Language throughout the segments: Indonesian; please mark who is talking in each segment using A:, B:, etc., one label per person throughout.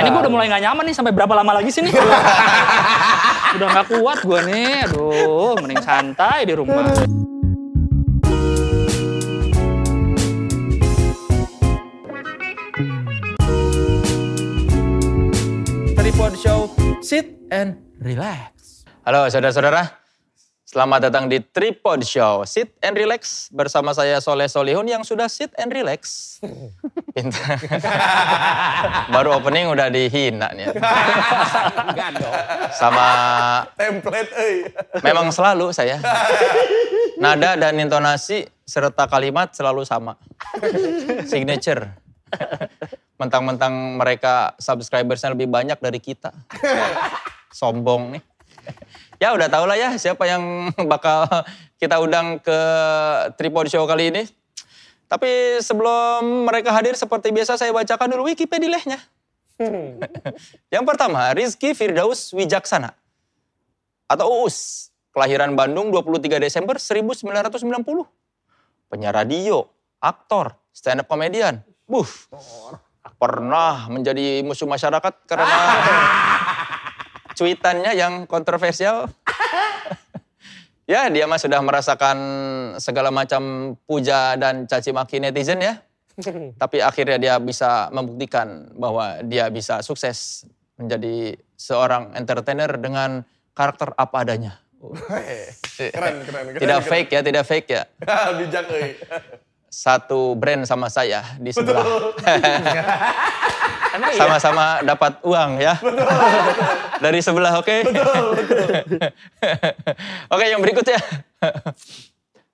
A: Ini gue udah mulai gak nyaman nih sampai berapa lama lagi sih nih? udah gak kuat gue nih. Aduh, mending santai di rumah.
B: Tripod Show, sit and relax. Halo saudara-saudara, selamat datang di Tripod Show, sit and relax. Bersama saya Soleh Solihun yang sudah sit and relax. Pintar. Baru opening udah dihina nih. Sama
C: template euy.
B: memang selalu saya. Nada dan intonasi serta kalimat selalu sama. Signature. Mentang-mentang mereka subscribersnya lebih banyak dari kita. Sombong nih. Ya udah tau lah ya siapa yang bakal kita undang ke Tripod Show kali ini. Tapi sebelum mereka hadir seperti biasa saya bacakan dulu Wikipedia-nya. yang pertama, Rizky Firdaus Wijaksana atau Uus. Kelahiran Bandung 23 Desember 1990. Penyiar radio, aktor, stand up komedian. Buh. Pernah menjadi musuh masyarakat karena cuitannya yang kontroversial. ya, dia mah sudah merasakan segala macam puja dan caci maki netizen ya. Tapi akhirnya dia bisa membuktikan bahwa dia bisa sukses menjadi seorang entertainer dengan karakter apa adanya.
C: Keren, keren, keren.
B: Eh, Tidak fake ya, tidak fake ya.
C: Bijak eh. euy.
B: Satu brand sama saya di sebelah.
A: ya? iya?
B: Sama-sama dapat uang ya. Dari sebelah, oke? oke, yang berikutnya.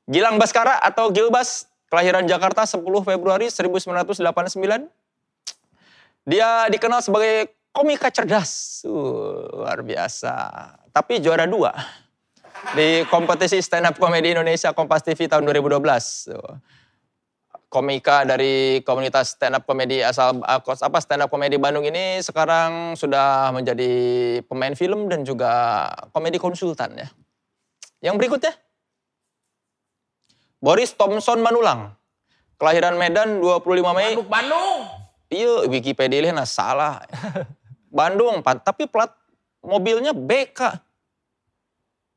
B: Gilang Baskara atau Gilbas, kelahiran Jakarta 10 Februari 1989. Dia dikenal sebagai komika cerdas. Uh, luar biasa. Tapi juara dua di kompetisi stand up comedy Indonesia Kompas TV tahun 2012. Tuh. Komika dari komunitas stand up comedy asal eh, apa stand up comedy Bandung ini sekarang sudah menjadi pemain film dan juga komedi konsultan ya. Yang berikutnya Boris Thompson Manulang. Kelahiran Medan 25 Mei.
C: Bandung, Bandung.
B: Iya, Wikipedia nah salah. Bandung, pan- tapi plat mobilnya BK.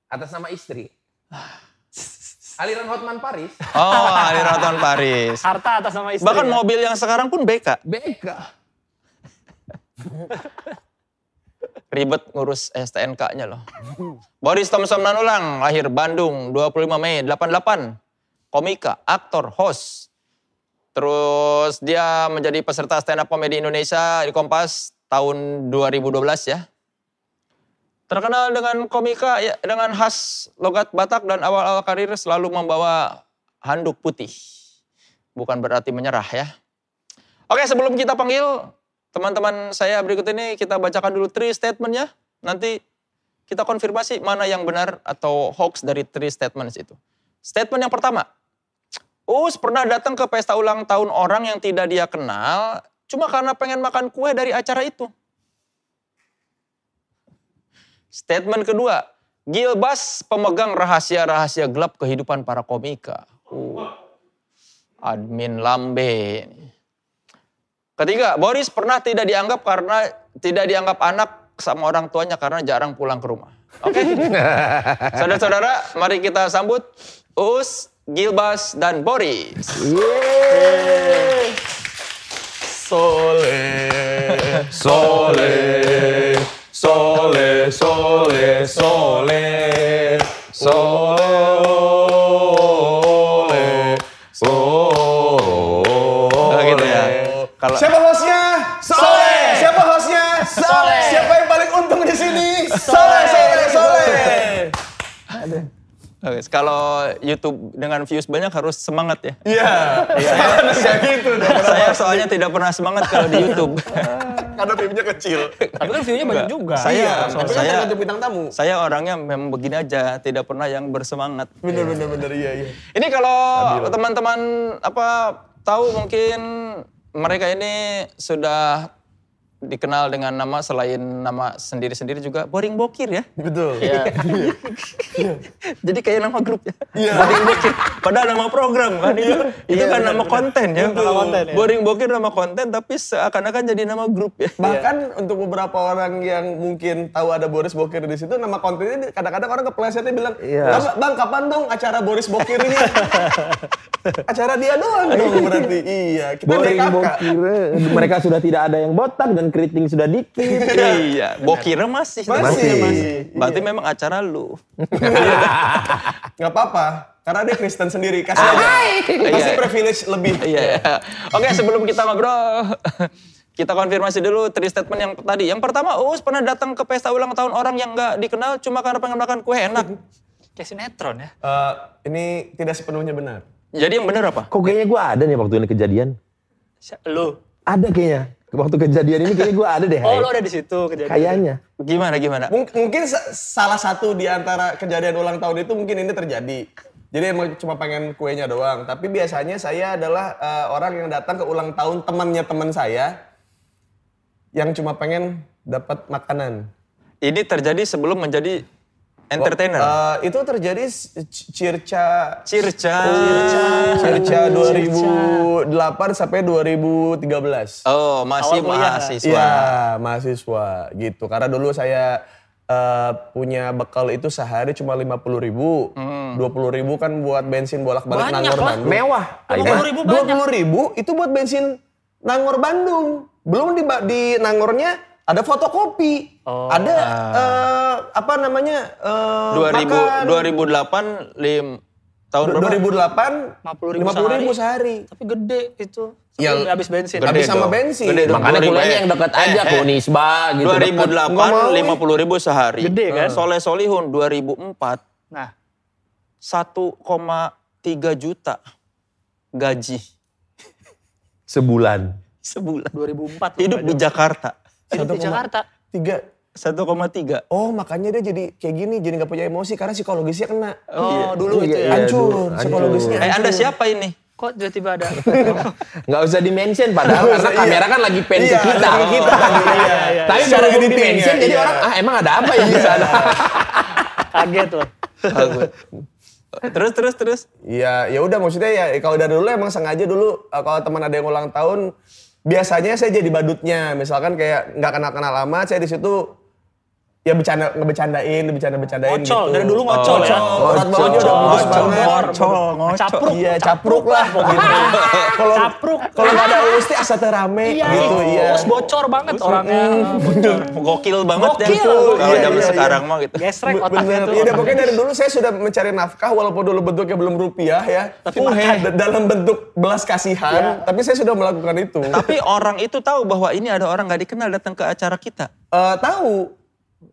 C: Atas nama istri. Aliran Hotman Paris.
B: Oh, Aliroton Paris.
A: Harta atas nama istri.
B: Bahkan
A: ya?
B: mobil yang sekarang pun BK.
C: BK.
B: Ribet ngurus STNK-nya loh. Boris Thompson Manulang, lahir Bandung, 25 Mei 88. Komika, aktor, host. Terus dia menjadi peserta stand up comedy Indonesia di Kompas tahun 2012 ya. Terkenal dengan komika ya, dengan khas logat Batak dan awal-awal karir selalu membawa handuk putih. Bukan berarti menyerah ya. Oke, sebelum kita panggil teman-teman saya berikut ini kita bacakan dulu three statementnya. Nanti kita konfirmasi mana yang benar atau hoax dari three statements itu. Statement yang pertama, Uus pernah datang ke pesta ulang tahun orang yang tidak dia kenal, cuma karena pengen makan kue dari acara itu. Statement kedua, Gilbas pemegang rahasia-rahasia gelap kehidupan para komika. Uh, admin lambe. Ketiga, Boris pernah tidak dianggap karena tidak dianggap anak sama orang tuanya karena jarang pulang ke rumah. Oke. Saudara-saudara, mari kita sambut Us, Gilbas, dan Boris.
C: Soleh.
D: Sole, sole, sole, sole, sole, sole.
B: Oh, gitu ya. Kalau
C: Siapa hostnya? Soleh. Siapa hostnya? Soleh. Siapa yang paling untung di sini? Soleh, Soleh, Soleh.
B: oke, kalau YouTube dengan views banyak harus semangat ya.
C: Iya. Saya gitu dong.
B: Saya soalnya tidak pernah semangat kalau di YouTube.
C: Iya. Karena pipinya kecil.
A: Tapi kan view-nya banyak juga.
B: saya
C: Tapi kan
B: saya
C: tergantung bintang tamu.
B: saya orangnya memang begini aja, tidak pernah yang bersemangat.
C: Bener, bener, bener. Iya, iya.
B: Ini kalau teman-teman apa tahu mungkin mereka ini sudah dikenal dengan nama selain nama sendiri-sendiri juga Boring Bokir ya.
C: Betul.
E: Iya.
B: Jadi kayak nama grup ya.
C: Iya.
B: Boring Bokir. Padahal nama program kan itu. itu kan nama konten ya.
E: Nama konten, ya.
B: Boring Bokir nama konten tapi seakan-akan jadi nama grup ya.
C: Bahkan untuk beberapa orang yang mungkin tahu ada Boris Bokir di situ, nama kontennya di- kadang-kadang orang keplesetnya bilang, "Bang, bang, kapan dong acara Boris Bokir ini? acara dia doang dong berarti. Iya, kita dia
E: Boring
C: kakak.
E: bokir, mereka sudah tidak ada yang botak dan keriting sudah dikit.
B: Iya, Bokirnya masih.
C: Masih. Masih.
B: Berarti memang acara lu.
C: Nggak apa-apa, karena dia Kristen sendiri. Kasih aja. Kasih
B: Iya.
C: privilege lebih.
B: Iya. iya. Oke, sebelum kita ngobrol, kita konfirmasi dulu three statement yang tadi. Yang pertama, Uus pernah datang ke pesta ulang tahun orang yang nggak dikenal cuma karena pengen makan kue enak.
A: Kayak sinetron ya.
C: Eh, ini tidak sepenuhnya benar.
B: Jadi yang bener apa?
E: Kok kayaknya gue ada nih waktu ini kejadian?
A: Si- Lu.
E: Ada kayaknya. Waktu kejadian ini kayaknya gue ada deh.
A: Oh,
E: Hai.
A: lu ada di situ kejadian.
E: Kayaknya.
B: Gimana gimana?
C: Mung- mungkin sa- salah satu di antara kejadian ulang tahun itu mungkin ini terjadi. Jadi emang cuma pengen kuenya doang. Tapi biasanya saya adalah eh, orang yang datang ke ulang tahun temannya teman saya yang cuma pengen dapat makanan.
B: Ini terjadi sebelum menjadi entertainer.
C: Eh, itu terjadi s- c- Circa
B: Circa.
C: Circa 2008 sampai 2013.
B: Oh, masih
A: Awal kuliah.
B: mahasiswa.
C: Iya, mahasiswa gitu. Karena dulu saya eh, punya bekal itu sehari cuma 50.000 ribu. 20 ribu kan buat bensin bolak-balik
A: Banyak
C: Nangor
A: lah.
C: Bandung.
E: Mewah.
C: Eh,
A: 20.000 banyak.
C: 20.000 itu buat bensin Nangor Bandung. Belum di, ba- di Nangornya ada fotokopi. Ada eh, apa namanya? eh,
B: 2000,
C: makan.
B: 2008 lim, tahun
C: Du-
B: berapa?
C: 2008
A: 50.000
C: 50.000 sehari.
A: Tapi gede itu.
C: Yang
A: Yang habis bensin.
B: Gede
C: Habis sama
B: dong.
C: bensin.
B: Gede dong.
E: Makanya
B: 2000,
E: kuliahnya
B: eh.
E: yang dekat
B: Eh,
E: aja
B: eh.
E: kok Nisba gitu. dekat.
B: 2008 50 ribu sehari.
A: Gede, kan?
B: Soleh Solihun 2004
A: Nah,
B: 1,3 juta gaji
E: Sebulan.
B: sebulan.
A: 2004 lu
B: Hidup di Jakarta.
A: hidup di
C: 1,3.
A: Jakarta.
C: 3
B: 1,3.
C: Oh makanya dia jadi kayak gini, jadi nggak punya emosi karena psikologisnya kena.
A: Oh, dulu
E: Iya,
A: itu ya.
E: iya.
C: hancur,
E: dulu,
C: psikologisnya
B: Eh, Anda siapa ini?
A: Kok tiba-tiba ada?
E: Nggak usah di-mention padahal karena
C: Iya.
E: kamera kan lagi pen ke
C: Iya,
E: kita.
C: lagi ke kita. Iya, iya.
E: Tapi
C: Secara
E: baru di
C: editing
E: mention
C: ya,
E: jadi
C: iya.
E: orang ah emang ada apa ya di sana?
A: Kaget loh.
B: terus, terus, terus.
C: Iya, ya udah maksudnya ya kalau dari dulu emang sengaja dulu eh, kalau teman ada yang ulang tahun biasanya saya jadi badutnya, misalkan kayak nggak kenal kenal lama, saya di situ ya bercanda ngebecandain, bercanda bercandain
A: Ngocol,
C: gitu.
A: dari dulu ngocol ya.
C: Berat bawahnya udah bagus
B: Ngocol,
C: banget.
B: ngocol, ngocol.
A: Capruk.
C: Iya, capruk lah gitu. Kalau
A: Capruk.
C: kalau nggak ada usti asa terame
A: Iya,
C: gitu, iya.
A: Terus bocor banget orangnya.
B: Gokil banget ya.
A: Gokil.
B: Kalau
C: Iya,
B: zaman
C: iya,
B: sekarang mah gitu.
A: Gesrek
C: Be-
A: otaknya
C: Bener.
A: tuh.
C: Iya, dan pokoknya dari dulu saya sudah mencari nafkah walaupun dulu bentuknya belum rupiah ya. Tapi da- dalam bentuk belas
A: Iya.
C: kasihan, tapi saya sudah melakukan itu.
B: Tapi orang itu tahu bahwa ini ada orang nggak dikenal datang ke acara kita.
C: Eh, tahu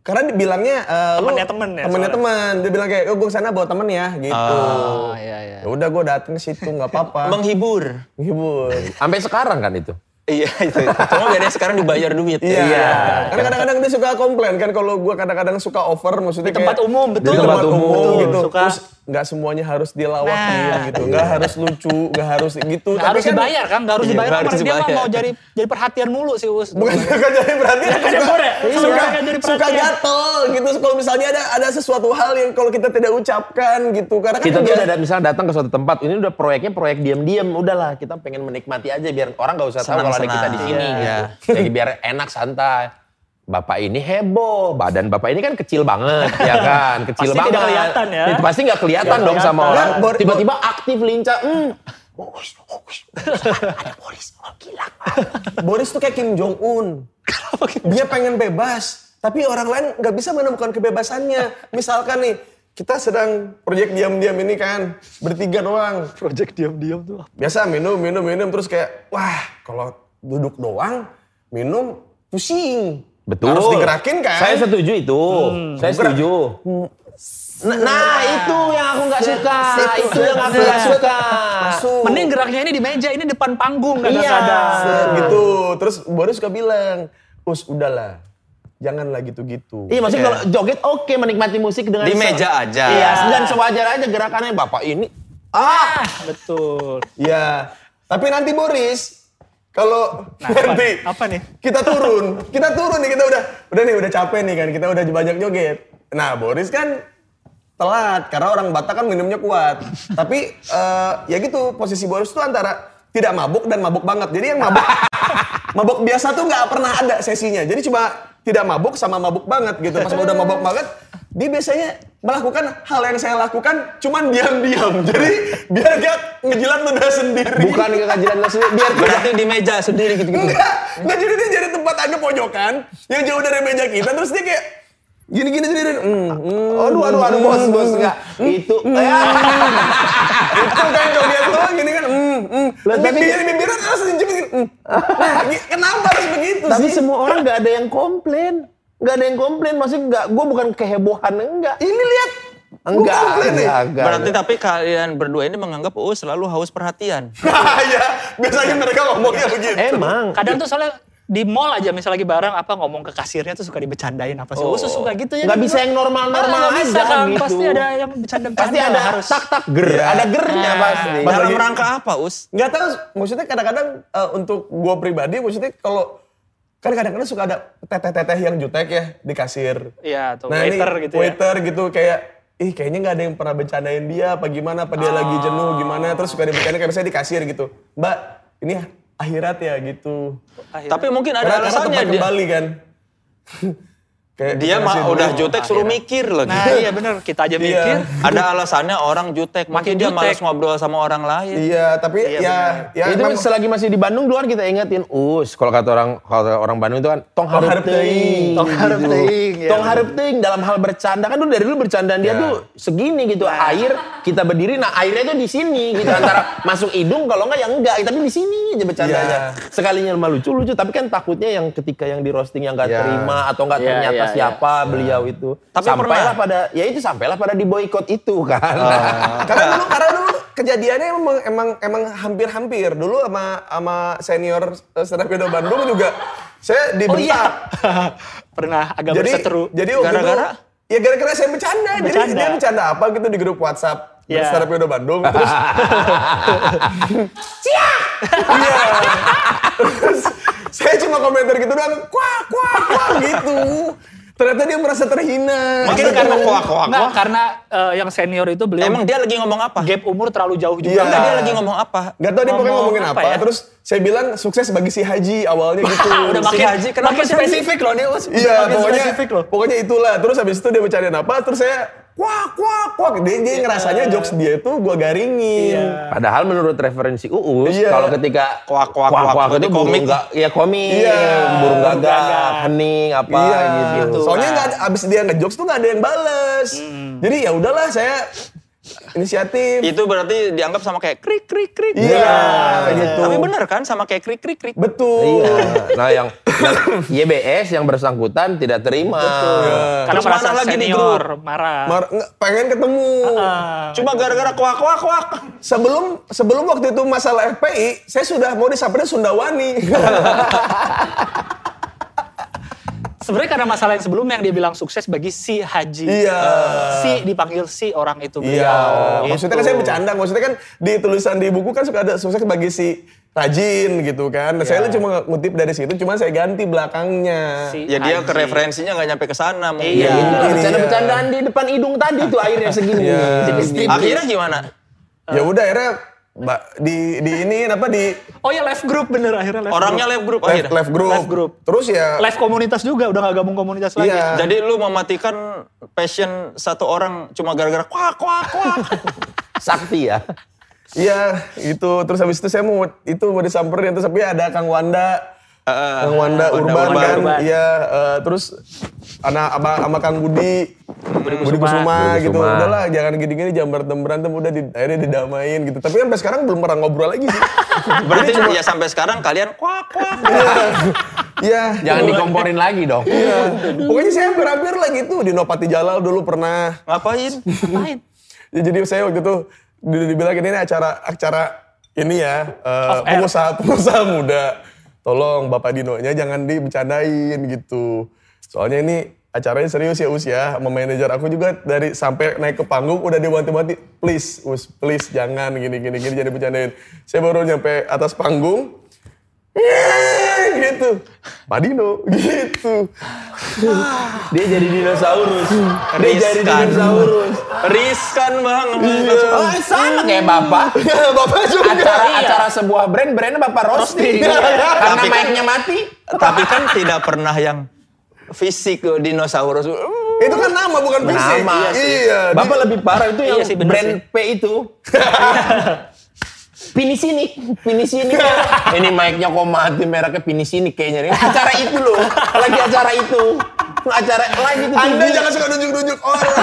C: karena dibilangnya eh, lu-
A: Temennya temen ya,
C: Temennya
A: soalnya.
C: temen. Dia bilang kayak, "Oh, gue kesana bawa temen ya." gitu.
A: Oh, iya, iya.
C: Ya udah gue dateng ke situ nggak apa-apa.
B: Menghibur.
C: Menghibur.
E: Sampai sekarang kan itu.
B: Iya itu. Cuma bedanya sekarang dibayar duit. ya.
C: Iya. Karena kadang-kadang dia suka komplain kan kalau gue kadang-kadang suka over maksudnya
A: Tempat
C: kayak-
A: umum, betul.
E: Di tempat umum,
A: betul.
C: gitu.
A: Suka. Nah. Iya.
C: Terus nggak semuanya harus dilawakin gitu. Nggak harus lucu, nggak harus gitu.
A: Nggak harus
C: kan-
A: dibayar kan, nggak harus
B: Iya,
A: dibayar.
B: nggak
A: Karena
B: harus
A: dia mah
B: dibayar.
A: mau jadi jadi perhatian mulu sih Us.
C: Bukan suka jadi perhatian,
A: Nggak jadi
C: suka,
A: perhatian, suka
C: suka,
A: nggak jadi
C: suka
A: perhatian.
C: gatel gitu. Kalau misalnya ada ada sesuatu hal yang kalau kita tidak ucapkan gitu. Karena kan
E: Kita tuh
C: biasa-
E: udah dat- misalnya datang ke suatu tempat, ini udah proyeknya proyek diam-diam, udahlah kita pengen menikmati aja biar orang gak usah tahu kalau ada
B: Senang-senang.
E: kita di sini.
B: Iya.
E: Gitu. Jadi biar enak santai. Bapak ini heboh, badan bapak ini kan kecil banget,
C: Iya.
E: ya kan, kecil
A: Pasti
E: banget.
A: tidak kelihatan ya.
E: Itu pasti nggak kelihatan
A: Nggak
E: dong sama
A: kelihatan.
E: orang.
C: Nah, Bor- Eh.
E: Tiba-tiba aktif lincah, hmm,
C: Boris tuh kayak Kim Jong Un. Dia pengen bebas, tapi orang lain nggak bisa menemukan kebebasannya. Misalkan nih, kita sedang proyek diam-diam ini kan, bertiga doang.
A: Project diam-diam tuh.
C: Biasa minum, minum, minum, terus kayak, wah kalau duduk doang, minum, pusing.
E: betul.
C: Harus digerakin kan.
E: Saya setuju itu,
C: Hmm.
E: saya setuju. Nah, nah, itu yang aku nggak suka,
C: Situ,
E: Ah, itu yang aku
C: set,
E: nggak
C: set,
E: suka.
C: Masuk.
A: Mending geraknya ini di meja, ini depan panggung
C: Set,
A: kadang-kadang.
C: gitu. Terus Boris suka bilang, us udahlah, janganlah gitu-gitu.
E: Iya maksudnya kalau joget oke menikmati musik dengan
B: Di
E: se-
B: meja aja.
E: Iya dan sewajar aja gerakannya bapak ini.
A: Betul.
C: Ya, tapi nanti Iya. Boris Kalau nanti
A: apa, apa nih?
C: kita turun, kita turun nih kita udah udah nih udah capek nih kan, kita udah banyak joget. Nah Boris kan telat karena orang Batak kan minumnya kuat. Tapi eh, ya gitu posisi Boris tuh antara tidak mabuk dan mabuk banget. Jadi yang mabuk mabuk biasa tuh nggak pernah ada sesinya. Jadi cuma tidak mabuk sama mabuk banget gitu. Pas udah mabuk banget, dia biasanya melakukan hal yang saya lakukan cuman diam-diam. Jadi biar gak ngejilat ludah sendiri.
E: Bukan kekajian lo sendiri, biar
B: Berarti di meja sendiri gitu.
E: Gitu.
B: gitu-gitu.
C: Enggak, enggak jadi dia jadi tempat aja pojokan yang jauh dari meja kita terus dia kayak gini gini gini. gini. Hmm, hmm,
E: Aduh, aduh, aduh, bos, bos, enggak. Itu, ya.
C: itu kan kalau dia doang gini kan. Hmm, hmm.
E: Lah, tapi-
C: Bibir, bibiran harus dijepit. gini, Hmm. Nah, gi- kenapa harus begitu
E: Tapi
C: sih?
E: semua orang nggak ada yang komplain. Nggak ada yang komplain, maksudnya nggak, gue bukan kehebohan, enggak.
C: Ini lihat. Gua
E: Enggak,
C: komplain nih.
E: enggak, enggak.
B: Berarti tapi kalian berdua ini menganggap oh selalu haus perhatian.
C: Nah, ya, biasanya mereka ngomongnya begitu.
E: Emang.
A: Kadang tuh soalnya di mall aja misalnya lagi bareng apa ngomong ke kasirnya tuh suka dibecandain apa sih. Oh,
E: Oh.
A: suka gitu ya.
E: Nggak
A: gitu.
E: bisa yang normal-normal
A: Ah, nggak bisa
E: aja
A: kan.
E: gitu.
A: Pasti ada yang bercanda-bercanda
E: Pasti ada
A: lah harus.
E: tak-tak ger, ada gernya
A: Nah.
E: pasti.
C: Pas
B: Dalam
C: lagi-
B: rangka apa, Us?
C: Nggak tahu, maksudnya kadang-kadang eh, untuk gua pribadi, maksudnya kalau kan kadang-kadang suka ada teteh-teteh yang jutek ya di kasir.
A: Iya, tuh
C: Nah,
A: waiter
C: ini
A: gitu ya.
C: waiter gitu kayak ih kayaknya nggak ada yang pernah bercandain dia apa gimana apa dia lagi
B: Ah.
C: jenuh gimana terus suka dibercandain kayak misalnya di kasir gitu mbak ini akhirat ya gitu
A: Akhirnya.
B: Tapi mungkin
C: Karena-
B: ada
C: karena
B: alasannya
C: tempat
B: dia.
C: kembali kan kayak
B: Dia
C: dikasih
B: mah
C: dulu.
B: udah jutek suruh mikir lagi.
A: Nah iya bener, kita aja mikir.
B: Ada alasannya orang jutek,
A: Makin
B: makin dia
A: jutek.
B: malas ngobrol sama orang lain.
C: iya tapi ya ya
A: Eh,
E: itu
C: emang-
E: selagi masih di Bandung duluan kita ingetin, us kalau kata orang kalau kata orang Bandung itu kan tong
C: Tong
E: harap
C: hareup teuing.
E: teuing.
A: Tong hareup
E: gitu.
A: teuing, ya.
E: Tong hareup teuing dalam hal bercanda kan dulu dari dulu bercandaan dia tuh segini gitu air kita berdiri nah airnya tuh di sini gitu antara masuk hidung kalau enggak ya enggak tapi di sini aja bercandanya. Sekalinya mah lucu lucu tapi kan takutnya yang ketika yang di roasting yang enggak
C: Ya.
E: terima atau enggak
A: Ya,
E: ternyata
A: ya, ya.
E: siapa beliau itu.
B: Tapi pernah.
E: sampailah pada ya itu sampailah pada di boykot itu kan.
C: karena dulu karena dulu kejadiannya emang emang emang hampir-hampir dulu sama sama senior eh, stand up Indo Bandung juga saya
A: Oh
C: dibentak
A: iya. Pernah agak
C: jadi
A: berseteru.
C: jadi waktu
B: Gara-gara?
C: itu- ya gara-gara saya bercanda. jadi
A: Bercanda.
C: dia bercanda apa gitu di grup WhatsApp
A: Iya.
C: yeah. Startup Indo Bandung terus Cia! Iya. Terus saya cuma komentar gitu doang, kuah kuah kuah gitu. Ternyata dia merasa terhina.
B: Mungkin
C: Gitu.
B: karena kuak-kuak.
A: Nggak, karena eh, yang senior itu beliau
B: Emang dia lagi ngomong apa?
A: gap umur terlalu jauh juga.
C: Iya.
B: Enggak, dia lagi ngomong apa?
C: Gak tau dia pokoknya
A: Ngomong
C: ngomongin
A: apa
C: apa,
A: ya?
C: terus saya bilang sukses bagi si Haji awalnya gitu.
A: udah
B: Si
A: makin,
B: Haji, kenapa
A: makin
B: sih Haji?
A: spesifik loh dia. Mas.
C: Iya,
A: makin
C: pokoknya
A: spesifik loh.
C: pokoknya itulah. Terus habis itu dia bercanda apa? Terus saya kuak kuak kuak. Dia,
A: Iya.
C: dia ngerasanya jokes dia itu gua garingin.
E: Padahal menurut referensi Uus,
C: Iya.
E: kalau ketika
B: Kuak-kuak,
D: Ah,
B: kuak-kuak
E: itu
B: itu
E: burung
B: komik.
E: ga- ya komik,
C: Iya.
E: burung
A: Burung
E: gagak,
A: gagak.
E: hening apa
C: Iya,
E: gitu.
A: Tuh.
C: soalnya nggak ada- abis dia ngejokes tuh nggak ada yang bales.
A: Hmm.
C: Jadi ya udahlah saya
E: Iya.
C: inisiatif.
B: Itu berarti dianggap sama kayak krik krik krik.
C: Iya, gitu.
B: Tapi bener kan sama kayak krik krik krik.
C: Betul.
E: Iya. Nah yang, yang YBS yang bersangkutan tidak terima.
A: Karena
B: Terus
A: merasa
B: marah lagi di
A: senior, marah.
C: Mar- nggak, pengen ketemu.
A: Nah,
B: Cuma gara-gara kuak kuak kuak.
C: Sebelum sebelum waktu itu masalah FPI, saya sudah mau disamperin Sundawani.
A: Sebenarnya karena masalah yang sebelumnya yang dia bilang sukses bagi si Haji. eh,
C: Iya.
A: Si dipanggil si orang itu
C: Iya,
A: beliau.
C: maksudnya
A: Gitu.
C: kan saya bercanda, maksudnya kan di tulisan di buku kan suka ada sukses bagi si rajin gitu kan. Nah, Saya cuma ngutip dari situ, cuma saya ganti belakangnya.
A: Si eh.
B: Ya dia
A: Haji.
B: ke referensinya nggak nyampe ke sana. mungkin.
A: Iya.
E: Itu
C: Iya.
E: kan bercanda-bercandaan di depan hidung tadi tuh airnya segini. Tipis-tipis.
B: Akhirnya gimana?
C: Ya udah akhirnya Mbak di di ini apa di
A: Oh ya live group bener akhirnya live
B: Orangnya
A: group.
B: live group
C: live,
B: akhirnya.
C: live group.
A: Live group.
C: Terus ya
A: Live komunitas juga udah gak gabung komunitas lagi.
C: Iya.
B: Jadi lu mematikan passion satu orang cuma gara-gara kuak kuak kuak.
E: Sakti ya.
C: iya itu terus habis itu saya mau itu mau disamperin terus tapi ada Kang Wanda. Kang Wanda Urban
A: Urban.
C: kan.
A: Urban.
C: Iya eh, terus anak sama, sama Kang Budi Budi
A: Kusuma.
C: Kusuma
E: Budi
C: gitu.
E: Kusuma.
C: Udahlah jangan gini-gini jangan berantem berantem udah di, akhirnya didamain gitu. Tapi sampai sekarang belum pernah ngobrol lagi sih.
B: Berarti ya sampai sekarang kalian kuak kuak.
C: Iya. Iya.
E: Jangan dikomporin lagi dong.
C: Iya. Pokoknya saya hampir-hampir lah gitu di Nopati Jalal dulu pernah.
B: Ngapain?
A: Ngapain?
C: Ya, jadi saya waktu itu di- dibilang ini nih acara acara ini ya eh,
A: Off air.
C: pengusaha pengusaha muda. Tolong Bapak Dinonya jangan dibecandain gitu. Soalnya ini acaranya serius ya Us ya. Sama manajer aku juga dari sampai naik ke panggung udah diwanti-wanti, please Us, please jangan gini gini gini jangan dibecandain. Saya baru nyampe atas panggung, gitu. Padino gitu.
E: Dia jadi dinosaurus. Dia jadi
B: Riskan.
E: dinosaurus.
B: Riskan banget.
E: Oh, sama kayak bapak.
C: Bapak juga.
E: Acara, acara sebuah brand, brandnya bapak roasting. Karena
B: Tapi kan-
E: mic-nya mati.
B: Tapi kan tidak pernah yang fisik eh, dinosaurus.
C: Itu kan nama bukan fisik.
E: Nama sih.
C: Iya.
E: Bapak lebih parah itu yang
A: Iya sih, bener
E: brand
A: sih.
E: P itu. Pinis ini, pinis ini.
D: Iya.
E: ini mic-nya kok mati mereknya pinis ini kayaknya. Ini acara itu loh, lagi acara itu. Acara lagi itu.
C: Anda jangan suka nunjuk-nunjuk orang.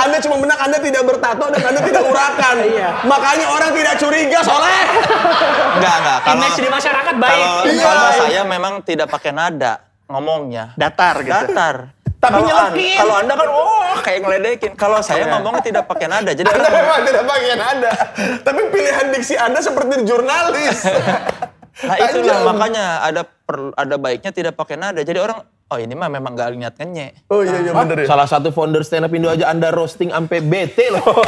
C: Anda cuma menang, Anda tidak bertato dan Anda tidak urakan. Makanya orang tidak curiga soleh.
B: Enggak, enggak. Kalau
A: Image di masyarakat baik.
B: kalau
C: Iya.
B: kalau saya memang tidak pakai nada ngomongnya.
A: Datar gitu.
B: Datar.
E: Tapi Iya.
B: Kalau an-
E: nyelekin.
B: Kalau Anda kan oh kayak ngeledekin. Kalau saya ngomong tidak pakai nada. Jadi
C: Anda
B: orang
C: memang tidak bagian Anda. Tapi pilihan diksi Anda seperti jurnalis.
B: Nah itulah
C: Tajam.
B: makanya ada per- ada baiknya tidak pakai nada. Jadi orang oh ini mah memang gak niat ngenye.
C: Oh iya iya bener ya.
E: Salah satu founder stand up Indo aja Anda roasting sampai bete loh.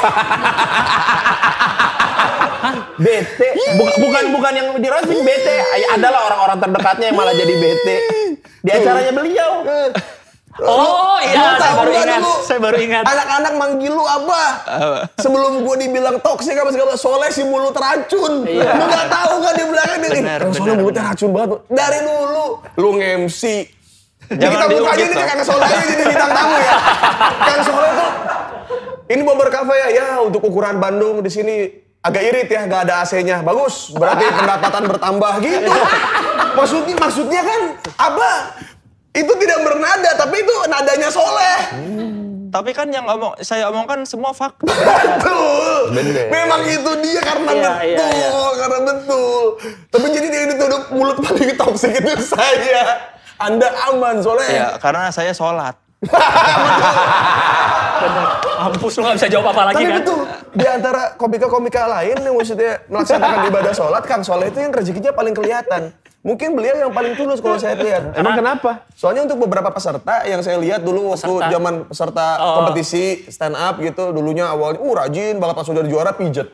E: bete. Bu- bukan bukan yang di roasting bete. Ay- Adalah orang-orang terdekatnya yang malah jadi bete. Di acaranya beliau.
A: Oh iya,
C: Lu
A: saya
C: tahu
A: baru
C: gua
A: ingat.
C: dulu.
A: Saya baru ingat.
C: Anak-anak manggil lu apa? Sebelum gua dibilang toksik apa segala soleh si mulut racun. Lu gak tahu kan di belakang dia.
B: Iya. Benar,
C: Orang soleh
B: benar,
C: mulutnya racun banget. Dari dulu lu nge-MC. Jadi
B: Jangan
C: kita bukanya
B: diungkit,
C: ini
B: Tok.
C: Kang Soleh aja jadi bintang tamu ya. Kang Soleh tuh ini bomber cafe ya, ya untuk ukuran Bandung di sini agak irit ya, nggak ada AC-nya. Bagus, berarti pendapatan bertambah gitu. Maksudnya maksudnya kan apa? Itu tidak bernada, tapi itu nadanya soleh.
B: Tapi kan yang ngomong saya omongkan semua fakta.
C: Betul. Memang itu dia karena
A: Iya, iya,
C: betul, karena betul. Tapi jadi dia dituduh mulut paling toksik itu saya. Anda
B: ya
C: aman soalnya.
B: karena saya sholat.
A: Mampus lu gak bisa jawab apa lagi
C: Tapi
A: kan?
C: betul, di antara komika-komika lain yang maksudnya melaksanakan ibadah sholat, Kang Soleh itu yang rezekinya paling kelihatan. Mungkin beliau yang paling tulus kalau saya lihat.
E: Emang kenapa?
C: Soalnya untuk beberapa peserta yang saya lihat dulu waktu
A: Peserta.
C: zaman peserta
A: Oh.
C: kompetisi stand up gitu, dulunya awalnya, uh rajin banget pas udah juara pijet.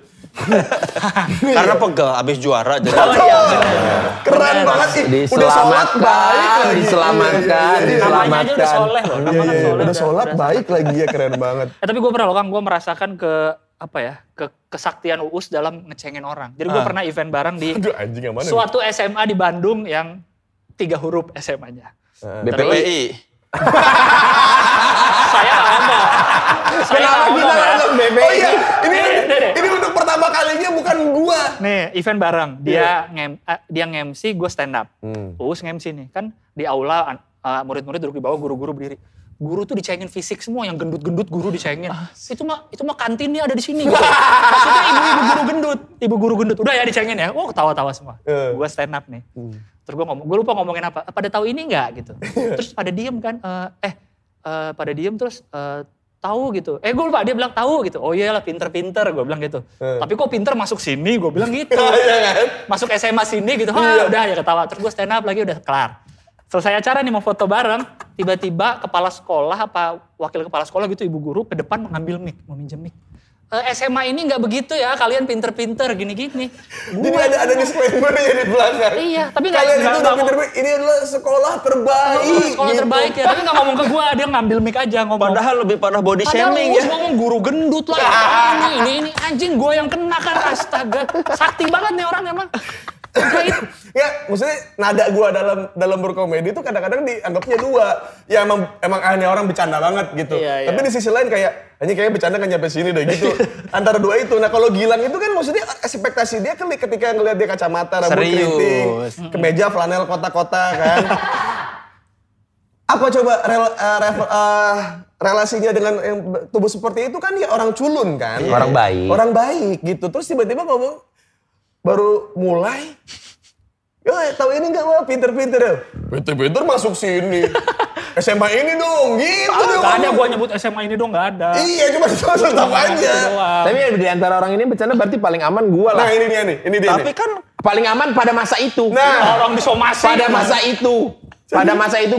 C: Ah.
B: Karena pegel abis juara jadi.
C: Oh, iya.
A: Oh, iya.
C: Keren banget sih. Udah sholat baik
E: Diselamatkan,
C: lagi.
E: diselamatkan,
C: Iya, iya, iya.
A: Namanya aja udah
E: diselamatkan.
A: soleh loh.
C: Iya,
A: Namanya
C: iya, iya.
A: soleh.
C: Udah sholat baik lagi ya keren banget.
A: Eh, tapi gue pernah loh Kang, gue merasakan ke apa ya ke kesaktian Uus dalam ngecengin orang. Jadi gue
B: Ah.
A: pernah event bareng di
C: Aduh anjing yang mana?
A: suatu SMA di Bandung yang tiga huruf SMA-nya.
B: BPI.
A: Saya nggak ngomong. Saya nggak
C: Kenapa kita
A: ngomong ya.
C: langsung bebek? Oh iya, ini
A: Nih, nih, nih.
C: ini untuk pertama kalinya bukan gua.
A: Nih event bareng dia ngem eh, dia ngemsi, gue stand up. Uus ngemsi nih kan di aula an- eh, murid-murid duduk di bawah guru-guru berdiri. Guru tuh dicengin fisik semua, yang gendut-gendut guru dicengin. Itu mah itu mah kantinnya ada di sini. Gitu. Maksudnya ibu-ibu guru gendut, ibu guru gendut. Udah ya dicengin ya. Oh ketawa-tawa semua.
C: Eh.
A: Gue stand up nih. Terus gue ngomong, gue lupa ngomongin apa. "Eh, Pada tahu ini nggak gitu. Terus pada diem kan. Eh, eh eh, pada diem terus eh, tahu gitu. Eh gue lupa dia bilang tahu gitu. Oh iyalah pinter-pinter gue bilang gitu. Tapi kok pinter masuk sini gue bilang gitu.
C: Hmm. Iya kan? Iya.
A: Masuk SMA sini gitu. Wah udah ya ketawa. Terus gue stand up lagi udah kelar. Selesai acara nih mau foto bareng. Tiba-tiba kepala sekolah apa wakil kepala sekolah gitu ibu guru ke depan mengambil mic. Mau minjem mic. "Eh, SMA ini nggak begitu ya kalian pinter-pinter gini-gini.
C: Jadi ada ada disclaimer ya di belakang.
A: Iya, tapi nggak-
C: kalian
A: nggak-
C: itu udah
A: nggak
C: pinter ini adalah sekolah terbaik.
A: sekolah
C: gitu.
A: terbaik ya. Tapi nggak ngomong ke gue dia ngambil mic aja ngomong.
B: Padahal lebih parah body
A: Padahal
B: shaming
A: lu
B: ya.
A: ngomong guru gendut lah. ini, ini, ini anjing gue yang kena kan astaga. Sakti banget nih orang emang. Kayak
C: Ya, maksudnya nada gua dalam dalam berkomedi itu kadang-kadang dianggapnya dua. Ya emang emang ah, ini orang bercanda banget gitu.
A: Iya, iya.
C: Tapi di sisi lain kayak hanya kayak bercanda kan nyampe sini deh gitu. Antara dua itu. Nah, kalau Gilang itu kan maksudnya ekspektasi dia keli- ketika ngelihat dia kacamata, rambut
B: Serius.
C: keriting, kemeja flanel kotak-kotak kan. Apa coba rel- eh, ref- eh, relasinya dengan yang be- tubuh seperti itu kan ya orang culun kan?
E: Iya. Orang baik.
C: Orang baik gitu. Terus tiba-tiba ngomong baru mulai Yo, tahu ini nggak wah pinter-pinter ya? Pinter-pinter masuk sini. SMA ini dong, gitu dong.
A: Gak ada gue nyebut SMA ini dong gak ada.
C: Iya, cuma itu tetap aja.
A: Itu doang.
E: Tapi di antara orang ini bercanda berarti paling aman gua lah.
C: Nah ini dia nih, ini dia
B: Tapi
C: nih.
B: kan
E: Paling aman pada masa itu.
C: Nah,
A: Orang disomasi.
E: pada masa itu. Pada masa itu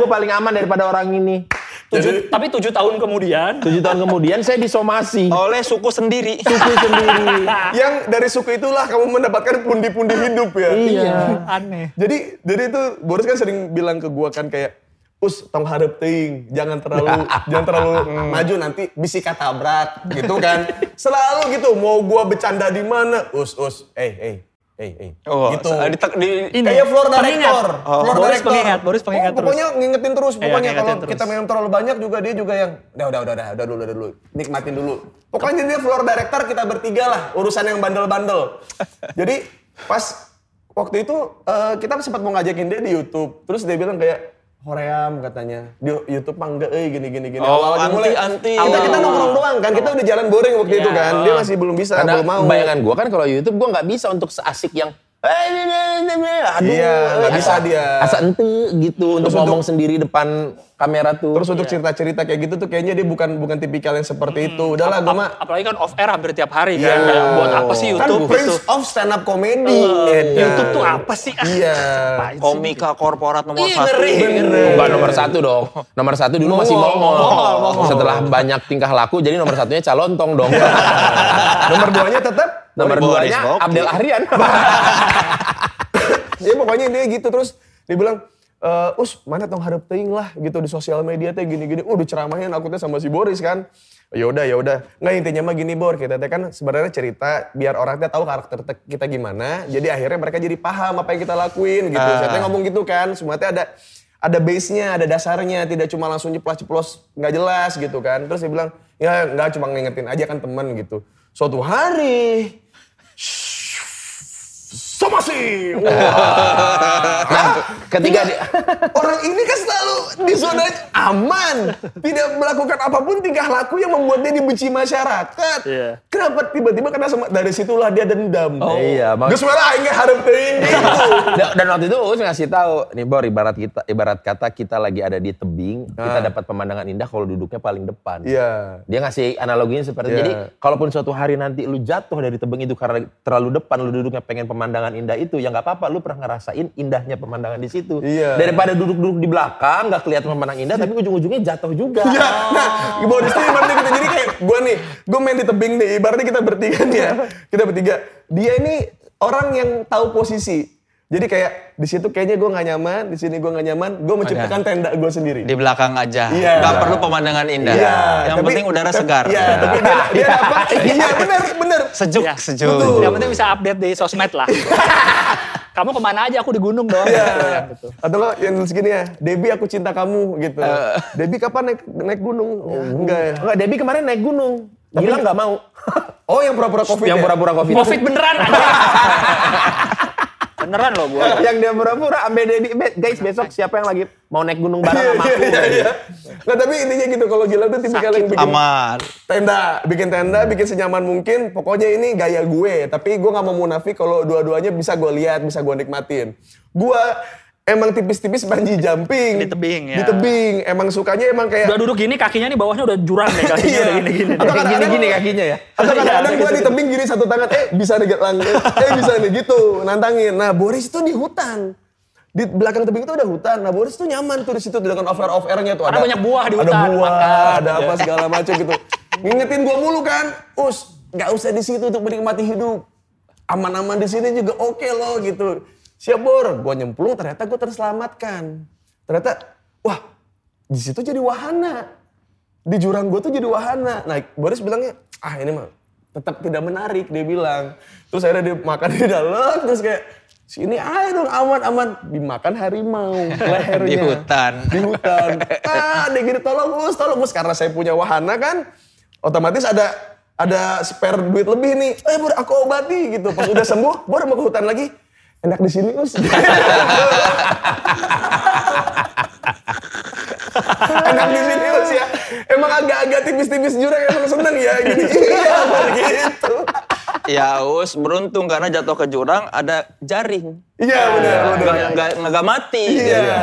A: Ya.
E: gua paling aman daripada orang ini.
A: Tujuh- tapi tujuh tahun kemudian
E: Tujuh tahun kemudian saya disomasi.
B: Oleh suku sendiri.
E: Suku sendiri.
C: Yang dari suku itulah kamu mendapatkan pundi-pundi hidup ya.
E: iya.
A: aneh.
C: Jadi jadi itu Boris kan sering bilang ke gua kan kayak Us, tong harap ting, jangan terlalu jangan terlalu
B: Hmm.
C: maju nanti bisi kata berat gitu kan. Selalu gitu, mau gua bercanda di mana? Us, us, eh, eh, eh, eh.
B: Oh,
C: gitu.
B: sa- di,
A: Ini,
B: di-
A: ya,
C: Kayak floor
A: pengingat.
C: director,
A: Oh,
C: floor
A: Boris
C: director.
A: pengingat, Boris pengingat
C: Oh, Pokoknya ngingetin terus, pokoknya
A: ngingetin
C: kalau
A: terus.
C: kita minum terlalu banyak juga dia juga yang udah udah udah udah udah dulu udah dulu, nikmatin dulu. Pokoknya dia floor director kita bertiga lah, urusan yang bandel-bandel. Jadi pas waktu itu eh, kita sempat mau ngajakin dia di YouTube, terus dia bilang kayak Hoream katanya di YouTube mah enggak eh gini gini gini.
B: Oh,
C: Awal-awal dia
B: anti- anti.
C: Kita kita nongkrong doang kan, kita udah jalan boring waktu itu kan. Dia masih belum bisa,
E: Karena
C: belum mau.
E: bayangan gue kan kalau YouTube gue nggak bisa untuk seasik yang "Eh, ne, ne, ne, ne." Aduh,
C: Iya, nggak
E: eh,
C: bisa
E: asa-
C: dia.
E: Asa ente gitu
C: untuk-
E: untuk ngomong sendiri depan kamera tuh.
C: Terus
A: Iya.
C: untuk cerita-cerita kayak gitu tuh kayaknya dia bukan bukan tipikal yang seperti itu. Udahlah gua mah
A: Hmm.
C: Iya.
A: Apalagi kan off air hampir tiap hari kan. Kayak buat apa sih
C: kan
A: YouTube
C: Prince
A: gitu. Eh,
C: of stand up comedy.
A: YouTube tuh apa sih? Ah,
C: Iya.
A: apaan sih?
B: komika korporat nomor satu.
E: Mbak
C: iya,
E: nomor satu dong. Nomor satu dulu masih
C: Mongol,
E: mongol.
C: mongol, mongol.
E: Setelah banyak tingkah laku, jadi nomor satunya calontong dong.
C: Nomor duanya tetap
E: nomor
B: Boris
E: duanya
B: Bokti.
E: Abdel Ahrian.
C: ya pokoknya dia gitu terus dia bilang "Eh, us mana tong harap teing lah gitu di sosial media teh gini-gini. Uh, diceramahin aku teh sama si Boris kan. Ya udah ya udah. Nggak intinya mah gini Bor, kita teh kan sebenarnya cerita biar orang teh tahu karakter te- kita gimana. Jadi akhirnya mereka jadi paham apa yang kita lakuin gitu. Saya teh ngomong gitu kan, semua teh ada ada base-nya, ada dasarnya, tidak cuma langsung ceplos-ceplos nggak jelas gitu kan. Terus dia bilang, ya nggak cuma ngingetin aja kan teman gitu. Suatu hari, somasi.
E: Nah, Ketika di,
C: Orang ini kan selalu di zona aman, tidak melakukan apapun tingkah laku yang membuat dia dibenci masyarakat.
A: Iya.
C: Kenapa tiba-tiba karena sama, dari situlah dia dendam.
E: Oh. Iya, mak-
C: Gus Mela aing harap teuing gitu.
E: dan dan waktu itu Uus ngasih tahu, nih Bor ibarat kita ibarat kata kita lagi ada di tebing, kita
C: Ah.
E: dapat pemandangan indah kalau duduknya paling depan.
C: Iya.
E: Dia ngasih analoginya seperti
C: Iya.
E: jadi kalaupun suatu hari nanti lu jatuh dari tebing itu karena terlalu depan lu duduknya pengen pemandangan indah itu ya nggak apa-apa lu pernah ngerasain indahnya pemandangan di situ.
C: Iya.
E: Daripada duduk-duduk di belakang nggak kelihatan pemandangan indah tapi ujung-ujungnya jatuh juga.
C: Ya, nah, Boris tuh ibaratnya gitu. Jadi kayak gue nih, gue main di tebing nih. Ibaratnya kita bertiga nih ya. Kita bertiga. Dia ini orang yang tahu posisi. Jadi kayak di situ kayaknya gue nggak nyaman, di sini gue nggak nyaman. Gue menciptakan tenda gue sendiri.
B: Di belakang aja.
C: Iya.
B: Nggak perlu pemandangan indah.
C: Iya,
B: Yang
C: tapi-
B: penting udara
C: tapi-
B: segar.
C: Iya, tapi dia, dia apa? Iya, benar, benar.
B: Sejuk,
A: Ya,
B: sejuk.
A: Betul. Yang penting bisa update di sosmed lah. Kamu kemana aja aku di gunung dong.
C: Iya.
A: Gitu.
C: Atau lo yang nulis gini ya, Debbie aku cinta kamu gitu. Debbie kapan naik naik gunung? Ya, enggak ya.
E: Nggak, Debbie kemarin naik gunung. Gilang nggak mau.
C: Oh, yang pura-pura covid
E: yang
C: ya?
E: pura-pura covid.
A: Covid beneran ada. beneran loh gua.
E: yang dia pura-pura ambil Debbie. Be- Guys besok siapa yang lagi mau naik gunung bareng
C: Iya, iya,
E: sama aku?
C: iya, iya. Nah, tapi intinya gitu kalau gila tuh tipikal yang bikin
B: Aman.
C: tenda, bikin tenda, bikin senyaman mungkin. Pokoknya ini gaya gue, tapi gue nggak mau munafik kalau dua-duanya bisa gue lihat, bisa gue nikmatin. Gue emang tipis-tipis banji jumping
A: Di tebing, ya.
C: Di tebing, emang sukanya emang kayak
A: Udah duduk gini kakinya nih bawahnya udah jurang deh kakinya
C: Iya.
A: udah gini-gini. Iya,
C: Atau
A: deh.
C: kadang-kadang-
E: Gini-gini kakinya ya.
C: Atau kadang-kadang
A: gitu.
C: gue di tebing gini satu tangan, eh bisa nih Gatlang, eh bisa nih gitu, nantangin. Nah Boris itu di hutan. Di belakang tebing itu ada hutan. Nah Boris tuh nyaman tuh di situ dengan over off airnya tuh.
A: Karena
C: ada
A: banyak buah di
C: Ada
A: hutan,
C: buah,
A: makan. iya.
C: ada apa segala macam gitu. Ngingetin gue mulu kan, us nggak usah di situ untuk menikmati hidup. Aman-aman di sini juga oke loh gitu. Siap Bor, gue nyemplung ternyata gue terselamatkan. Ternyata, wah di situ jadi wahana di jurang gue tuh jadi wahana. Nah Boris bilangnya, ah ini mah tetap tidak menarik dia bilang. Terus akhirnya dia makan di dalam, terus kayak sini ayo dong aman-aman dimakan harimau lehernya
B: Di hutan.
C: di hutan ah dia gini tolong us tolong us karena saya punya wahana kan otomatis ada ada spare duit lebih nih eh bor aku obati gitu pas udah sembuh bor mau ke hutan lagi enak di sini us enak di sini us ya emang agak-agak tipis-tipis jurang emang seneng ya gini iya bor gitu
B: Ya us beruntung karena jatuh ke jurang ada jaring.
C: iya benar benar
B: Nggak nggak- nggak mati.
E: ya
C: Iya.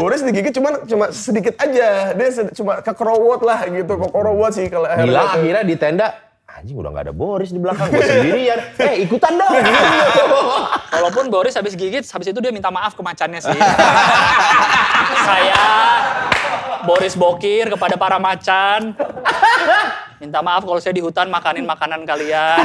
C: Boris digigit cuman cuma sedikit aja. Dia sed- cuma kekerowot lah gitu. Kekerowot sih kalau
E: Gilang
C: akhirnya.
E: akhirnya di tenda, anjing udah nggak ada Boris di belakang, gue sendirian. Eh ikutan dong.
C: Iya.
A: Walaupun Boris habis gigit, habis itu dia minta maaf ke macannya sih. Saya Boris Bokir kepada para macan. Minta maaf kalau saya di hutan makanin makanan kalian.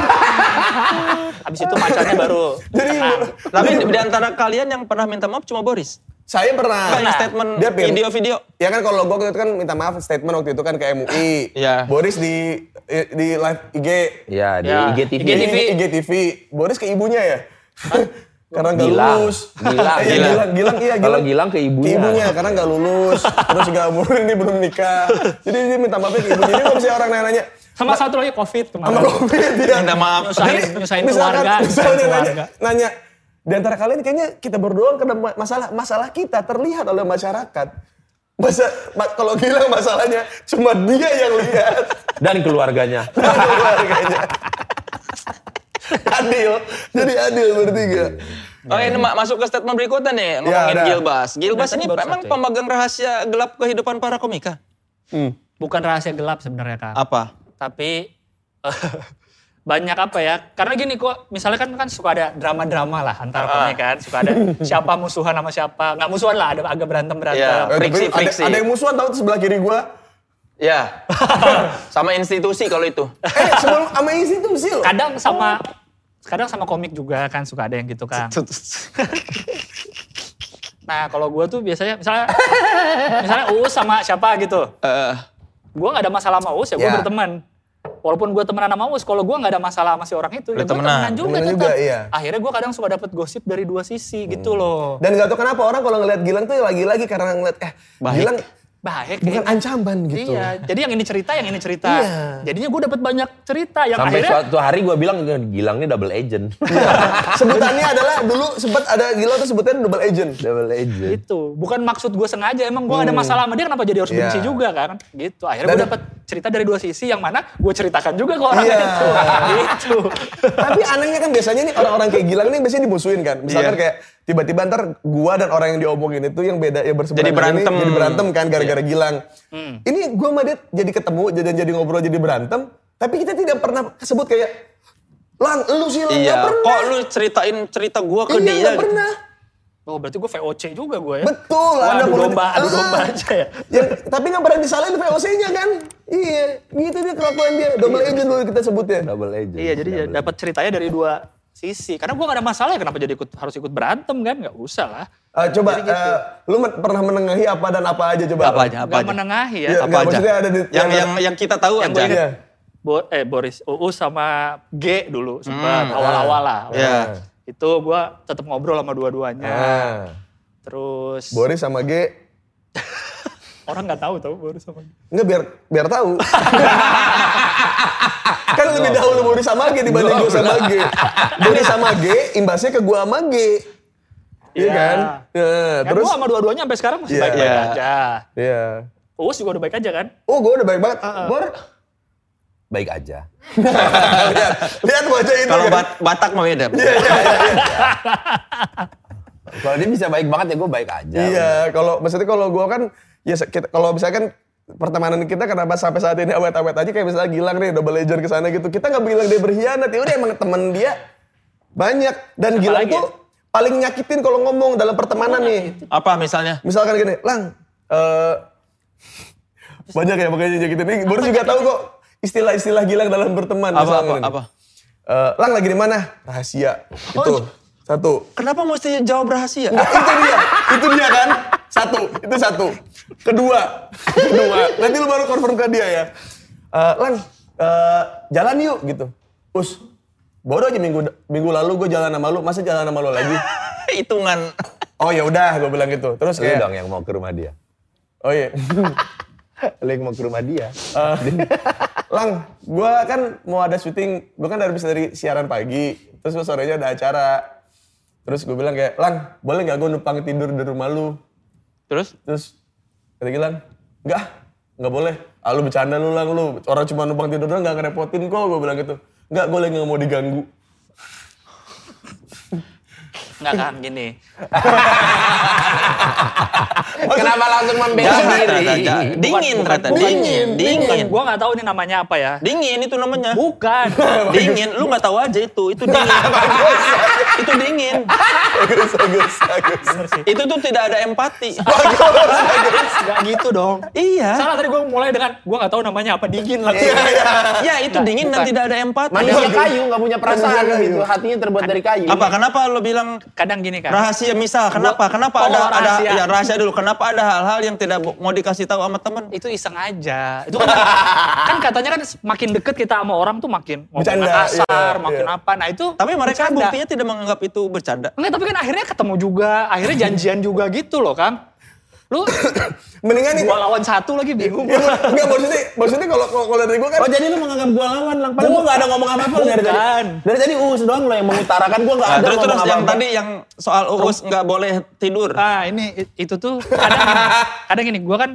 A: Habis itu macannya baru
C: Jadi
A: tenang.
B: Tapi di antara kalian yang pernah minta maaf cuma Boris.
C: saya pernah.
B: Kan statement
C: Dia pir-
B: video-video.
C: Ya kan kalau gue kan minta maaf statement waktu itu kan ke MUI.
B: Iya.
C: Boris di di live IG.
E: Iya, di
A: Ya.
E: IGTV.
A: IGTV.
C: Di IGTV. Boris ke ibunya ya? karena nggak
E: Gilang.
C: lulus. Iya,
E: Gilang, Gilang.
C: Gilang, Gilang, iya,
E: Kalau Gilang ke ibunya.
C: Ke ibunya, karena nggak lulus. Terus juga umur ini belum nikah. Jadi dia minta maafnya ke ibunya. Jadi kalau misalnya orang nanya-nanya,
A: Sama satu lagi COVID
C: sama
A: kemarin.
C: Covid dia.
B: Minta maaf.
A: Nyusahin, nyusahin
C: misalkan-
A: keluarga.
C: Misalnya
A: nyusahin
C: nanya,
A: keluarga.
C: nanya, di antara kalian kayaknya kita berdoa karena ma- masalah masalah kita terlihat oleh masyarakat. Masa ma- kalau Gilang masalahnya cuma dia yang lihat.
E: Dan keluarganya.
C: Keluarganya. adil, jadi adil bertiga. Iya.
B: Oke, ini ma- masuk ke statement berikutnya nih ngomongin
C: udah.
B: Gilbas.
C: Nah,
B: Gilbas ini memang
C: ya.
B: pemegang rahasia gelap kehidupan para komika.
A: Bukan rahasia gelap sebenarnya kak.
B: Apa?
A: Tapi banyak apa ya? Karena gini kok, misalnya kan kan suka ada drama-drama lah antara komik kan, suka ada siapa musuhan sama siapa, nggak musuhan lah, ada agak berantem berantem.
B: Iya.
C: Eh, tapi
B: Friksi,
C: ada,
B: friksi.
C: ada yang musuhan tahu tuh sebelah kiri gua.
B: Ya.
C: Iya.
B: Sama institusi kalau itu.
C: Eh, sebelum sama institusi loh.
A: Kadang sama kadang sama komik juga kan suka ada yang gitu kan. Nah kalau gue tuh biasanya misalnya misalnya Uus sama siapa gitu,
B: Eh,
A: gue nggak ada masalah sama Uus ya gue
C: Ya.
A: berteman. Walaupun gue temenan sama Uus, kalau gue nggak ada masalah sama si orang itu, ya
B: Lu
A: gue temenan
B: temenan.
A: juga
C: Temenan
A: tetap.
C: juga, iya. Hmm.
A: Akhirnya gue kadang suka dapet gosip dari dua sisi gitu loh.
C: Dan gak tau kenapa orang kalau ngeliat Gilang tuh lagi-lagi karena ngeliat eh
B: Baik.
C: Gilang
A: Baik.
C: bukan
A: ya.
C: ancaman gitu.
A: Iya, jadi yang ini cerita, yang ini cerita.
C: Iya.
A: Jadinya gue dapat banyak cerita yang
E: Sampai
A: akhirnya
E: suatu hari gue bilang, Gilang ini double agent.
C: Sebutannya adalah dulu sempat ada Gilang tuh sebutannya double agent.
E: double
C: Iya.
A: itu
E: agent.
A: Gitu. bukan maksud gue sengaja. Emang gue ada masalah sama dia, kenapa jadi harus
C: Hmm. Iya.
A: benci juga kan? Gitu. Akhirnya gue
C: Dan-
A: dapat cerita dari dua sisi yang mana gue ceritakan juga ke orang
C: Iya.
A: itu. gitu.
C: Tapi anehnya kan biasanya nih orang-orang kayak Gilang ini biasanya dimusuhin kan. Misalkan
B: Iya.
C: kayak tiba-tiba ntar gua dan orang yang diomongin itu yang beda ya berseberangan
B: Jadi
C: ini
B: berantem. Iya.
C: jadi berantem kan gara-gara Gilang. Ini gua sama dia jadi ketemu jadi jadi ngobrol jadi berantem, tapi kita tidak pernah sebut kayak Lang, lu sih lang,
B: iya.
C: gak pernah.
B: Kok lu ceritain cerita gua ke
C: iya,
B: dia? gitu. Eh?
C: gak pernah.
A: Oh berarti gue VOC juga gue ya?
C: Betul,
A: Wah,
C: ada
A: adu
C: mulut-
A: domba, adu
C: Ah.
A: domba aja ya.
C: Ya, tapi nggak pernah disalahin VOC-nya kan? Iya, gitu dia kelakuan dia.
B: Iya.
C: Double agent dulu kita sebutnya.
E: Double agent.
A: Iya, jadi
E: Double
A: dapat ceritanya dari dua sisi. Karena gue gak ada masalah ya, kenapa jadi ikut, harus ikut berantem kan? Gak usah lah.
C: Eh, coba, eh, lu men- pernah menengahi apa dan apa aja coba?
B: Apa aja? Apa
A: Gak
B: aja?
A: menengahi ya.
C: Iya,
B: Apa
C: nggak,
B: aja?
C: maksudnya ada di-
B: yang,
C: yang-
B: yang yang kita tahu
A: Yang
B: aja.
A: gua
C: Iya.
A: Bo- eh Boris Uus sama G dulu sempat
C: Hmm,
A: awal-awal lah.
B: Iya.
A: Itu gua tetap ngobrol sama dua-duanya.
C: ah. Ah,
A: Terus
C: Boris sama G,
A: orang nggak tahu tau Boris sama G.
C: nggak biar biar tahu. kan lebih dahulu Boris sama G dibanding gue sama G. Boris sama G, imbasnya ke gue sama G. Iya
A: Iya.
C: kan? Ya,
A: Kan
C: terus,
A: gua sama dua-duanya sampai sekarang masih
C: Iya.
A: baik-baik
B: Iya.
A: aja.
C: iya.
A: Uus juga udah baik aja kan?
C: Oh, gue udah baik banget. Bor,
E: Baik aja.
C: lihat, lihat wajah itu.
B: Kalau
C: kan?
B: Bat- Batak mah beda.
A: Iya.
E: Kalau dia bisa baik banget ya gue baik aja.
C: Iya, kalau maksudnya kalau gua kan ya se- kita, kalau misalkan pertemanan kita kenapa sampai saat ini awet-awet aja kayak misalnya Gilang nih double agent ke sana gitu. Kita nggak bilang dia berkhianat, ya udah emang temen dia banyak dan Gilang
A: Apalagi
C: tuh paling nyakitin kalau ngomong dalam pertemanan nih.
B: Apa misalnya?
C: Misalkan gini, Lang, eh banyak ya makanya nyakitin. Ini baru juga tahu kok istilah-istilah Gilang dalam berteman.
B: Apa
C: misalkan
B: apa
C: gini.
B: apa?
C: Eh, Lang lagi di mana? Rahasia. Itu. Satu.
B: Kenapa mesti jawab rahasia?
C: Nah, itu dia, itu dia kan. Satu, itu satu. Kedua, kedua. Nanti lu baru confirm ke dia ya. Eh, Lan, eh, jalan yuk gitu. Us, baru aja minggu minggu lalu gue jalan sama lu, masa jalan sama lu lagi?
B: Hitungan.
C: Oh ya udah, gue bilang gitu. Terus
E: Lu
C: kayak,
E: dong yang mau ke rumah dia.
C: oh iya.
E: Lu yang mau ke rumah dia.
C: Lang, gue kan mau ada syuting, gue kan dari bisa dari siaran pagi, terus gue sorenya ada acara. Terus gue bilang kayak, Lang, boleh nggak gue numpang tidur di rumah lu?
B: Terus
C: Terus kata Gilang, enggak, ah, enggak boleh. Ah lu bercanda lu lang lu, orang cuma numpang tidur doang enggak ngerepotin kok. Gue bilang gitu, enggak gue lagi nggak mau diganggu.
A: Nggak kan gini.
E: Kenapa langsung membela
B: Jangan, jangan,
E: diri?
B: jangan. dingin
A: bukan-
B: ternyata
A: bukan-
B: dingin,
A: Bukan,
B: dingin,
A: gua nggak tahu ini namanya apa ya.
B: dingin itu namanya.
A: Bukan.
B: Dingin, lu nggak tahu aja itu, itu dingin. itu dingin.
C: Bagus, bagus, bagus.
B: Itu tuh tidak ada empati.
A: Nggak
B: gitu dong. Iya.
A: Salah tadi gue mulai dengan gue nggak tahu namanya apa dingin langsung.
B: Ya itu
A: Nah,
B: dingin dan
A: bukan.
B: tidak ada empati.
E: Manusia kayu nggak punya perasaan
C: Iya. Manusia kayu.
E: gitu, hatinya terbuat dari kayu.
B: Apa kenapa lo bilang
A: Kadang gini kan.
B: rahasia misal? Kenapa? Kenapa
A: Oh,
B: ada ada
A: rahasia.
B: ya rahasia dulu. Kenapa ada hal-hal yang tidak bo- mau dikasih tahu sama teman?
A: itu iseng aja. Itu kan, kan katanya kan makin deket kita sama orang tuh makin ngomong
C: Bercanda,
A: kasar,
C: iya,
A: makin
C: iya.
A: apa. Nah itu
B: Tapi mereka
A: bercanda.
B: buktinya tidak menganggap itu bercanda.
A: Enggak, tapi kan akhirnya ketemu juga, akhirnya janjian juga gitu loh, Kang. Lu
C: Mendingan nih.
A: dua lawan satu lagi bingung.
C: Ya, Enggak maksudnya, maksudnya kalau kalau kalau dari gue kan
E: Oh jadi lu menganggap gua lawan lang. Padahal gua nggak ada ngomong apa-apa dari tadi.
A: Bukan.
E: Dari tadi uus doang lo yang mengutarakan gua nggak
B: Nah,
E: ada
B: terus
E: ngomong
B: terus yang
E: apa-apa.
B: tadi yang soal uus nggak boleh tidur.
A: Ah ini i- itu tuh kadang gini, kadang gini gue kan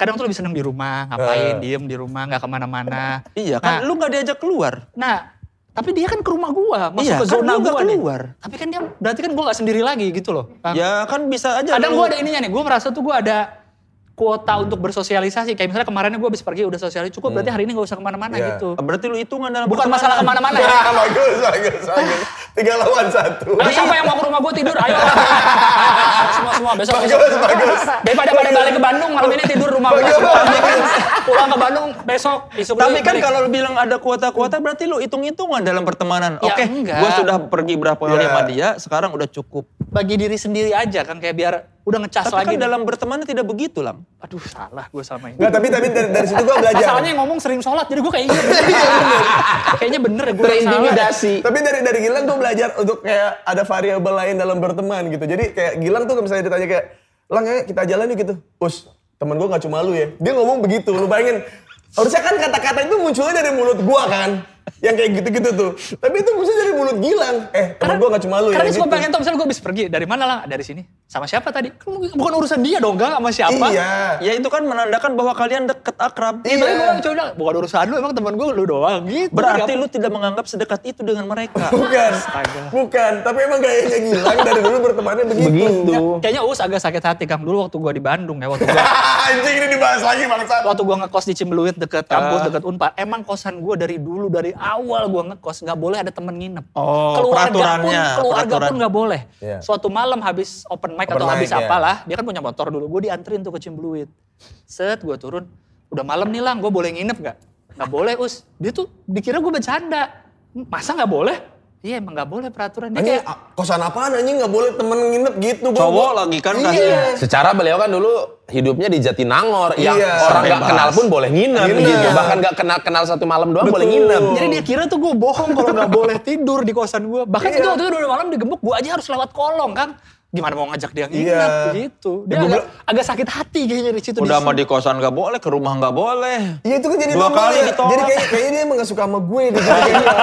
A: kadang tuh lebih seneng di rumah, ngapain, diem di rumah, nggak kemana-mana.
B: Eh. Iya
A: Nah,
B: kan, lu nggak diajak keluar.
A: Nah, tapi dia kan ke rumah gua, masuk
B: Iya,
A: ke
B: kan
A: zona
B: lu nggak
A: gua nih.
B: keluar.
A: Tapi kan dia berarti kan gua nggak sendiri lagi gitu loh. Nah,
C: Iya.
B: Ya kan bisa aja.
A: kadang
B: lu-
A: gua ada ininya nih, gua merasa tuh gua ada kuota untuk bersosialisasi. Kayak misalnya kemarinnya gua habis pergi udah sosialisasi cukup, berarti
C: Iya.
A: hari ini nggak usah kemana-mana gitu.
B: Berarti lu hitungan dalam
A: Bukan
B: pertemanan.
A: masalah kemana-mana ya.
C: Ah, bagus, bagus, bagus. Tiga lawan satu.
A: Ayo Nah, siapa yang mau ke rumah gua tidur? Ayo. semua semua besok. besok.
C: Bagus, bagus.
A: Daripada pada balik ke Bandung malam ini tidur rumah gua. Pulang ke Bandung besok besok.
B: Tapi
A: balik.
B: kan kalau lu bilang ada kuota-kuota berarti lu hitung-hitungan dalam pertemanan.
A: Ya,
B: Oke,
A: enggak.
B: gua sudah pergi berapa kali
C: Ya.
B: sama dia, sekarang udah cukup.
A: bagi diri sendiri aja kan kayak biar udah ngecas
B: Tapi
A: lagi.
B: kan dalam Iya, berteman tidak begitu, Lang.
A: Aduh salah gua sama ini.
C: Enggak, tapi tapi dari, dari situ gue
B: iya.
C: belajar.
A: Masalahnya yang ngomong sering sholat, jadi gue kayak gitu. Kayaknya bener ya, gue
E: Terintimidasi.
C: Tapi dari dari Gilang tuh belajar untuk kayak ada variabel lain dalam berteman gitu. Jadi kayak Gilang tuh kalau misalnya ditanya kayak, Lang ya kita jalan yuk gitu. Us, temen gue gak cuma lu ya. Dia ngomong begitu, lu bayangin. Harusnya kan kata-kata itu munculnya dari mulut gua kan. Yang kayak gitu-gitu tuh. Tapi itu muncul dari mulut Gilang. Eh, temen gue gak cuma lu ya.
A: Karena dia suka
C: gitu.
A: pengen tau, misalnya gue habis pergi, dari mana lah? Dari sini. Sama siapa tadi? Kan Bukan urusan dia dong, gak sama siapa.
C: Iya.
B: Ya itu kan menandakan bahwa kalian deket akrab.
A: Iya. Tapi gue coba, bukan urusan lu, emang temen gue lu doang gitu.
B: Berarti lu tidak menganggap sedekat itu dengan mereka.
C: Bukan, bukan. Tapi emang gayanya Gilang dari dulu bertemannya begitu.
E: Begitu.
A: Kayaknya Uus agak sakit hati Kang dulu waktu gue di Bandung ya, waktu gue
C: Ah, Anjing ini dibahas lagi bangsa.
A: waktu gua ngekos di Cimbeluit deket
B: Ah.
A: kampus deket Unpad emang kosan gua dari dulu dari awal gua ngekos nggak boleh ada temen nginep
B: Oh, peraturannya,
A: pun keluarga
B: peraturan.
A: pun nggak boleh
C: Iya.
A: suatu malam habis open mic atau
C: Open
A: habis
C: mic, ya.
A: apalah dia kan punya motor dulu gua diantrin tuh ke Cimbeluit set gua turun udah malam nih lang gua boleh nginep nggak nggak boleh us dia tuh dikira gua bercanda masa nggak boleh iya emang nggak boleh peraturan dia
C: Anjing,
A: kayak
C: a- kosan apaan anjing nggak boleh temen nginep gitu. Bang.
B: Cowok lagi kan
C: Iya.
B: kasih.
E: Secara beliau kan dulu hidupnya di Jatinangor, yang
C: Iya.
E: orang nggak
B: Bebas.
E: kenal pun boleh nginep,
C: Nginep.
E: gitu. bahkan nggak kenal kenal satu malam doang boleh
C: Betul.
E: nginep.
A: Jadi dia kira tuh gue bohong kalau nggak boleh tidur di kosan gue. Bahkan
C: Iya.
A: itu waktu itu udah malam digembok, gue aja harus lewat kolong kan. Gimana mau ngajak dia nginep
C: Iya.
A: gitu. Dia agak, agak sakit hati kayaknya di situ.
B: Udah
A: Di-
B: mau di kosan nggak boleh, ke rumah nggak boleh.
C: Iya itu kan jadi
B: Dua
C: normal
B: kali
C: ya.
B: ditolak.
C: Jadi kayak, kayaknya dia emang gak suka sama gue. Dia jadi kayak, gitu.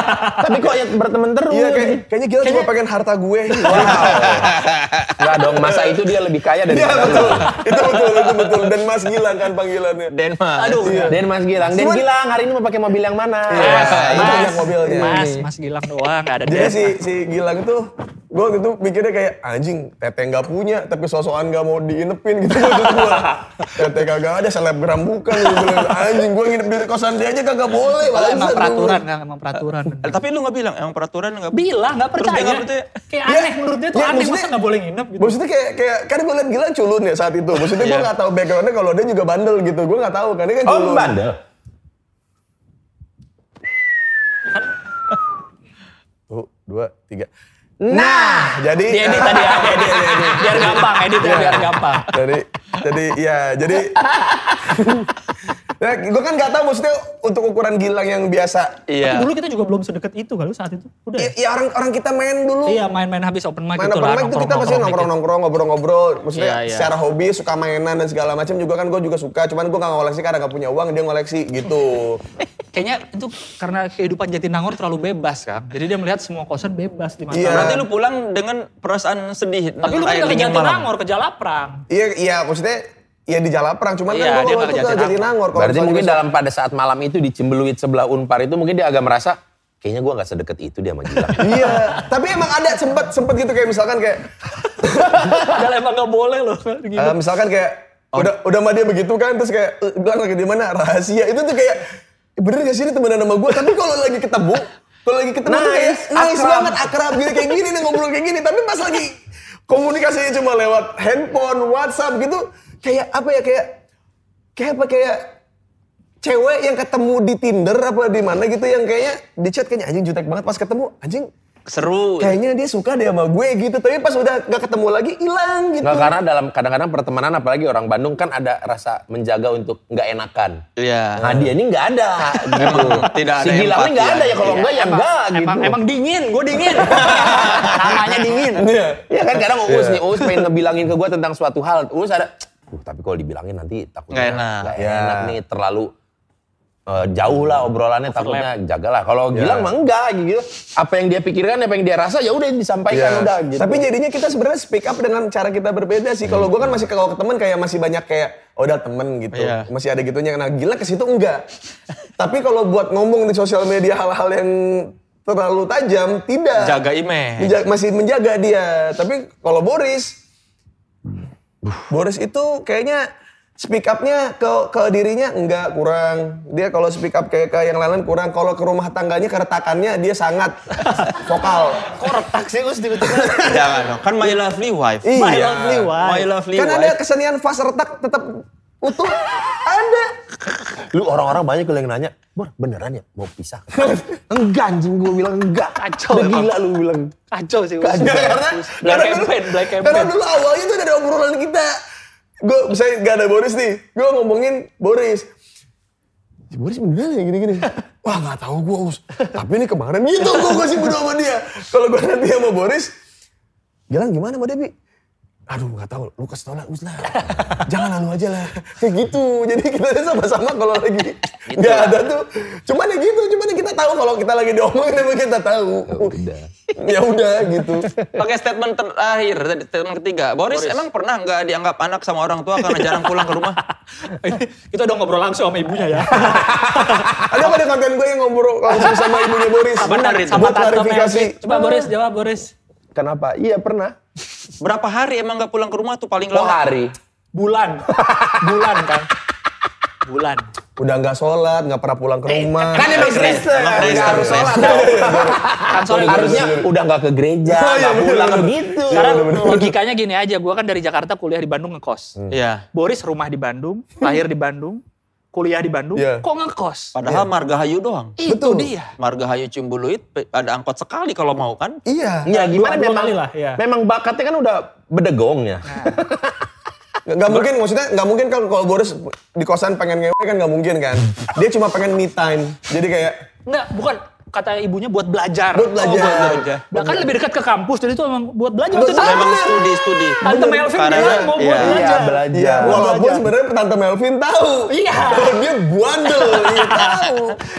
E: Tapi kok ya berteman terus?
C: iya kayak, kayaknya Gilang cuma
A: Kayaknya-
C: pengen harta gue.
E: Nggak dong, masa itu dia lebih kaya dari
C: Iya
E: kita.
C: betul. Itu betul, itu betul. Dan Mas Gilang kan panggilannya.
B: Denmark.
A: Aduh.
E: Den Iya. Mas Gilang, Den
C: Cuman-
E: Gilang hari ini mau pakai mobil yang mana?
B: Iya.
C: Itu
A: Mas,
C: banyak mobilnya.
A: Mas, Mas
C: Iya,
A: Gilang doang, gak ada
C: Jadi
A: dia.
C: si, si Gilang tuh, gue waktu itu mikirnya kayak, anjing teteh gak punya, tapi sosokan gak mau diinepin gitu maksud gue. teteh kagak ada, selebgram bukan. Gua bilang, anjing gue nginep di kosan dia aja kagak boleh.
A: Kalau emang
C: bangsat,
A: peraturan kan, emang peraturan.
B: Eh, Tapi lu nggak bilang, emang peraturan nggak
A: Bilang, gak
B: Terus dia
A: percaya.
B: nggak percaya.
A: Kayak
C: Iya,
A: aneh, menurut dia tuh
C: iya,
A: aneh, masa
C: maksudnya-
A: gak boleh nginep gitu.
C: Maksudnya kayak kayak kan gue liat Gilang culun ya saat itu. Maksudnya gue
B: Iya.
C: nggak tahu backgroundnya kalau dia juga bandel gitu. Gue nggak tahu kan dia kan culun. Satu, Oh, dua, tiga. Nah, jadi
A: Dia
C: Iya.
A: edit tadi ya, dia edit. Biar gampang, edit ya, biar gampang.
C: jadi jadi ya jadi ya, gue kan nggak tahu maksudnya untuk ukuran Gilang yang biasa.
A: Tapi
B: Iya.
A: dulu kita juga belum sedekat itu kalau saat itu. Udah
C: Ya,
A: ya?
C: ya orang orang kita main dulu.
A: Iya, main-main habis open mic
C: main
A: gitu
C: open
A: lah.
C: mic tuh kita pasti
A: nongkrong-nongkrong dikit.
C: nongkrong-nongkrong, ngobrol-ngobrol. Maksudnya
B: Iya, iya.
C: secara hobi suka mainan dan segala macam juga kan gue juga suka. Cuman gue nggak ngoleksi karena nggak punya uang, dia ngoleksi gitu.
A: Kayaknya itu karena kehidupan Jatinangor terlalu bebas kan. Jadi dia melihat semua kosan bebas di mana.
C: Iya.
B: Berarti lu pulang dengan perasaan sedih. Nah,
A: Tapi lu kan
B: air
A: nggak ke
B: dingin malam.
A: Jatinangor, ke Jalaprang.
C: Iya, iya maksudnya ya di jalan perang. Cuman
A: Iya, dia
C: kan gue waktu
A: nggak
C: itu ke
A: Jatinangor.
C: Jatinangor. kalau
E: Berarti
C: misalnya
E: mungkin
C: besok-
E: dalam pada saat malam itu di Cembeluit sebelah Unpar itu mungkin dia agak merasa kayaknya gua nggak sedekat itu dia sama Gilang.
C: Iya, tapi emang ada sempet sempet gitu kayak misalkan kayak
A: Padahal emang nggak boleh loh. gitu. Oh. Gini.
C: eh, misalkan kayak udah udah sama dia begitu kan terus kayak eh, bilang lagi di mana rahasia itu tuh kayak "Eh, bener gak sih ini temenan sama gue tapi kalau lagi ketemu kalau lagi ketemu tuh kayak
E: Nice,
C: nice
E: akrab.
C: banget akrab gitu kayak gini nih ngobrol kayak gini tapi pas lagi komunikasinya cuma lewat handphone WhatsApp gitu kayak apa ya kayak kayak apa kayak cewek yang ketemu di Tinder apa di mana gitu yang kayaknya di chat kayaknya anjing jutek banget pas ketemu anjing
B: Seru.
C: kayaknya dia suka deh sama gue gitu tapi pas udah nggak ketemu lagi hilang gitu
E: Nggak, karena dalam kadang-kadang pertemanan apalagi orang Bandung kan ada rasa menjaga untuk nggak enakan.
B: Iya.
E: Nah dia ini nggak ada.
B: Emang tidak Ah, ada
E: si
B: empati
E: Gilang ini
B: Iya.
E: nggak ada ya kalau
B: aja.
E: enggak ya enggak gitu.
A: Emang, emang dingin, gue dingin. Namanya dingin.
E: Ya kan kadang Uus nih, Uus pengen ngebilangin ke gue tentang suatu hal. Uus ada, "Duh, tapi kalau dibilangin nanti
B: Nggak
E: takutnya
B: enak.
E: nggak enak nih, terlalu eh, jauh lah obrolannya takutnya jagalah. Kalau
C: Iya.
E: Gilang mah enggak gitu. Apa yang dia pikirkan, apa yang dia rasa ya udah disampaikan udah
C: Iya.
E: gitu. Hmm.
C: Tapi jadinya kita sebenarnya speak up dengan cara kita berbeda sih. Kalau gue kan masih kalau ke teman kayak masih banyak kayak oh udah temen gitu.
B: Iya.
C: Masih ada gitunya. Nah gila ke situ enggak. Tapi kalau buat ngomong di sosial media hal-hal yang terlalu tajam tidak.
B: Jaga image.
C: Menja- masih menjaga dia. Tapi kalau Boris Boris itu kayaknya speak up-nya ke ke dirinya enggak kurang. Dia kalau speak up kayak ke yang lain kurang. Kalau ke rumah tangganya keretakannya dia sangat vokal.
E: kok retak sih Uus tiba-tiba?
B: Jangan dong. Kan my lovely wife.
C: Iya.
A: My lovely wife.
B: My lovely
C: Kan ada
B: wife.
C: kesenian fase retak tetap utuh. ada.
E: Lu orang-orang banyak yang nanya, Bor beneran ya mau pisah? enggak anjing gue bilang enggak.
A: Kacau
E: Udah
A: emang.
E: gila lu bilang.
A: Kacau sih. Us.
C: Ada
A: Black
C: Iya, karena karena dulu-
A: campaign, black
C: Karena
A: campaign.
C: dulu awalnya itu dari obrolan kita. Gue misalnya gak ada Boris nih, gue ngomongin Boris. "Ya, Boris beneran ya gini-gini. Wah gak tahu gue us. Tapi ini kemarin gitu gue kasih bodoh sama dia. Kalau gue nanti sama Boris, Gilang gimana sama Debi? Aduh gak tahu, lu kasih tau lah us lah. Jangan lalu aja lah. Kayak gitu, jadi kita sama-sama kalau lagi
A: Gitu
C: gak ada tuh. Cuman ya gitu, cuman ya kita tahu kalau kita lagi diomongin emang kita tahu.
E: Udah.
C: ya udah gitu.
B: Pakai statement terakhir, tadi, statement ketiga. Boris, emang pernah nggak dianggap anak sama orang tua karena jarang pulang ke rumah?
A: Kita udah ngobrol langsung sama ibunya ya.
C: Ada pada konten gue yang ngobrol langsung sama ibunya Boris.
B: Benar itu.
C: Buat
A: tantemnya.
C: klarifikasi.
A: Coba Boris, jawab Boris.
E: Kenapa? Iya pernah.
B: Berapa hari emang nggak pulang ke rumah tuh paling
E: Oh
B: lama?
E: hari.
A: Bulan. Bulan kan. Bulan.
C: Udah nggak sholat, nggak pernah pulang ke rumah.
E: Kan emang Kristen.
B: Emang Kristen,
E: Nggak harus
B: Kristen.
E: sholat.
A: Kan soalnya
E: Harusnya udah nggak ke gereja,
C: Oh, iya,
E: nggak
C: bener,
E: pulang
C: bener.
E: gitu.
A: Sekarang
C: Iya,
A: logikanya gini aja, gue kan dari Jakarta kuliah di Bandung ngekos.
C: Hmm.
B: Iya.
A: Boris rumah di Bandung, lahir di Bandung, kuliah di Bandung,
C: Iya.
A: kok ngekos?
B: Padahal Margahayu doang.
A: Itu
C: Betul.
A: dia.
B: Margahayu Cimbuluit ada angkot sekali kalau mau kan?
C: Iya.
E: Ya gimana
A: Dua- dua
E: memang,
A: kali lah, iya.
E: memang bakatnya kan udah bedegong ya.
C: Nggak nggak mungkin, maksudnya nggak mungkin kan kalau Boris di kosan pengen ngewe kan nggak mungkin kan. Dia cuma pengen me time. Jadi kayak
A: Nggak, bukan kata ibunya buat belajar.
E: Oh,
C: Buat belajar. Iya,
B: belajar.
A: Bahkan lebih dekat ke kampus, jadi itu emang buat belajar.
C: Betul.
A: Itu dia.
B: Memang studi-studi.
A: Tante Melvin bilang mau buat
B: iya.
A: belajar.
E: belajar.
C: walaupun
A: belajar.
C: sebenarnya tante Melvin tahu.
A: Iya.
C: Kalau dia bandel, iya tahu.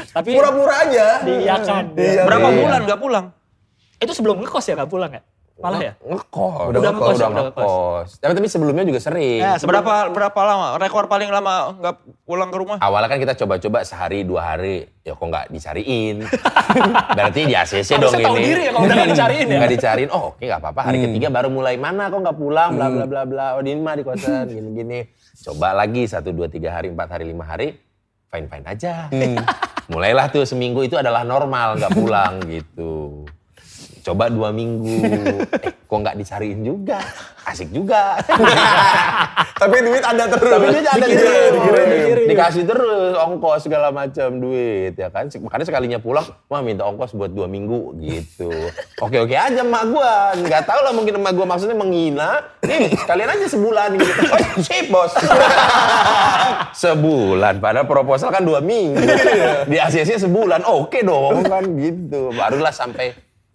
A: Tapi
C: Pura-pura aja.
A: diiyakan.
C: Iya.
B: Berapa
E: Iya.
B: bulan nggak pulang?
A: kan? Itu sebelum ngekos ya, nggak pulang ya? Malah ya?
E: Ngekos.
A: Udah ngekos,
E: udah
A: udah
E: ngekos. Tapi, tapi sebelumnya juga sering.
A: Ya, sebelum-
B: Berapa berapa lama? Rekor paling lama nggak pulang ke rumah?
E: Awalnya kan kita coba-coba sehari dua hari, ya kok nggak dicariin. Berarti di ACC dong
A: Harusnya
E: ini.
A: tahu diri ya kalau udah nggak dicariin ya. Hmm.
E: Nggak dicariin, oh oke nggak apa-apa. Hari ketiga baru mulai mana kok nggak pulang, bla bla bla bla. Oh di rumah di kosan gini-gini. Coba lagi satu dua tiga hari empat hari lima hari, fine fine aja.
A: Hmm.
E: Mulailah tuh seminggu itu adalah normal nggak pulang gitu. Coba dua minggu, eh, kok nggak dicariin juga, asik juga.
C: Tapi duit ada terus.
E: Tapi dia ada
C: Dikirim,
E: dikirim,
C: dikirim.
A: dikirim.
E: dikasih terus ongkos segala macam duit ya kan. Makanya sekalinya pulang, wah minta ongkos buat dua minggu gitu. Oke oke aja emak gua, nggak tahu lah mungkin emak gua maksudnya menghina. Nih kalian aja sebulan gitu. Oh sip bos. sebulan, padahal proposal kan dua minggu. Di ACC sebulan, oke dong kan gitu. Barulah sampai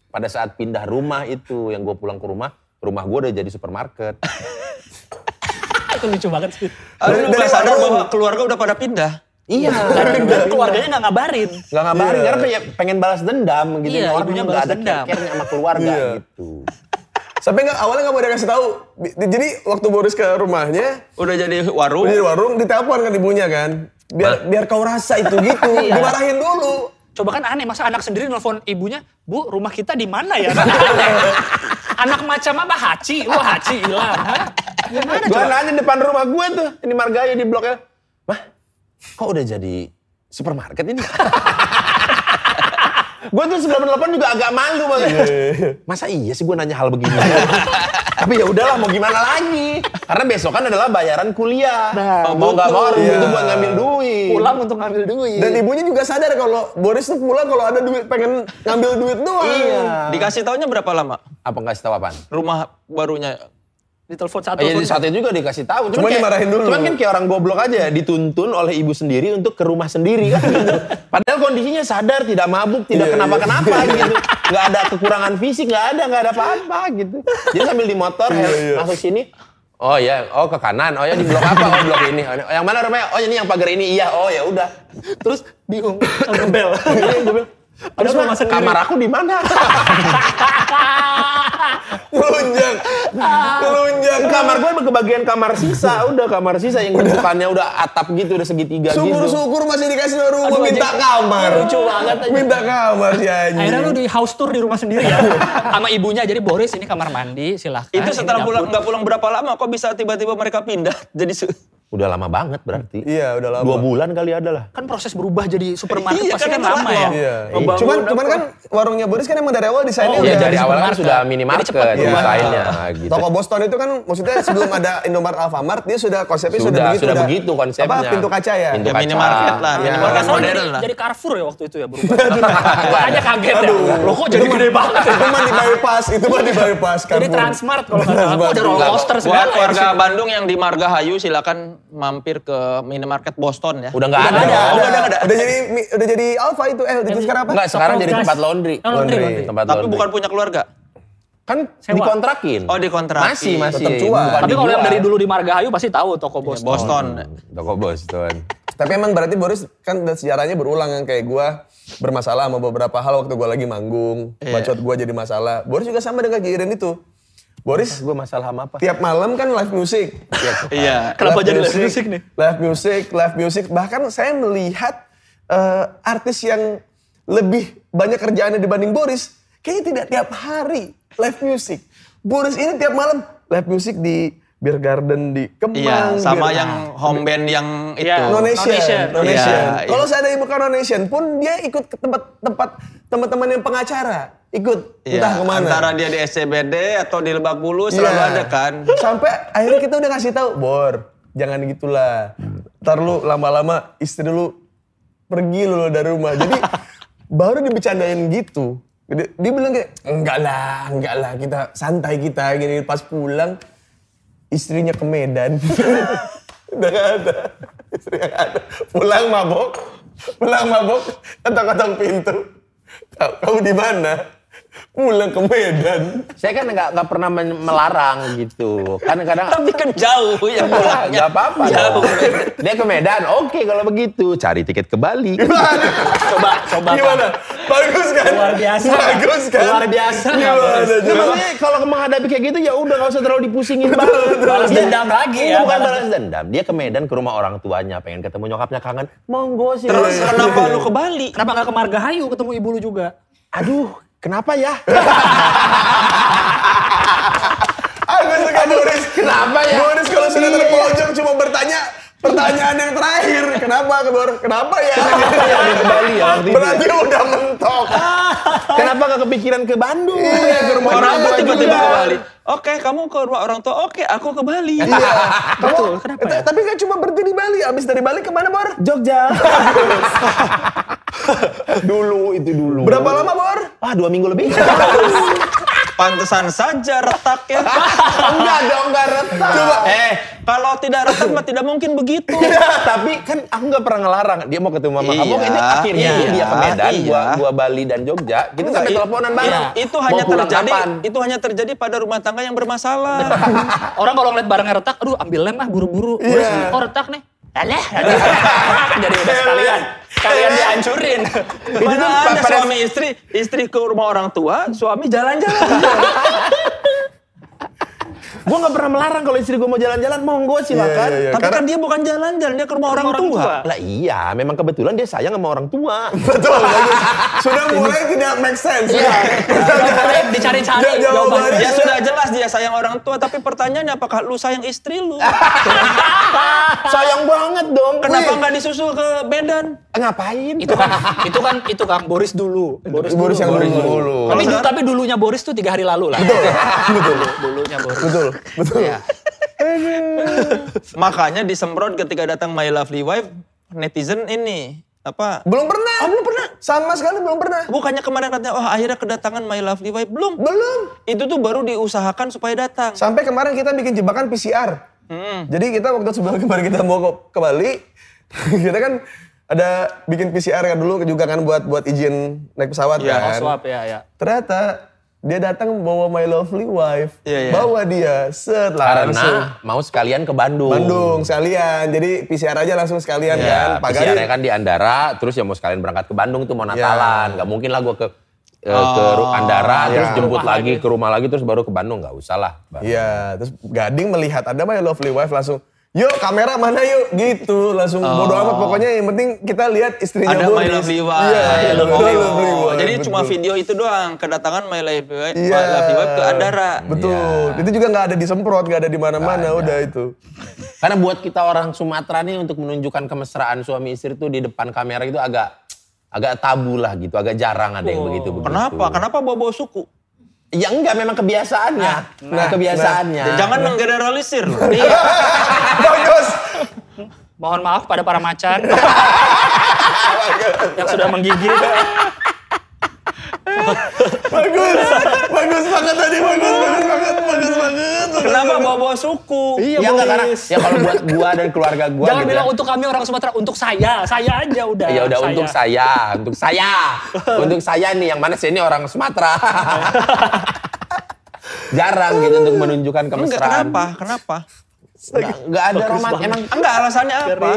E: pada saat pindah rumah itu yang gua pulang ke rumah, rumah gua udah jadi supermarket.
C: Iya.
A: Itu lucu banget sih.
B: Aduh,
C: Dari-
B: nggak
C: dari
B: sadar
C: warung.
B: bahwa keluarga udah pada pindah.
E: Iya.
A: Dan, dan keluarganya nggak ngabarin.
E: Gak
C: Iya.
E: ngabarin karena ya pengen balas dendam gitu.
A: Iya,
E: Orang
A: ibunya
E: nggak
A: balas
E: ada
A: dendam.
E: care-care-nya sama keluarga
C: Iya.
E: gitu.
C: Sampai nggak awalnya nggak mau dikasih tahu. Bi- Jadi waktu Boris ke rumahnya,
B: Udah jadi warung.
C: Di warung ditelepon kan ibunya kan. Biar biar kau rasa itu gitu.
A: Iya.
C: Dimarahin dulu.
A: Coba kan aneh, masa anak sendiri nelfon ibunya, Bu, rumah kita di mana ya? Kan aneh. anak macam apa? Haci, lu Haci hilang. Hah? Gimana
E: Gue
A: coba?
E: nanya depan rumah gue tuh, ini Margaya di bloknya. Mah, kok udah jadi supermarket ini?
C: iya,
E: iya gue tuh sebelum telepon juga agak malu banget. Masa iya sih gue nanya hal begini? Tapi Tapi ya udahlah mau gimana lagi. Karena besokan adalah bayaran kuliah.
A: Nah,
E: mau nggak mau harus
C: betul.
E: butuh buat
C: Iya.
E: ngambil duit.
A: pulang untuk ngambil duit.
C: Dan ibunya juga sadar kalau Boris tuh pulang kalau ada duit pengen ngambil duit doang.
E: Iya.
B: Dikasih taunya berapa lama?
E: Apa nggak tahu apaan?
B: Rumah barunya
A: Ditelepon satu.
E: Ah, Jadi
A: telepon.
E: satu juga dikasih tahu.
C: Cuma
E: kayak-
C: dimarahin dulu.
E: Cuman kan kayak orang goblok aja dituntun oleh ibu sendiri untuk ke rumah sendiri kan gitu. Padahal kondisinya sadar, tidak mabuk, tidak
C: Iya,
E: kenapa-kenapa gitu. Gak ada kekurangan fisik, gak ada, gak ada apa-apa gitu. Jadi sambil di motor eh,
C: iya.
E: masuk sini. Oh iya, oh ke kanan. Oh ya di blok apa? Oh blok ini. Oh, yang mana rumahnya? Oh ini yang pagar ini. Iya, oh ya udah.
A: Terus bingung. Ngebel.
E: Iya, gue bilang,
A: Padahal
E: "Terus,
A: rumah
E: Mas,
A: sendiri."
E: kamar aku di mana?
C: Melunjak. Melunjak.
E: kamar gue kebagian kamar sisa, udah kamar sisa yang bentukannya udah atap gitu, udah segitiga gitu.
C: Syukur-syukur masih dikasih rumah
A: Aduh,
C: minta
A: anjing. Iya,
C: kamar.
A: Lucu banget aja.
C: Minta kamar si anjing.
A: Akhirnya lu di house tour di rumah sendiri ya. Sama ibunya. Jadi Boris ini kamar mandi silahkan.
B: itu
A: Ini
B: setelah
A: dapur.
B: pulang nggak pulang berapa lama kok bisa tiba-tiba mereka pindah jadi su-
E: Udah lama banget berarti.
C: Iya, udah lama.
E: Dua bulan kali ada lah.
A: Kan proses berubah jadi supermarket
B: Iya,
A: pasti
B: kan
A: kan
B: itu
A: lama
B: lama.
A: ya.
C: Iya.
A: Ngebangun
C: Cuman
A: apa.
C: cuman kan warungnya Boris kan emang dari awal
A: Oh,
C: desainnya
A: iya,
E: Iya
C: udah-
E: dari
A: dari
E: awal kan
A: supermarket.
E: sudah minimarket
A: Jadi cepat
C: berubah.
E: desainnya gitu.
C: Iya. Toko Boston itu kan maksudnya sebelum ada Indomaret Alfamart dia sudah konsepnya sudah,
E: Sudah-
C: begitu.
E: sudah begitu konsepnya.
C: Apa pintu kaca ya?
E: Pintu
B: ya
E: kaca.
B: minimarket lah
C: Iya.
A: Kalau
B: minimarket
A: nggak salah
B: modern
A: jadi,
B: lah
A: jadi Carrefour ya waktu itu ya berubah. Makanya kaget ya. Lo kok jadi gede banget ya?
C: itu mah di bypass, itu mah di bypass kan.
A: Jadi Transmart kalau nggak salah. Kok ada roller
B: Nggak,
A: coaster
B: buat
A: segala ya.
B: warga Bandung yang di Margahayu silakan mampir ke minimarket Boston ya
E: Udah nggak ada.
A: nggak
E: Oh,
C: Udah,
E: udah
C: udah,
E: nggak ada.
C: udah jadi udah jadi Alfa itu eh udah jadi sekarang apa?
E: Enggak, sekarang jadi
A: Gas.
E: tempat laundry.
A: Oh, laundry,
C: laundry.
E: Tempat
B: tapi
E: laundry.
B: bukan punya keluarga
E: kan
A: Sewa.
E: dikontrakin.
B: Oh, dikontrakin.
E: Masih, masih.
C: Tetap cuan.
E: Bukan
A: Tapi kalau yang
E: dijual.
A: dari dulu di Margahayu pasti tahu toko Boston.
B: Boston
E: Toko Boston.
C: Tapi emang berarti Boris kan dan sejarahnya berulang yang kayak gua bermasalah sama beberapa hal waktu gua lagi manggung,
E: Iya.
C: bacot gua jadi masalah. Boris juga sama dengan Ki Iren itu. Boris
E: Gue masalah sama apa?
C: tiap malam kan live music.
B: iya
A: Kenapa jadi live music nih?
C: Live music, live music. Bahkan saya melihat eh, artis yang lebih banyak kerjaannya dibanding Boris, kayaknya tidak tiap hari live music. Boris ini tiap malam live music di Beer Garden di
B: iya
C: Kemang.
B: sama
C: Beer-
B: yang home band yang itu
A: Iya.
C: No Nation.
A: Nation.
C: No Nation.
B: Iya, iya.
C: Kalau seandainya bukan No Nation pun dia ikut ke tempat-tempat teman-teman yang pengacara, ikut
B: Iya,
C: entah kemana.
B: antara dia di SCBD atau di Lebak Bulus selalu
C: Iya.
B: ada kan
C: Sampai akhirnya kita udah ngasih tahu, Bor, jangan gitulah. Ntar lu lama-lama istri lu pergi lu dari rumah. Jadi baru dibecandain gitu. Dia, dia bilang kayak, enggak lah, enggak lah, kita santai kita. Gini, pas pulang, istrinya ke Medan. Udah gak ada. Istri gak ada. Pulang mabok. Pulang mabok. Ketok-ketok pintu. Tahu kamu di mana? Pulang ke Medan.
E: Saya kan nggak nggak pernah men- melarang gitu. Kan kadang
B: tapi kan jauh ya pulangnya
E: Gak apa-apa.
B: jauh
E: dong. Dia ke Medan, oke kalau begitu. Cari tiket ke Bali.
C: Iya,
A: Coba, coba.
C: Gimana? Bagus kan?
A: Luar biasa.
C: Bagus kan?
A: Luar biasa.
C: Gimana?
E: Nah,
C: Coba.
E: maksudnya kalau menghadapi kayak gitu ya udah nggak usah terlalu dipusingin banget.
A: Balas
E: Dia-
A: dendam lagi
E: Iya,
A: ya,
E: Bukan
A: balas-
E: balas dendam. Dia ke Medan ke rumah orang tuanya, pengen ketemu nyokapnya kangen. Monggo sih.
B: terus kenapa lu ke Bali
A: Kenapa nggak ke Margahayu ketemu ibu lu juga?
E: Aduh, kenapa ya?
C: Aku suka Boris.
E: Kenapa ya?
C: Boris kalau sudah
E: Iya.
C: terpojok cuma bertanya pertanyaan yang terakhir. Kenapa ke Boris? Kenapa ya?
E: ke Bali ya waktu itu.
C: Berarti udah mentok.
E: Kenapa nggak kepikiran ke Bandung?
C: Ah, Iya, ke rumah
B: orang
C: gua
B: tua tiba-tiba
C: juga.
B: ke Bali oke kamu ke rumah orang tua oke aku ke Bali
C: Iya. Kamu-
A: Betul, kenapa ya?
C: Tapi kan cuma berhenti di Bali. Abis dari Bali kemana Bor?
E: Jogja. dulu itu dulu.
C: Berapa lama Bor?
E: Ah, dua minggu lebih.
B: pantesan saja retaknya
E: enggak dong, enggak retak.
C: Coba.
E: Eh,
B: kalau tidak retak mah tidak mungkin begitu
C: Iya.
E: tapi kan aku nggak pernah ngelarang dia mau ketemu sama kamu
B: Iya,
E: ini akhirnya
B: iya,
C: Ah,
E: dia ke Medan gua
B: iya.
E: gua Bali dan Jogja kita
B: Enggak,
E: sampai
B: i-
E: teleponan
B: i-
E: bareng
B: Itu
E: Mau
B: hanya
E: pulang
B: terjadi
E: kapan?
B: itu hanya terjadi pada rumah tangga yang bermasalah.
A: Orang kalau ngeliat barangnya retak, aduh ambil lem ah buru-buru. Boris, Oh retak nih. Alah, aduh. jadi udah sekalian. Kan Kalian dihancurin.
B: Mana
E: tuh
B: ada
E: pada-
B: suami istri, istri ke rumah orang tua, suami jalan-jalan.
E: gua nggak pernah melarang kalau istri gua mau jalan-jalan monggo silakan
C: iya, iya.
B: Tapi kan dia bukan jalan-jalan, dia ke rumah orang,
A: orang
B: tua.
A: tua.
E: lah iya memang kebetulan dia sayang sama orang tua
C: Betul, bagus. Sudah mulai tidak make sense. Iya.
A: Boleh eh, dicari-cari
C: Jawab- jawabannya.
A: jawabannya.
B: Ya sudah jelas dia sayang orang tua, tapi pertanyaannya apakah lu sayang istri lu?
E: sayang banget banget dong.
B: Kenapa
E: Wih, Eh,
B: nggak disusul ke Medan?
E: Ngapain?
A: itu kan itu kan itu kan Boris dulu Boris,
C: Boris yang
A: Boris
C: dulu.
A: tapi dulu tapi dulunya Boris tuh tiga hari lalu lah betul dulu dulunya Boris
C: Betul, betul.
B: Makanya disemprot ketika datang My Lovely Wife, netizen ini apa?
C: Belum pernah. Ah, belum pernah. Sama sekali belum pernah.
B: Bukannya kemarin katanya, oh akhirnya kedatangan My Lovely Wife belum?
C: Belum.
B: Itu tuh baru diusahakan supaya datang.
C: Sampai kemarin kita bikin jebakan PCR.
B: Hmm.
C: Jadi kita waktu sebelum kemarin kita mau ke, ke Bali, kita kan ada bikin PCR kan dulu juga kan buat buat izin naik pesawat
B: Iya,
C: kan.
A: swab ya ya
C: Ternyata dia datang bawa my lovely wife,
B: Iya, iya.
C: bawa dia set lah langsung
E: Karena mau sekalian ke Bandung.
C: Bandung sekalian. Jadi PCR aja langsung
B: Iya,
C: sekalian
E: Ya,
C: kan. Pagari-
E: PCR-nya kan di Andara, terus ya mau sekalian berangkat ke Bandung tuh mau Natalan. Gak mungkin lah gue ke eh, ke Ru- Andara, terus jemput lagi ke Iya. rumah lagi, terus baru ke Bandung. Gak usah lah. Bang.
C: Iya, terus Gading melihat ada My Lovely Wife langsung, yuk kamera mana yuk gitu langsung bodo amat pokoknya yang penting kita lihat
B: Oh.
C: istrinya
B: Ada
C: Boris.
B: My Lovely Wife.
C: Iya,
B: My
C: ada
B: Lovely Wife.
C: Wife,
B: Oh, Jadi
C: betul.
B: cuma video itu doang kedatangan My Lovely Wife,
C: Iya.
B: My Lovely Wife ke Andara.
C: Betul.
B: Iya.
C: Itu juga nggak ada disemprot, nggak ada di mana-mana udah itu.
E: Karena buat kita orang Sumatera nih untuk menunjukkan kemesraan suami istri tuh di depan kamera itu agak agak tabu lah gitu, agak jarang ada yang begitu begitu.
B: Kenapa? Kenapa bawa-bawa suku?
E: Ya enggak, memang kebiasaannya. Nah, kebiasaanannya.
B: Jangan menggeneralisir. loh. Iya,
C: Bagus.
A: mohon maaf pada para macan yang sudah menggigit
C: Bagus. bagus banget tadi, bagus, bagus banget, bagus banget.
B: Kenapa bawa-bawa suku?
E: Ya enggak, karena ya kalau buat gua dan keluarga gua
A: jangan
E: gitu
A: bilang
E: ya.
A: untuk kami orang Sumatera untuk saya saya aja udah
E: Ya udah untuk saya, untuk saya. untuk saya nih yang mana sih ini orang Sumatera. Jarang gitu untuk menunjukkan
B: Enggak,
E: kemesraan.
B: kenapa? Kenapa?
E: Enggak, enggak ada roman. Emang
B: Enggak, alasannya apa?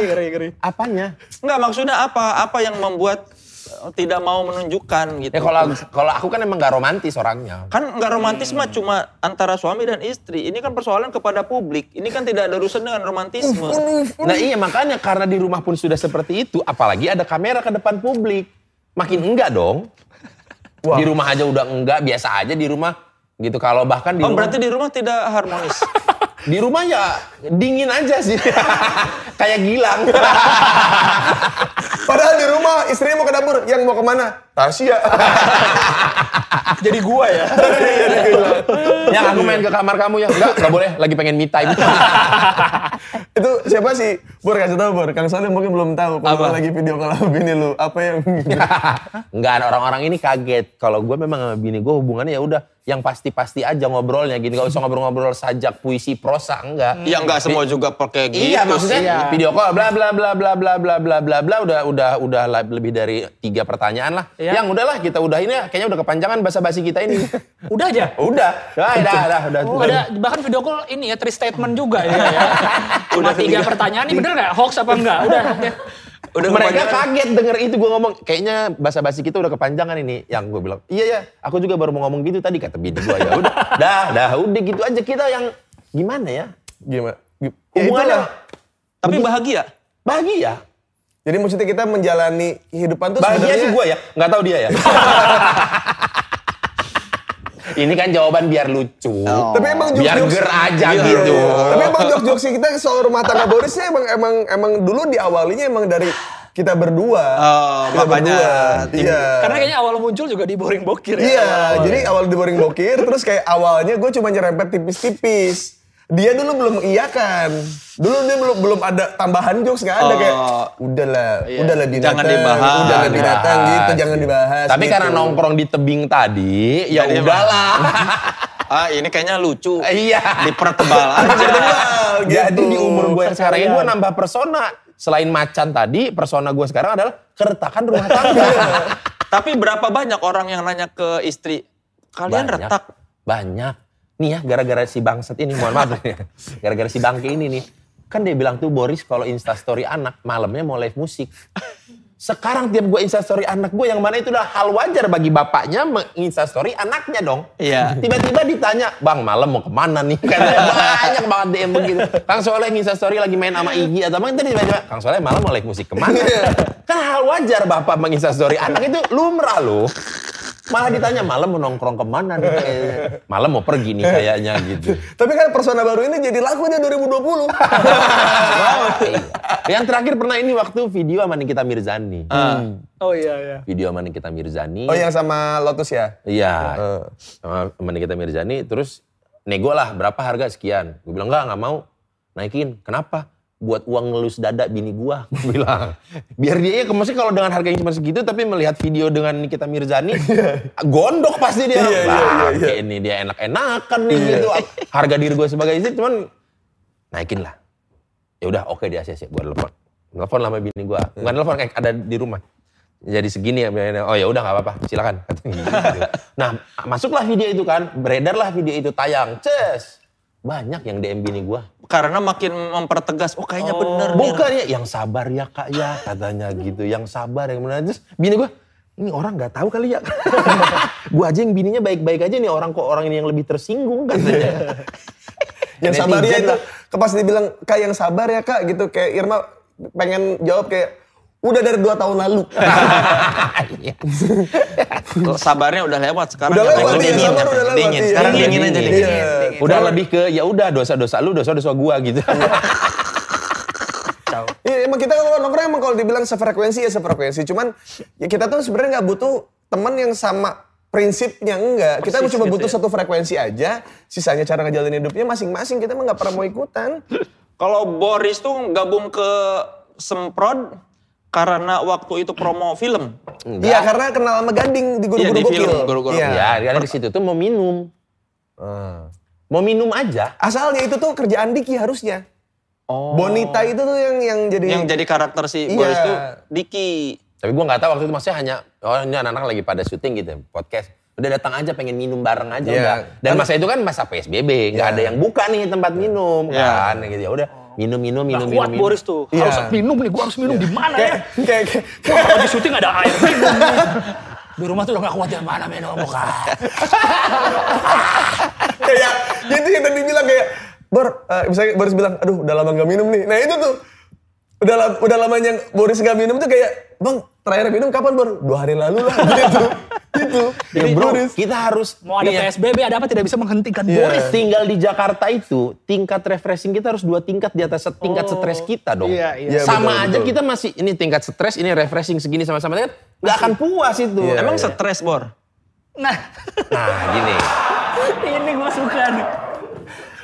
E: apanya?
B: Enggak, maksudnya apa? Apa yang membuat eh, tidak mau menunjukkan gitu?
E: Ya kalau kalau aku kan emang enggak romantis orangnya.
B: kan nggak romantis mah cuma antara suami dan istri. Ini kan persoalan kepada publik. Ini kan tidak ada urusan dengan romantisme.
E: Nah iya makanya karena di rumah pun sudah seperti itu, apalagi ada kamera ke depan publik, makin enggak dong. Di rumah aja udah enggak, biasa aja di rumah gitu. Kalau bahkan di
B: Oh
E: rumah,
B: berarti di rumah tidak harmonis.
E: di rumah ya dingin aja sih, kayak gilang.
C: Padahal di rumah istrinya mau ke dapur, yang mau kemana? Tasya.
A: jadi gua ya
E: yang aku main ke kamar kamu ya, enggak, enggak boleh, lagi pengen me time.
C: itu siapa sih? Bor kasih tahu Bor. Kang Soleh mungkin belum tahu. Kalau
B: Apa?
C: lagi video call sama bini lu, apa yang
E: Enggak, orang-orang ini kaget. Kalau gue memang sama bini gue hubungannya ya udah yang pasti-pasti aja ngobrolnya gitu. Gak usah ngobrol-ngobrol sajak puisi prosa, enggak.
B: ya nggak semua juga pakai gitu.
E: Iya maksudnya
A: iya.
E: video call bla bla bla bla bla bla bla bla bla udah udah udah la- lebih dari tiga pertanyaan lah.
A: Iya.
E: Yang udahlah kita udahin ya kayaknya udah kepanjangan basa-basi kita ini.
A: udah aja
E: udah. Udah, udah, udah, udah.
A: Oh, ada bahkan video call ini ya three statement juga ya. ya. Cuma tiga pertanyaan ini bener nggak hoax apa enggak? Udah. ya.
B: Udah
E: Mereka
B: kebanyakan.
E: kaget denger itu gue ngomong kayaknya basa-basi kita udah kepanjangan ini. Yang gue bilang iya ya aku juga baru mau ngomong gitu tadi kata bini gue ya udah dah dah udah gitu aja kita yang gimana ya
C: gimana? Ya,
E: hubungannya
C: itulah.
B: Tapi bahagia.
E: bahagia.
C: Jadi maksudnya kita menjalani kehidupan tuh
E: Bahagia
C: sebenarnya-
E: sih gue ya, nggak tahu dia ya. Ini kan jawaban biar lucu.
C: Tapi emang
E: biar
C: jokes-jokes-
E: ger aja
C: Iya,
E: gitu.
C: iya. Tapi emang jokes-jokes kita soal rumah tangga Borisnya emang emang emang dulu diawalinya emang dari kita berdua.
B: Oh,
C: kita
B: makanya
C: Berdua. Iya.
A: Karena kayaknya awal muncul juga di boring bokir ya.
C: Iya, jadi awal di boring bokir terus kayak awalnya gue cuma nyerempet tipis-tipis. Dia dulu belum iyakan. Dulu dia belum belum ada tambahan jokes nggak ada
B: Oh.
C: kayak udahlah, udahlah binatang.
B: Jangan dibahas.
C: Udahlah binatang
E: Dibahas.
C: gitu, jangan dibahas.
E: Tapi
C: gitu.
E: karena nongkrong di tebing tadi, ya
B: Jadi emang-
E: udahlah.
B: Ah ini kayaknya lucu.
E: Iya.
B: Dipertebal
C: Iya.
B: aja.
C: Tebal,
E: Jadi
C: gitu.
E: di umur gue yang sekarang ini gue nambah persona. Selain macan tadi, persona gue sekarang adalah keretakan rumah tangga.
B: Tapi berapa banyak orang yang nanya ke istri, kalian
E: Banyak,
B: retak?
E: Banyak. Nih ya gara-gara si bangsat ini, mohon maaf. gara-gara si bangke ini nih. Kan dia bilang tuh Boris kalau instastory anak, malamnya mau live musik. Sekarang tiap gue instastory anak gue yang mana itu udah hal wajar bagi bapaknya menginstastory anaknya dong.
B: Iya.
E: Tiba-tiba ditanya, bang malam mau kemana nih? Katanya banyak banget DM begitu. Kang Soleh instastory lagi main sama Igi atau apa, tadi tiba-tiba, Kang Soleh malam mau live musik kemana? kan hal wajar bapak menginstastory anak itu lumrah loh. Malah ditanya malam mau nongkrong kemana nih? kayaknya?" Malam mau pergi nih kayaknya gitu.
C: Tapi kan persona baru ini jadi laku dia 2020.
E: Iya. Yang terakhir pernah ini waktu video sama Nikita Mirzani.
A: Oh iya iya.
E: Video sama Nikita Mirzani.
C: Ah. oh yang sama Lotus ya?
E: Iya. Sama sama Nikita Mirzani terus nego lah berapa harga sekian. Gue bilang enggak nggak mau naikin. Kenapa? Buat uang ngelus dada bini gua. Gue bilang. Biar dia ya maksudnya kalau dengan harga yang cuma segitu tapi melihat video dengan Nikita Mirzani gondok pasti dia.
C: Iya, iya, iya, iya.
E: "Bangke ini dia enak-enakan nih gitu. Harga diri gue sebagai istri cuman naikin lah. Ya udah oke di ACC gua telepon. Telepon lah sama bini gua. Bukan telepon kayak ada di rumah. Jadi segini ya, oh ya udah nggak apa-apa, silakan. Katanya gitu. nah masuklah video itu kan, beredarlah video itu tayang, ces. Banyak yang DM bini gua.
B: Karena makin mempertegas, oh kayaknya bener nih.
C: iya.
E: Bukan ya, yang sabar ya kak ya, katanya gitu. Yang sabar, yang benar. Terus bini gua, ini orang nggak tahu kali ya. gua aja yang bininya baik-baik aja nih orang kok orang ini yang lebih tersinggung katanya.
C: Yang sabar ya
E: Netizen
C: itu.
E: lah.
C: Kepas dibilang, Kak yang sabar ya Kak gitu. Kayak Irma pengen jawab kayak, udah dari dua tahun lalu.
B: Kok sabarnya udah lewat sekarang.
C: Udah
B: yang
C: lewat,
B: penting
C: iya,
B: dingin.
C: sabar udah lewat,
B: Dingin,
C: iya.
B: sekarang dingin aja
E: Dingin.
B: dingin.
C: Iya.
E: Udah lebih ke ya udah dosa-dosa lu, dosa-dosa gua gitu.
C: Iya, emang kita kalau nongkrong emang kalau dibilang sefrekuensi ya sefrekuensi. Cuman ya kita tuh sebenarnya nggak butuh teman yang sama prinsipnya enggak. Kita
B: Persis
C: cuma
B: gitu
C: butuh
B: ya.
C: satu frekuensi aja. Sisanya cara ngejalanin hidupnya masing-masing. Kita emang nggak pernah mau ikutan.
B: Kalau Boris tuh gabung ke Semprod karena waktu itu promo film.
C: Iya, karena kenal sama Gading di
B: Iya,
C: guru-guru
B: di film,
C: gokil.
B: guru-guru.
C: Iya.
E: Ya, karena di situ tuh mau minum. Mau minum aja.
C: Asalnya itu tuh kerjaan Diki harusnya.
B: Oh.
C: Bonita itu tuh yang yang jadi
B: Yang jadi karakter si
C: Iya.
B: Boris tuh Diki.
E: Tapi gua nggak tahu waktu itu maksudnya hanya oh ini anak-anak lagi pada syuting gitu ya, podcast. Udah datang aja pengen minum bareng aja
C: Iya.
E: udah. Dan masa itu kan masa PSBB, nggak
C: Iya.
E: ada yang buka nih tempat minum
B: Iya.
E: kan gitu ya. Udah minum-minum
A: Nah,
E: minum minum.
A: kuat
E: minum.
A: Boris tuh.
C: Iya.
A: Harus minum nih, gua harus minum di mana ya?
C: kayak kayak-
A: Kalau di syuting ada air minum nih. Di rumah tuh udah gak kuat ya mana minum bukan.
C: kayak jadi yang tadi bilang kayak Bor, eh, misalnya Boris bilang, aduh udah lama gak minum nih. Nah itu tuh, udah, lam- udah lamanya Boris gak minum tuh kayak, bang terakhir minum kapan Bor? Dua hari lalu lah, gitu. gitu.
E: Ya bro,
C: Boris.
E: kita harus
A: Mau ada
E: Iya.
A: PSBB, ada apa tidak bisa menghentikan
E: Boris
A: Boris.
E: tinggal di Jakarta itu tingkat refreshing kita harus dua tingkat di atas set- tingkat stres kita dong.
A: iya, iya.
C: Iya,
E: Sama
C: betul,
E: aja
C: betul.
E: kita masih ini tingkat stres ini refreshing segini sama-sama kan nggak akan puas itu.
C: Iya,
B: Emang
E: Emang set-
B: stres Bor?
A: Nah,
E: nah gini.
A: ini gua suka nih.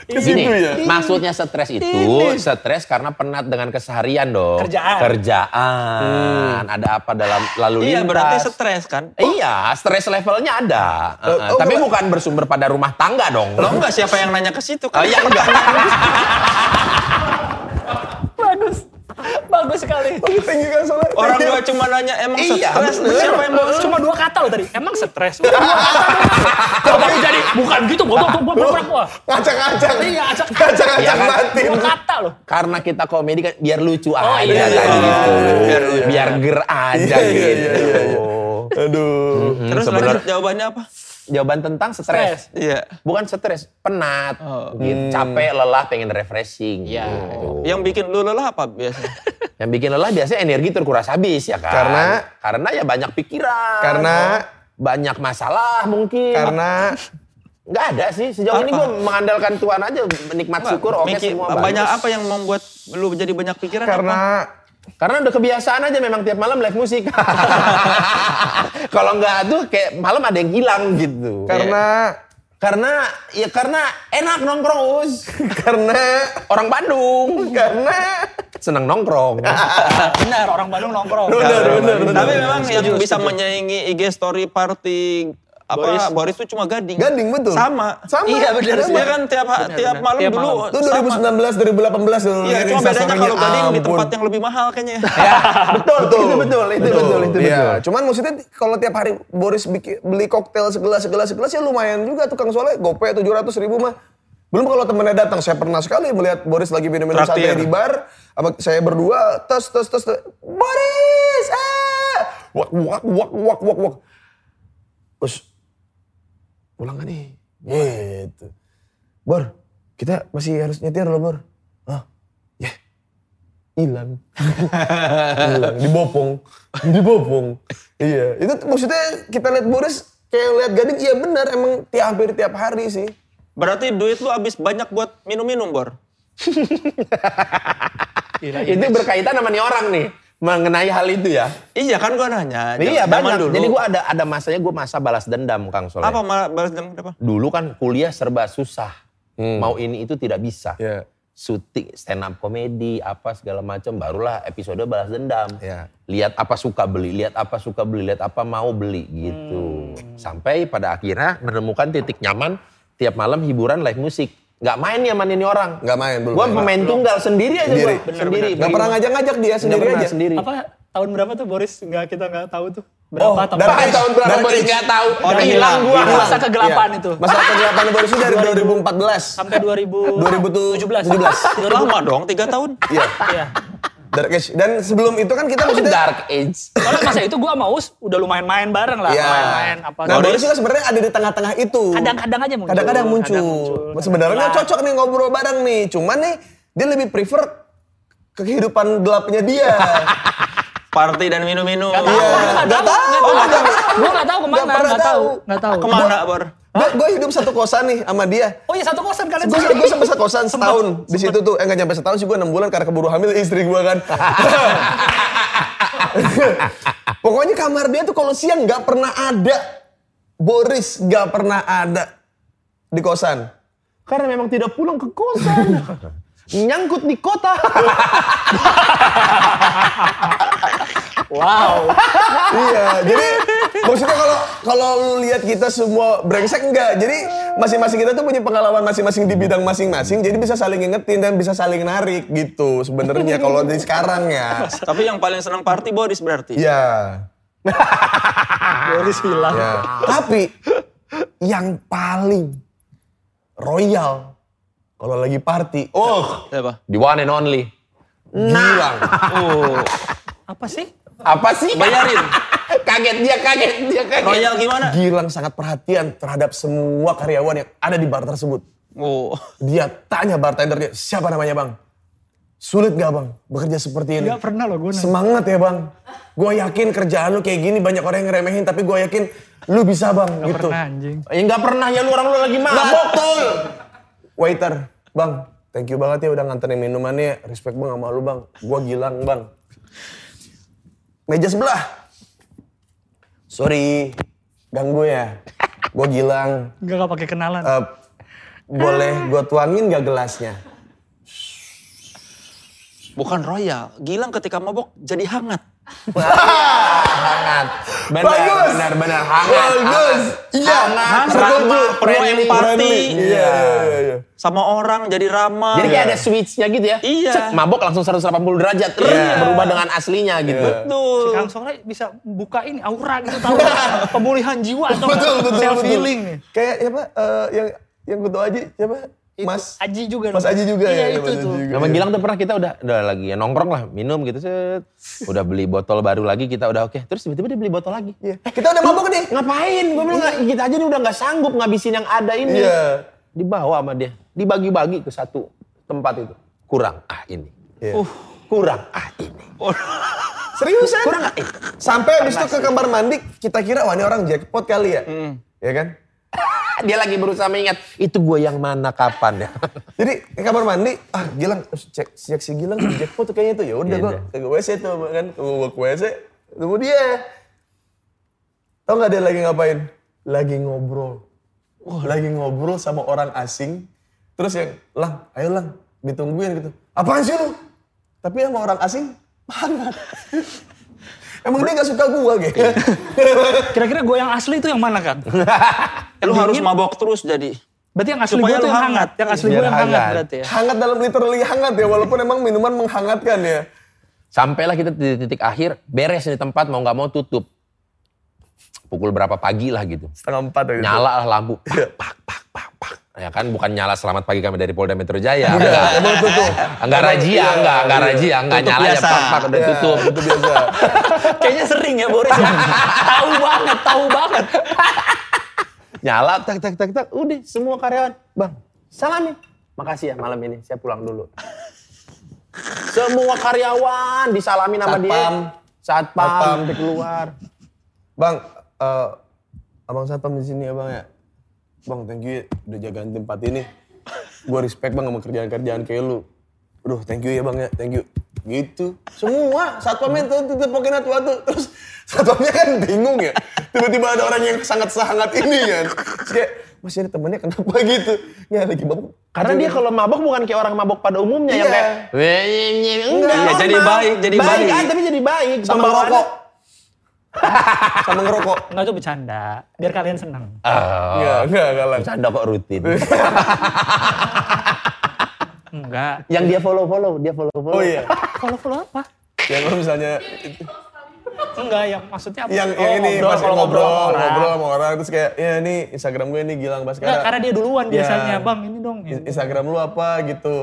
C: Ke
E: Gini,
C: situ ya.
E: maksudnya stres itu stres karena penat dengan keseharian dong.
A: Kerjaan.
E: Kerjaan, Ada apa dalam lalu lintas.
B: Iya berarti stres kan?
E: Iya, stres levelnya ada. Eh, eh,
C: oh,
E: tapi
C: enggak.
E: bukan bersumber pada rumah tangga dong.
B: Lo enggak siapa yang nanya ke situ
E: Oh,
B: kan?
E: iya, enggak.
A: Bagus. Bagus sekali.
C: Oh, thank you, Kak Soleh. Thank
B: Orang
C: you.
B: gua cuma nanya emang
E: Iya,
B: stres
E: bener.
B: siapa yang bawa
A: Cuma dua kata loh tadi. Emang stres. Dua kata doang. Kalau kamu jadi bukan gitu, bodoh tuh bodoh wah.
C: Ngacak-ngacak.
A: Iya, acak.
C: Ngacak-ngacak
E: Iya kan?
C: batin.
A: Dua kata loh.
E: Karena kita komedi kan biar lucu aja
A: iya,
E: tadi
A: iya,
E: gitu.
B: iya,
E: Biar,
B: iya.
E: ger aja
C: Iya, iya,
E: gitu.
C: iya, iya. Aduh.
B: Mm-hmm. Terus
E: sebenar-
B: lanjut jawabannya apa?
E: Jawaban tentang stres.
A: Stres.
B: Iya.
E: Bukan stres, penat. Gitu. Capek, lelah, pengen refreshing.
A: Iya.
E: gitu.
B: Yang bikin lu lelah apa biasanya?
E: Yang bikin lelah biasanya energi terkuras habis ya kan.
C: Karena-
E: karena ya banyak pikiran.
C: Karena-
E: banyak masalah mungkin.
C: Karena
E: nggak ada sih sejauh ini gue mengandalkan Tuhan aja nikmat syukur oke
B: Miki,
E: semua
B: banyak
E: bagus.
B: apa yang membuat lu jadi banyak pikiran?
C: karena
B: apa?
E: Karena udah kebiasaan aja memang tiap malam live musik. Kalau nggak tuh kayak malam ada yang hilang gitu.
C: karena
E: karena ya karena enak nongkrong us
C: karena
E: orang Bandung
C: karena
E: seneng nongkrong.
A: Benar, Eh, orang Bandung nongkrong.
C: benar benar
B: iya, Tapi memang yang bisa menyaingi IG story party apa Boris, tuh cuma gading.
C: Gading, betul.
B: Sama.
C: Sama.
B: Iya benar.
C: Sama.
B: Dia kan tiap tiap malam
A: Tiap
B: dulu
A: malam.
C: Itu
B: sama.
C: 2019 2018 dulu.
B: Iya, cuma bedanya kalau gitu, gading di tempat yang lebih mahal kayaknya.
E: betul, betul, itu betul, itu betul, itu
C: Iya,
E: betul.
C: cuman maksudnya kalau tiap hari Boris bikin- beli koktail segelas segelas segelas ya lumayan juga tukang soalnya gope 700 ribu mah. Belum kalau temennya datang, saya pernah sekali melihat Boris lagi minum-minum
B: Traktir.
C: santai di bar, sama saya berdua, tes, tes, tes, tes. Boris, ah! Wak, wak, wak, wak, wak, wak. Terus, pulang gak nih? Gitu. Bor, kita masih harus nyetir loh, Bor. Hah? Ya. Hilang. Hilang, dibopong. Dibopong. Iya, itu maksudnya kita lihat Boris kayak lihat gading iya benar emang tiap hampir tiap hari sih
B: Berarti duit lu habis banyak buat minum-minum, Bor.
E: itu berkaitan sama nih orang nih mengenai hal itu ya.
B: Iya kan gua nanya.
E: Iya
B: zaman
E: banyak.
B: dulu.
E: Jadi gua ada ada masanya gua masa balas dendam Kang Soleh.
B: apa malah balas dendam kenapa?
E: Dulu kan kuliah serba susah. Mau ini itu tidak bisa.
C: Iya.
E: Syuting stand up komedi apa segala macam barulah episode balas dendam.
C: Iya.
E: Lihat apa suka beli, lihat apa suka beli, lihat apa mau beli gitu.
C: Hmm.
E: Sampai pada akhirnya menemukan titik nyaman tiap malam hiburan live musik. Gak main nih sama ini orang.
C: nggak main dulu
E: Gua pemain tunggal sendiri aja
C: Sendiri.
E: gua. Sendiri.
C: nggak pernah ngajak-ngajak dia sendiri
E: pernah,
C: aja
E: Sendiri.
A: Apa tahun berapa tuh Boris? Nggak kita nggak tahu tuh. Berapa tahun?
C: dari
E: Bahkan tahun berapa
C: Dari
E: Boris
C: Rich.
E: nggak tahu.
B: Oh,
E: Udah
B: dari
E: hilang
B: hilang.
E: gua.
A: Masa kegelapan
C: Iya.
A: itu.
C: masa kegelapan baru sih dari 2014
A: Sampai 2000
C: 2017.
A: 2017.
B: Lama dong, tiga tahun.
C: iya
A: Iya.
C: dark age dan sebelum itu kan kita
E: Itu
C: maksudnya
E: Dark Age.
A: Soalnya masa itu gue sama Us udah lumayan main bareng lah,
C: Iya.
A: main-main apa.
C: Nah, Boris juga sebenarnya ada di tengah-tengah itu.
A: Kadang-kadang aja muncul.
C: Kadang-kadang muncul. Nah,
A: Kadang muncul.
C: Sebenarnya
A: Kadang
C: cocok nih ngobrol bareng nih. Cuman nih dia lebih prefer ke kehidupan gelapnya dia.
B: Party dan minum-minum.
A: Gak tahu,
C: Iya.
A: gua
C: Nggak
A: nggak tahu,
C: tahu.
A: nggak tahu.
C: Nggak tahu.
A: Gue nggak tahu
C: Nggak
A: kemana,
C: pernah
A: nggak tahu,
C: tahu.
A: nggak tahu.
B: Kemana, Bor?
C: gue hidup satu kosan nih sama dia.
A: Oh iya satu kosan kalian.
C: Gue gue sampai satu kosan setahun di situ tuh. Eh nggak nyampe setahun sih gue enam bulan karena keburu hamil istri gue kan. Pokoknya kamar dia tuh kalau siang nggak pernah ada. Boris nggak pernah ada di kosan.
E: Karena memang tidak pulang ke kosan. Nyangkut di kota.
A: Wow.
C: iya, jadi maksudnya kalau kalau lu lihat kita semua brengsek enggak. Jadi masing-masing kita tuh punya pengalaman masing-masing di bidang masing-masing. Jadi bisa saling ngingetin dan bisa saling narik gitu sebenarnya kalau di sekarang ya.
B: Tapi yang paling senang party Boris berarti.
C: Iya.
A: Boris hilang.
C: ya. Tapi yang paling royal kalau lagi party, Nah. oh,
B: Siapa?
E: The one and only.
C: Gilang.
A: Apa sih?
E: Apa sih?
B: Bayarin.
E: kaget dia, kaget dia, kaget.
B: Royal gimana?
C: Gilang sangat perhatian terhadap semua karyawan yang ada di bar tersebut.
B: Oh.
C: Dia tanya bartendernya, siapa namanya bang? Sulit gak bang bekerja seperti ini?
A: Gak pernah loh gue.
C: Semangat ya bang. Gue yakin kerjaan lu kayak gini banyak orang yang ngeremehin tapi gue yakin lu bisa bang gitu.
A: Pernah anjing.
E: Ya nggak pernah ya lu orang lu lagi
C: Nah
E: mabok.
C: betul. Waiter, bang thank you banget ya udah nganterin minumannya. Respect bang sama lu bang. Gue gilang bang. Meja sebelah. Sorry, ganggu ya. Gue gilang.
A: Gak gak pakai kenalan.
C: Eh,
A: Ah.
C: boleh gue tuangin gak gelasnya?
B: Bukan royal. Gilang ketika mabok jadi hangat.
E: Hangat. Benar,
C: Bagus.
E: benar, benar. Hangat.
C: Bagus. Iya.
E: Hangat,
C: Setuju.
B: ramah, penuh
C: Friendly,
B: empati.
C: friendly. Iya. iya, iya.
B: Sama orang jadi Iya. ramah.
E: Jadi kayak ada switch-nya gitu ya.
B: Iya.
E: Cek, mabok langsung 180 derajat.
C: Iya.
E: Berubah dengan aslinya gitu.
B: Betul.
A: Si Kang Soleh bisa buka ini aura gitu tahu pemulihan jiwa atau
C: betul betul
A: self
C: betul.
A: healing nih.
C: kayak siapa eh, yang yang gue tau aja siapa mas
A: Aji juga.
C: mas
A: dong.
C: Aji juga
A: iya,
C: ya
A: itu
C: Mas Aji
A: tuh.
C: juga.
E: Sama Gilang tuh pernah kita udah udah lagi ya, nongkrong lah, minum gitu set. Udah beli botol baru lagi kita udah oke. Terus tiba-tiba dia beli botol lagi.
C: Iya. kita udah mabuk nih
E: Ngapain? Gue bilang "Nggak, kita aja nih udah nggak sanggup ngabisin yang ada ini.
C: Iya.
E: Dibawa sama dia, dibagi-bagi ke satu tempat itu. Kurang ah ini.
C: Iya.
E: Uh, kurang ah ini.
C: seriusan
E: Kurang ah ini.
C: sampai habis itu ke kamar mandi kita kira wah ini orang jackpot kali ya
E: Hmm.
C: ya kan
E: Ah, Dia lagi berusaha mengingat itu gue yang mana kapan ya.
C: jadi ke kamar mandi ah Gilang terus cek cek si Gilang si jackpot tuh kayaknya tuh ya udah
E: Iya,
C: gue
E: udah.
C: ke WC tuh kan gue ke WC ketemu dia tau nggak dia lagi ngapain lagi ngobrol lagi ngobrol sama orang asing terus yang lang ayo lang ditungguin gitu apaan sih lu tapi sama orang asing banget emang dia gak suka gua gitu
A: Kira-kira gue yang asli itu yang mana kan?
B: Lu harus mabok terus jadi.
A: Berarti yang asli
B: Supaya
A: gue tuh
B: lu
A: yang
B: hangat.
A: hangat. Yang asli
E: Biar
A: gue yang hangat
E: hangat.
A: berarti ya.
C: hangat dalam literally hangat ya walaupun emang minuman menghangatkan ya
E: Sampailah kita di titik akhir, beres di tempat mau nggak mau tutup. Pukul berapa pagi lah gitu.
C: setengah empat ya gitu.
E: Nyala lah lampu. Pak, pak, pak, pak, pak. Ya kan bukan nyala selamat pagi kami dari Polda Metro Jaya. Enggak,
C: emang tutup
E: enggak rajia, enggak, enggak rajia, enggak
B: Tutup
E: nyala ya
B: biasa.
E: pak, pak udah
C: Ya,
E: tutup.
C: itu biasa
A: Kayaknya sering ya Boris. ya. tahu banget, tahu banget.
E: Nyala, tak, tak, tak, tak. Udah semua karyawan, bang, salamin. Makasih ya malam ini, saya pulang dulu. Semua karyawan disalamin sama dia.
C: Satpam.
E: Satpam.
C: Satpam.
E: Satpam, keluar.
C: bang eh, Abang Satpam di sini abang ya. Bang, thank you ya, udah jagain tempat ini. Gua respect bang sama kerjaan-kerjaan kayak lu. Aduh, thank you ya bang ya, thank you. Gitu. Semua satpamnya tuh tetep makin atu atu. Terus satpamnya kan bingung ya. Tiba-tiba ada orang yang sangat sehangat ini kan. Terus kayak, mas ini temennya kenapa gitu? Ya lagi mabuk.
E: Karena dia kalau mabok bukan kayak orang mabok pada umumnya yang
C: Iya.
E: kayak "Weh, nye, nye." enggak.
B: Iya,
E: orang
B: jadi
E: mabok.
B: baik, jadi baik. Nah,
E: ah, tapi jadi baik.
C: Sama
E: Teman
C: ngerokok.
E: orang-
C: Sama ngerokok.
A: Enggak itu bercanda, biar kalian senang.
C: Ah. Enggak, enggak, enggak lah.
E: Bercanda kok rutin.
A: Enggak.
E: yang dia follow-follow, dia follow-follow.
C: Oh iya.
A: Kalau follow apa?
C: Yang kalau misalnya
A: Enggak, yang maksudnya apa?
C: yang
A: Oh,
C: yang ini
A: ngobrol,
C: pas
A: kalau ngobrol,
C: ngobrol,
A: sama orang.
C: ngobrol sama orang terus kayak ya ini Instagram gue nih Gilang Baskara.
A: Enggak, karena dia duluan
C: Ya.
A: biasanya, Bang, ini dong.
C: I- Instagram lu apa gitu.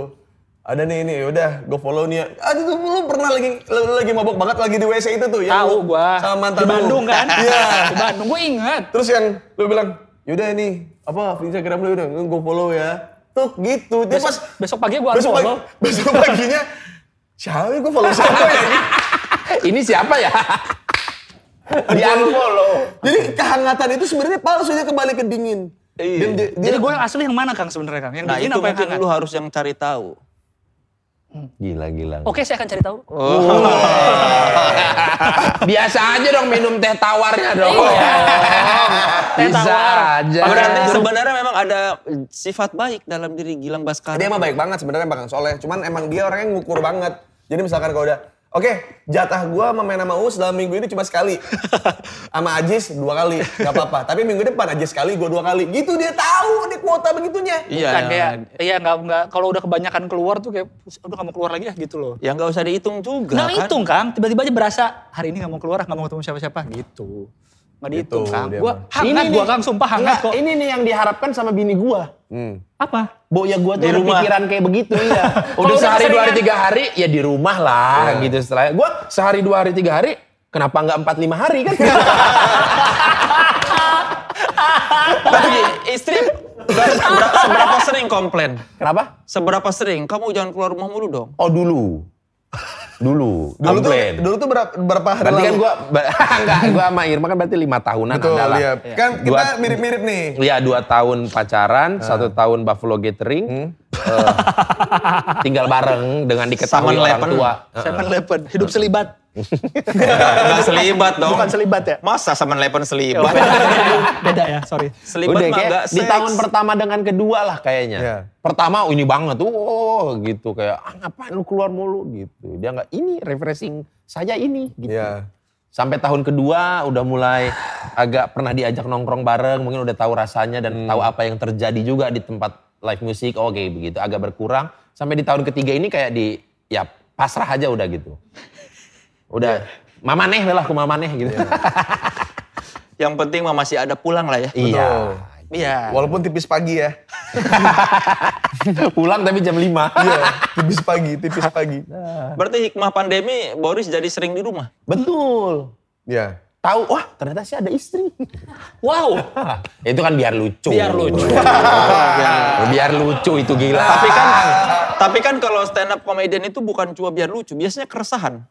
C: Ada nih ini, udah gue follow nih. ya. Ah itu tuh lu pernah lagi lu lagi mabok banget lagi di WC itu tuh yang
A: Tahu
C: lu
A: gua.
C: Sama mantan
A: Di
C: lu.
A: Bandung kan?
C: Iya.
A: Di Bandung gua ingat.
C: terus yang lu bilang, "Yaudah nih, apa Instagram lu udah gue follow ya." Tuh gitu. Dia
A: Besok,
C: pas
A: besok pagi gua harus
C: besok, pagi,
A: follow.
C: besok paginya siapa gue follow siapa ya?
E: Ini siapa ya? di unfollow.
C: Jadi kehangatan itu sebenarnya palsu dia kembali ke dingin. Dia, dia, dia-
A: Iya. Jadi gua yang asli yang mana Kang sebenarnya Kang? Yang
B: Nah
A: dingin
B: itu
A: apa yang
B: mungkin
A: hangat?
B: lu harus yang cari tahu.
E: Gila, gila.
A: Oke, saya akan cari tahu.
E: Biasa aja dong minum teh tawarnya dong.
A: Iya. Teh
E: Bisa
A: tawar.
E: aja.
D: Nah,
B: Berarti sebenarnya memang ada sifat baik dalam diri Gilang Baskara.
C: Dia emang baik banget sebenarnya Bang Soleh, cuman emang dia orangnya ngukur banget. Jadi misalkan kalau udah Oke, jatah gua sama main sama Uus dalam minggu ini cuma sekali. Sama Ajis dua kali, gak apa-apa. Tapi minggu depan Ajis sekali, gua dua kali. Gitu dia tahu di kuota begitunya.
B: Iya.
A: Bukan kayak, iya nggak nggak kalau udah kebanyakan keluar tuh kayak "Pus, udah nggak mau keluar lagi ya gitu loh.
B: Yang nggak usah dihitung juga
A: Nggak
B: kan.
A: hitung Kang, tiba-tiba aja berasa hari ini nggak mau keluar, ah, nggak mau ketemu siapa-siapa gitu. Nggak dihitung Kang.
C: dia
A: Gua
C: mah.
A: hangat gua Kang, sumpah hangat kok.
E: Enggak, Ini nih yang diharapkan sama bini gua.
A: Apa?
E: Boya gua tuh
B: Di
E: ada
B: rumah.
E: pikiran kayak begitu iya.
A: Kalau
E: Udah
A: udah
E: sehari dua hari
A: keseringan.
E: tiga hari ya di rumah lah gitu setelah. Gua sehari dua hari tiga hari kenapa nggak empat lima hari kan?
B: Tapi Nah, istri ber- ber- seberapa sering komplain?
E: kenapa?
B: Seberapa sering? Kamu jangan keluar rumah mulu dong.
E: Oh dulu. Dulu,
C: Dulu tuh,
E: komplain.
C: dulu tuh berapa, berapa hari
E: Berarti kan
C: lalu?
E: gua ba- enggak, gua sama Irma kan berarti lima tahunan
C: Betul,
E: ada lah.
C: iya. Kan kita
E: Dua-
C: mirip-mirip nih.
E: Iya dua
B: Ah.
E: tahun pacaran, satu tahun Buffalo Gathering,
B: Hmm.
E: eh, tinggal bareng dengan diketahui
B: Sama
E: orang
B: lepen.
E: tua.
B: Eh.
A: Seven Eleven, hidup selibat.
B: Nggak selibat dong.
A: Bukan selibat ya?
B: Masa sama Lepen selibat?
A: Beda ya, sorry.
B: selibat
E: Udah
B: mah
E: kayak
B: nggak
E: di
B: seks.
E: tahun pertama dengan kedua lah kayaknya.
C: Iya.
E: Pertama ini banget, oh gitu kayak ah, ngapain lu keluar mulu gitu. Dia nggak ini refreshing saya ini gitu.
C: Iya.
E: Sampai tahun kedua udah mulai agak pernah diajak nongkrong bareng, mungkin udah tahu rasanya dan tahu apa yang terjadi juga di tempat live music. Oh, Oke begitu, agak berkurang. Sampai di tahun ketiga ini kayak di ya pasrah aja udah gitu. Udah mamaneh lah ke mamaneh gitu.
B: Yang penting mah masih ada pulang lah ya.
E: Iya.
A: Iya.
C: Walaupun tipis pagi ya.
E: Pulang tapi jam 5.
C: Iya, tipis pagi, tipis pagi.
B: Berarti hikmah pandemi Boris jadi sering di rumah.
E: Betul.
C: Iya.
E: Tahu, wah ternyata sih ada istri.
A: Wow,
E: Hah, itu kan biar lucu. Iya.
A: biar lucu.
E: biar lucu itu gila.
B: Tapi kan tapi kan kalau stand up comedian itu bukan cuma biar lucu, biasanya keresahan.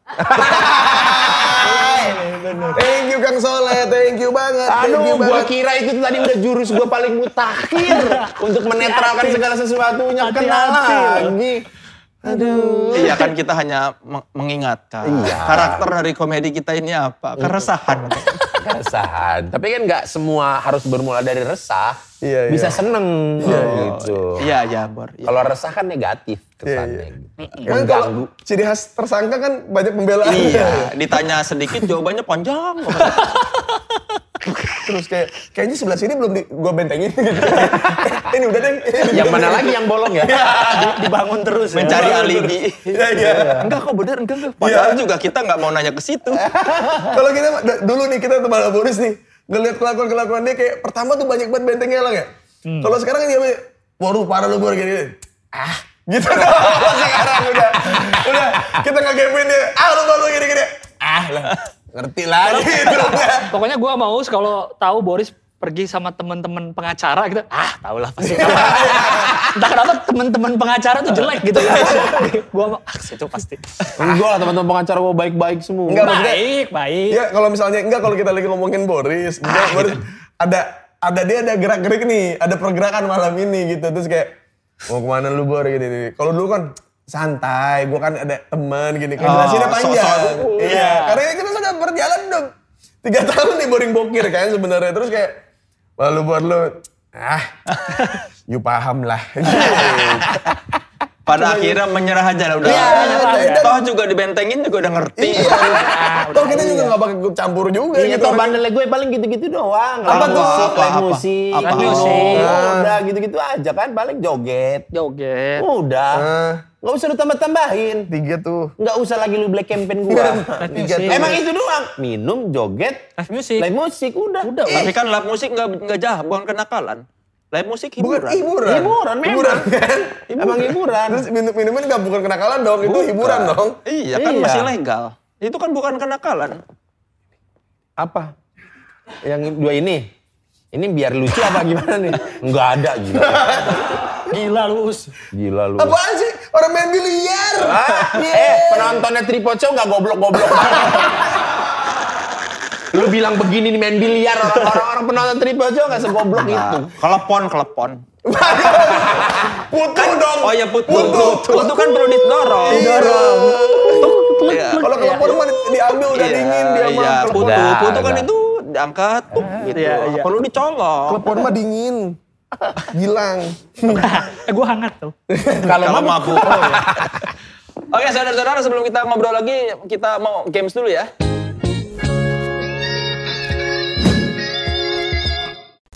C: Thank you Kang Soleh, thank you banget. thank you
E: Aduh, gua
C: banget.
E: kira itu tuh tadi udah jurus gua paling mutakhir untuk menetralkan segala sesuatunya.
A: Hati-hati.
E: Kenal lagi. Aduh.
B: Iya kan kita hanya meng- mengingatkan karakter dari komedi kita ini apa? Keresahan.
E: Keresahan. Tapi kan nggak semua harus bermula dari resah.
C: Iya, iya.
E: Bisa seneng. gitu.
B: Iya, iya, Bor. Iya.
E: Kalau resah kan negatif
C: Iya, iya.
E: kesannya. gitu.
C: Kan kalau
E: Mengganggu.
C: ciri khas tersangka kan banyak pembelaan.
B: Iya, ditanya sedikit jawabannya panjang.
C: Terus kayak kayaknya sebelah sini belum di, gua bentengin gitu. ini udah deh.
E: Yang mana lagi yang bolong ya?
A: Dibangun terus ya.
B: Mencari alibi.
C: Iya iya.
B: Enggak kok bener, enggak enggak. Padahal juga kita nggak mau nanya ke situ.
C: Iya. Kalau kita d- dulu nih kita teman sama Boris nih ngelihat kelakuan kelakuan dia kayak pertama tuh banyak banget bentengnya lah ya. Kalau sekarang kan dia kayak, waduh parah lu Bor," gini. Ah gitu doang sekarang udah udah kita ngegepin dia ah lu baru gini gini ah lah ngerti lah gitu udah.
A: Pokoknya gua mau kalau tahu Boris pergi sama temen-temen pengacara gitu, ah tau lah pasti. Entah kenapa temen-temen pengacara tuh jelek gitu. gua mau, ah itu pasti.
E: Enggak lah teman-teman pengacara gua baik-baik semua.
C: Enggak. maksudnya-
E: Iya.
A: Baik, baik.
E: Ah,
C: Ya kalau misalnya enggak kalau kita lagi ngomongin Boris, enggak, Boris ada ada dia ada gerak gerik nih, ada pergerakan malam ini gitu. Terus kayak mau kemana lu bor gini. gini. Kalau dulu kan santai, gua kan ada teman gini.
E: Ah,
C: Kan jelasinnya panjang. Iya, karena kita sudah berjalan udah tiga tahun nih boring bokir kan sebenarnya. Terus kayak wah lu bor lu ah you paham lah. Gitu.
B: Pada akhirnya menyerah aja lah udah.
C: Iya, iya.
B: Toh juga dibentengin juga udah ngerti.
C: Iya. Toh kita juga nggak pakai campur juga
E: Ah, Iya,
C: gitu.
E: toh bandelnya gue paling gitu-gitu doang.
C: Apa
E: Live
C: tuh?
E: musik,
B: Apa,
E: live
B: apa?
E: musik,
B: Apa?
E: gitu.
A: Musik.
E: Udah gitu-gitu aja kan, paling joget.
A: Joget.
E: Udah.
C: Ah.
E: Nggak usah lu tambah-tambahin.
C: Tiga tuh.
E: Nggak usah lagi lu black campaign gua.
C: Tiga tuh.
E: Emang itu doang. Minum, joget,
A: Live music.
E: live musik, udah.
A: Udah,
E: Eh,
B: Tapi kan live musik nggak nggak jahat, bukan kenakalan. Live musik
C: Bukan
B: hiburan.
C: hiburan.
E: Hiburan, memang.
C: Hiburan kan?
E: Emang hiburan.
C: Terus minum minuman nggak bukan kenakalan dong, itu hiburan dong.
B: Iya kan
E: Iya.
B: masih legal. Itu kan bukan kenakalan.
E: Apa? Yang dua ini? Ini biar lucu apa gimana nih? Nggak ada, gila.
A: Gila lu. Us.
E: Gila lu.
C: Apaan sih? Orang main biliar.
E: Eh, penontonnya Tripod Show nggak goblok-goblok. Lu bilang begini nih main biliar orang- orang-orang penonton Tripod Show nggak segoblok
C: Iya.
E: itu.
B: Nah, kelepon kelepon.
C: Putu dong.
B: Oh ya putu.
C: Putu.
B: Putu, kan perlu didorong.
C: Dorong.
B: Iya.
C: Kalau kelepon mah diambil udah
B: Iya,
C: dingin dia mah.
B: Iya,
C: Kelepon- Nah.
B: putu.
E: Udah,
B: Putu kan
E: udah.
B: itu diangkat tuh gitu. Perlu dicolok.
C: Kelepon mah dingin. Gilang.
A: eh gue hangat tuh.
E: Kalau
B: Kalau
E: mabuk
B: mabuk. Oke, saudara-saudara sebelum kita ngobrol lagi, kita mau games dulu ya.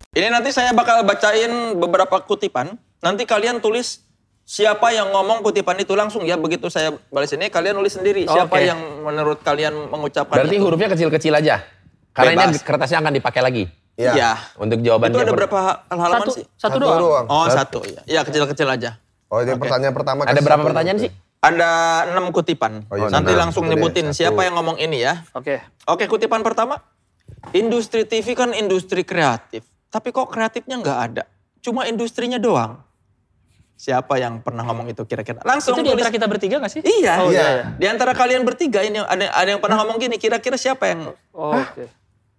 B: Ini nanti saya bakal bacain beberapa kutipan. Nanti kalian tulis siapa yang ngomong kutipan itu langsung ya. Begitu saya balas ini, kalian nulis sendiri siapa
A: Oke.
B: yang menurut kalian mengucapkan
E: Berarti
B: itu.
E: hurufnya kecil-kecil aja. Karena ini
B: Bebas.
E: kertasnya akan dipakai lagi
B: Iya.
C: Iya.
E: untuk jawaban
B: Itu ada
E: yang per-
B: berapa hal- halaman
A: Satu,
B: sih?
A: satu, doang.
B: Oh, satu. ya. Ya, kecil-kecil aja.
C: Oh, jadi pertanyaan pertama.
E: Ada
C: kasih
E: berapa
C: satu.
E: pertanyaan sih?
B: Ada enam kutipan.
C: Oh, iya,
B: Nanti
C: enam.
B: langsung
C: Udah deh,
B: nyebutin
C: satu.
B: siapa yang ngomong ini ya.
A: Oke.
B: Oke, kutipan pertama. Industri TV kan industri kreatif. Tapi kok kreatifnya nggak ada? Cuma industrinya doang. Siapa yang pernah ngomong itu kira-kira? Langsung
A: Itu di
B: tulis.
A: antara kita bertiga gak sih?
B: Iya.
A: Oh,
C: iya,
A: iya.
C: iya.
B: Di antara kalian bertiga ini ada ada yang pernah ngomong gini, kira-kira siapa yang
A: Oh, Oke.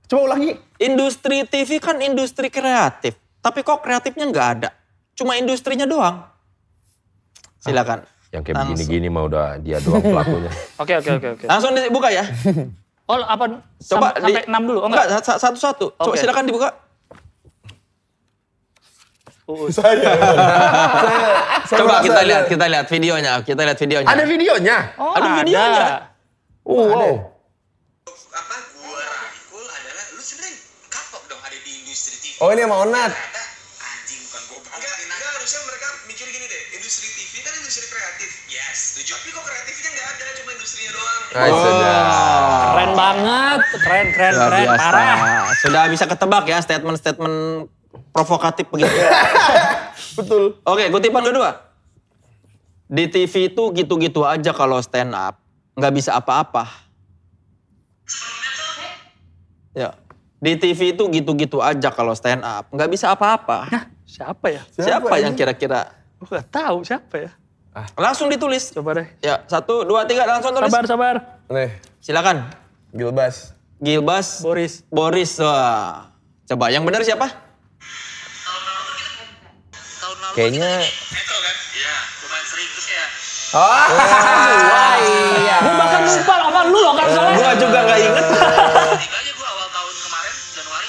E: Coba ulangi.
B: industri TV kan industri kreatif. Tapi kok kreatifnya nggak ada? Cuma industrinya doang. Silakan.
E: Yang kayak
B: Langsung.
E: begini-gini mah udah dia doang pelakunya.
A: Oke, oke, oke, oke.
B: Langsung dibuka ya.
A: Oh, apa?
B: Coba
A: Coba sampai
B: di-
A: enam dulu. Oh, enggak.
B: sa- sa- satu-satu. Coba
A: Oke.
B: silakan dibuka.
C: Saya. Saya- saya
B: Coba
C: merasa
B: kita
C: ada-
B: lihat, kita lihat videonya. Kita lihat videonya.
E: ada videonya?
A: Oh,
B: Ada videonya.
E: Oh, wow.
F: apa gua rangkul adalah lu sebenarnya kapok dong ada di industri TV.
C: Oh, ini sama Onat.
F: Ternyata anjing bukan gua banget. Enggak, harusnya mereka mikir gini deh, industri TV kan industri kreatif. Yes, setuju. Tapi kok kreatifnya nggak ada, cuma industrinya doang.
E: Ay, sudah.
A: Keren banget. Keren, keren,
B: Luar
A: keren.
B: biasa.
A: Parah.
B: Sudah bisa ketebak ya statement-statement provokatif begitu.
C: Betul.
B: Oke, kutipan kedua. Di TV itu gitu-gitu aja kalau stand up. Nggak bisa apa-apa. Ya. Di TV itu gitu-gitu aja kalau stand up. Nggak bisa apa-apa.
A: Siapa ya?
B: Siapa,
C: Siapa
B: yang
C: ini? Ah.
B: kira-kira?
A: Gue gak tahu siapa ya.
B: Langsung ditulis.
A: Coba deh.
B: Ya, satu, dua, tiga, langsung tulis.
A: Sabar, sabar.
C: Nih,
B: Silakan.
C: Gilbas.
B: Gilbas.
A: Boris.
B: Boris. Wah. Coba, yang benar siapa?
E: Kayaknya
F: Metro kan? Iya, lumayan sering terus ya.
A: Gue bahkan lupa sama lu loh kan soalnya.
B: Gua juga nggak inget.
F: Tiga aja gua awal tahun kemarin Januari.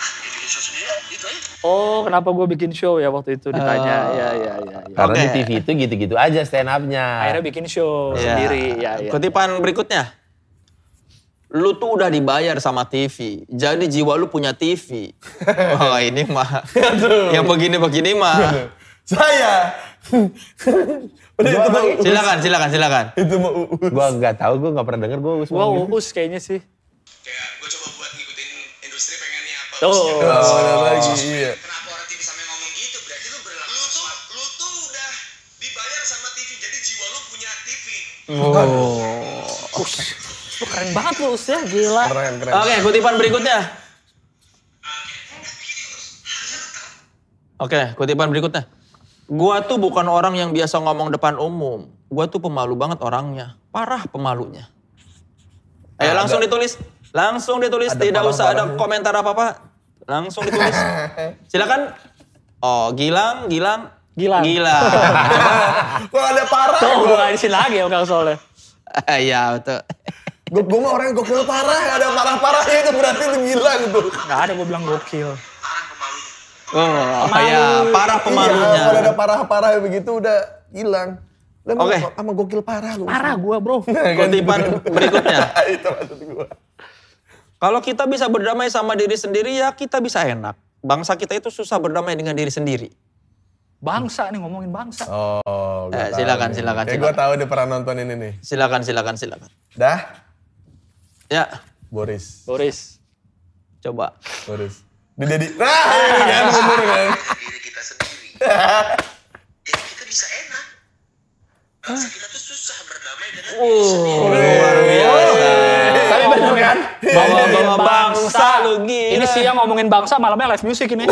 F: Ah, dia bikin show sendiri, gitu aja.
A: Oh, kenapa gue bikin show ya waktu itu ditanya.
C: Oh.
A: Ya, ya, ya. ya.
E: karena di
B: Oke.
E: TV itu gitu-gitu aja stand up-nya.
A: Akhirnya bikin
C: Iya.
A: show
B: Ya.
A: sendiri. Ya, ya.
B: Kutipan berikutnya. Lu tuh udah dibayar sama TV, jadi jiwa lu punya TV. Oh ini mah, yang begini-begini mah.
C: Saya. Udah, itu mau
B: Silakan, silakan, silakan.
C: itu mau
E: Gua nggak tahu, gua nggak pernah denger, gua gua
A: Gue
E: semua gitu.
A: uus kayaknya sih.
F: Kayak gua coba buat ngikutin industri pengennya apa.
A: Tuh.
F: terus
C: Oh,
F: ya.
C: ada lagi. Iya.
F: Kenapa orang TV sampai ngomong gitu? Berarti lu berlaku. Lu tuh, lu tuh udah dibayar sama TV, jadi jiwa lu punya TV. Oh.
A: Lu keren banget lu us ya, gila.
C: Keren, keren.
B: Oke, kutipan berikutnya. Oke, kutipan berikutnya. Gua tuh bukan orang yang biasa ngomong depan umum. Gua tuh pemalu banget orangnya. Parah pemalunya. Ayo langsung ditulis. Langsung ditulis,
C: ada
B: tidak usah ada
C: parah-parahnya.
B: komentar apa-apa. Langsung ditulis. Silakan. Oh, Gilang, Gilang.
A: Gilang.
B: Gilang.
C: Kalau ada parah,
A: Tuh, gue ngabisin lagi ya kalau soalnya.
B: Iya, betul.
C: gue gue mah orang yang gokil parah, nggak ada parah-parahnya itu berarti itu gila gitu.
A: Gak ada gue bilang gokil.
F: Parah pemalunya.
B: Oh, ya, parah
C: Iya, kalau ada
B: pemalunya.
C: parah-parah begitu udah hilang. Lah,
B: Oke.
C: gua- sama gokil parah lu.
A: Parah gue bro.
B: Kutipan berikutnya.
C: itu maksud gue.
B: Kalau kita bisa berdamai sama diri sendiri ya kita bisa enak. Bangsa kita itu susah berdamai dengan diri sendiri.
A: Bangsa nih ngomongin bangsa.
C: Oh,
B: Eh, silakan, silakan,
C: Kayak gue
B: silakan.
C: tahu dia pernah nonton ini nih.
B: Silakan, silakan, silakan.
C: Dah,
B: Ya,
C: Boris,
A: Boris.
B: coba.
C: Boris. Dia jadi, nah ini kan bener kan.
F: diri kita sendiri. ya kita bisa enak. Bangsa kita tuh susah berdamai dengan diri sendiri.
B: Iya,
C: Oh.
E: Tapi bener kan?
A: Iya.
B: Bawa-bawa bangsa lu gila.
A: Ini siang ngomongin bangsa, malamnya live music ini.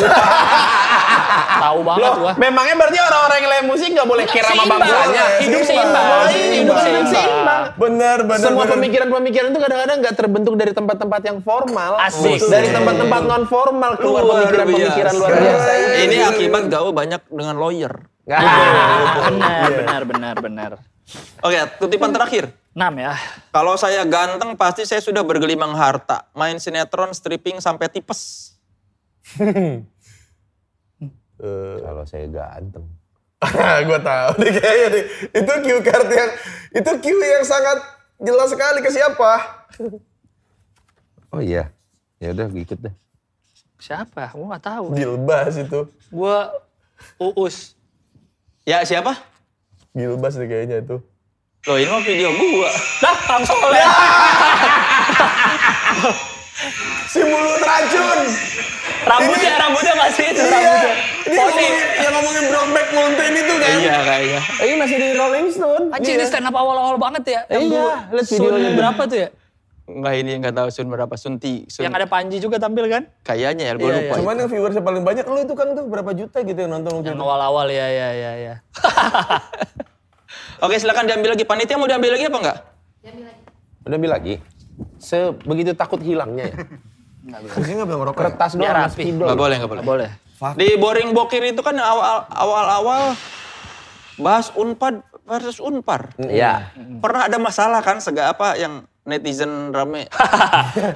A: Tahu banget
E: Loh,
A: gue.
E: memangnya berarti orang-orang yang lain musik nggak boleh kira sama
A: Seimbang.
E: bangsanya.
A: Hidup
C: Seimbang.
A: seimbang. Hidup
C: Seimbang.
A: seimbang.
C: Bener, bener,
E: Semua
C: bener.
E: pemikiran-pemikiran itu kadang-kadang nggak terbentuk dari tempat-tempat yang formal.
A: Asik.
E: Dari tempat-tempat non formal keluar
B: Luar
A: iya.
E: pemikiran-pemikiran luar
C: biasa.
E: biasa.
C: Keren.
B: Ini akibat gaul banyak dengan lawyer.
A: Ah, benar, benar, benar, benar.
B: Oke, kutipan terakhir.
A: Enam ya.
B: Kalau saya ganteng pasti saya sudah bergelimang harta. Main sinetron, stripping sampai tipes.
E: Kalau saya ganteng.
C: gue tahu nih kayaknya nih. Itu cue card yang, itu cue yang sangat jelas sekali ke siapa.
E: Oh iya. Ya udah ikut deh.
A: Siapa? Gue gak tahu.
C: Gilbas itu.
A: Gue Uus.
B: Ya siapa?
C: Gilbas nih kayaknya itu.
B: Loh ini mah video gua.
A: Lah, Kang Soleh.
B: Iya.
C: Si mulut racun!
A: Rambutnya, rambutnya masih itu.
C: Iya!
A: Rambutnya.
C: Ini ngomongin, yang ngomongin Brokeback Mountain itu kan?
B: Iya kayaknya.
E: Ini masih di Rolling Stone.
B: Iya.
A: Anjir, ini stand up awal-awal banget ya. Yang
E: Iya,
A: dulu
E: lihat
A: Sun
E: videonya.
A: berapa tuh ya?
B: Enggak ini enggak tahu Sun berapa Sunti. Sun.
A: Yang ada Panji juga tampil kan?
B: kayaknya ya, gua
A: Iya,
B: lupa.
A: iya.
C: Cuman yang viewersnya paling banyak, lu itu kan tuh berapa juta gitu yang nonton waktu
A: Yang
C: itu.
A: awal-awal ya, ya, ya, ya.
B: Oke silakan diambil lagi. Panitia mau diambil lagi apa enggak?
E: Udah ambil lagi. Sebegitu takut hilangnya ya.
C: Dia nggak bilang ngerokok ya?
E: Kertas
A: Biar
E: doang Mas
A: rapi.
E: Idol.
B: Enggak boleh, enggak boleh.
A: Nggak boleh.
B: Di boring bokir itu kan awal awal awal bahas unpad versus unpar. Iya.
E: Ya.
B: Pernah ada masalah kan sega apa yang netizen rame.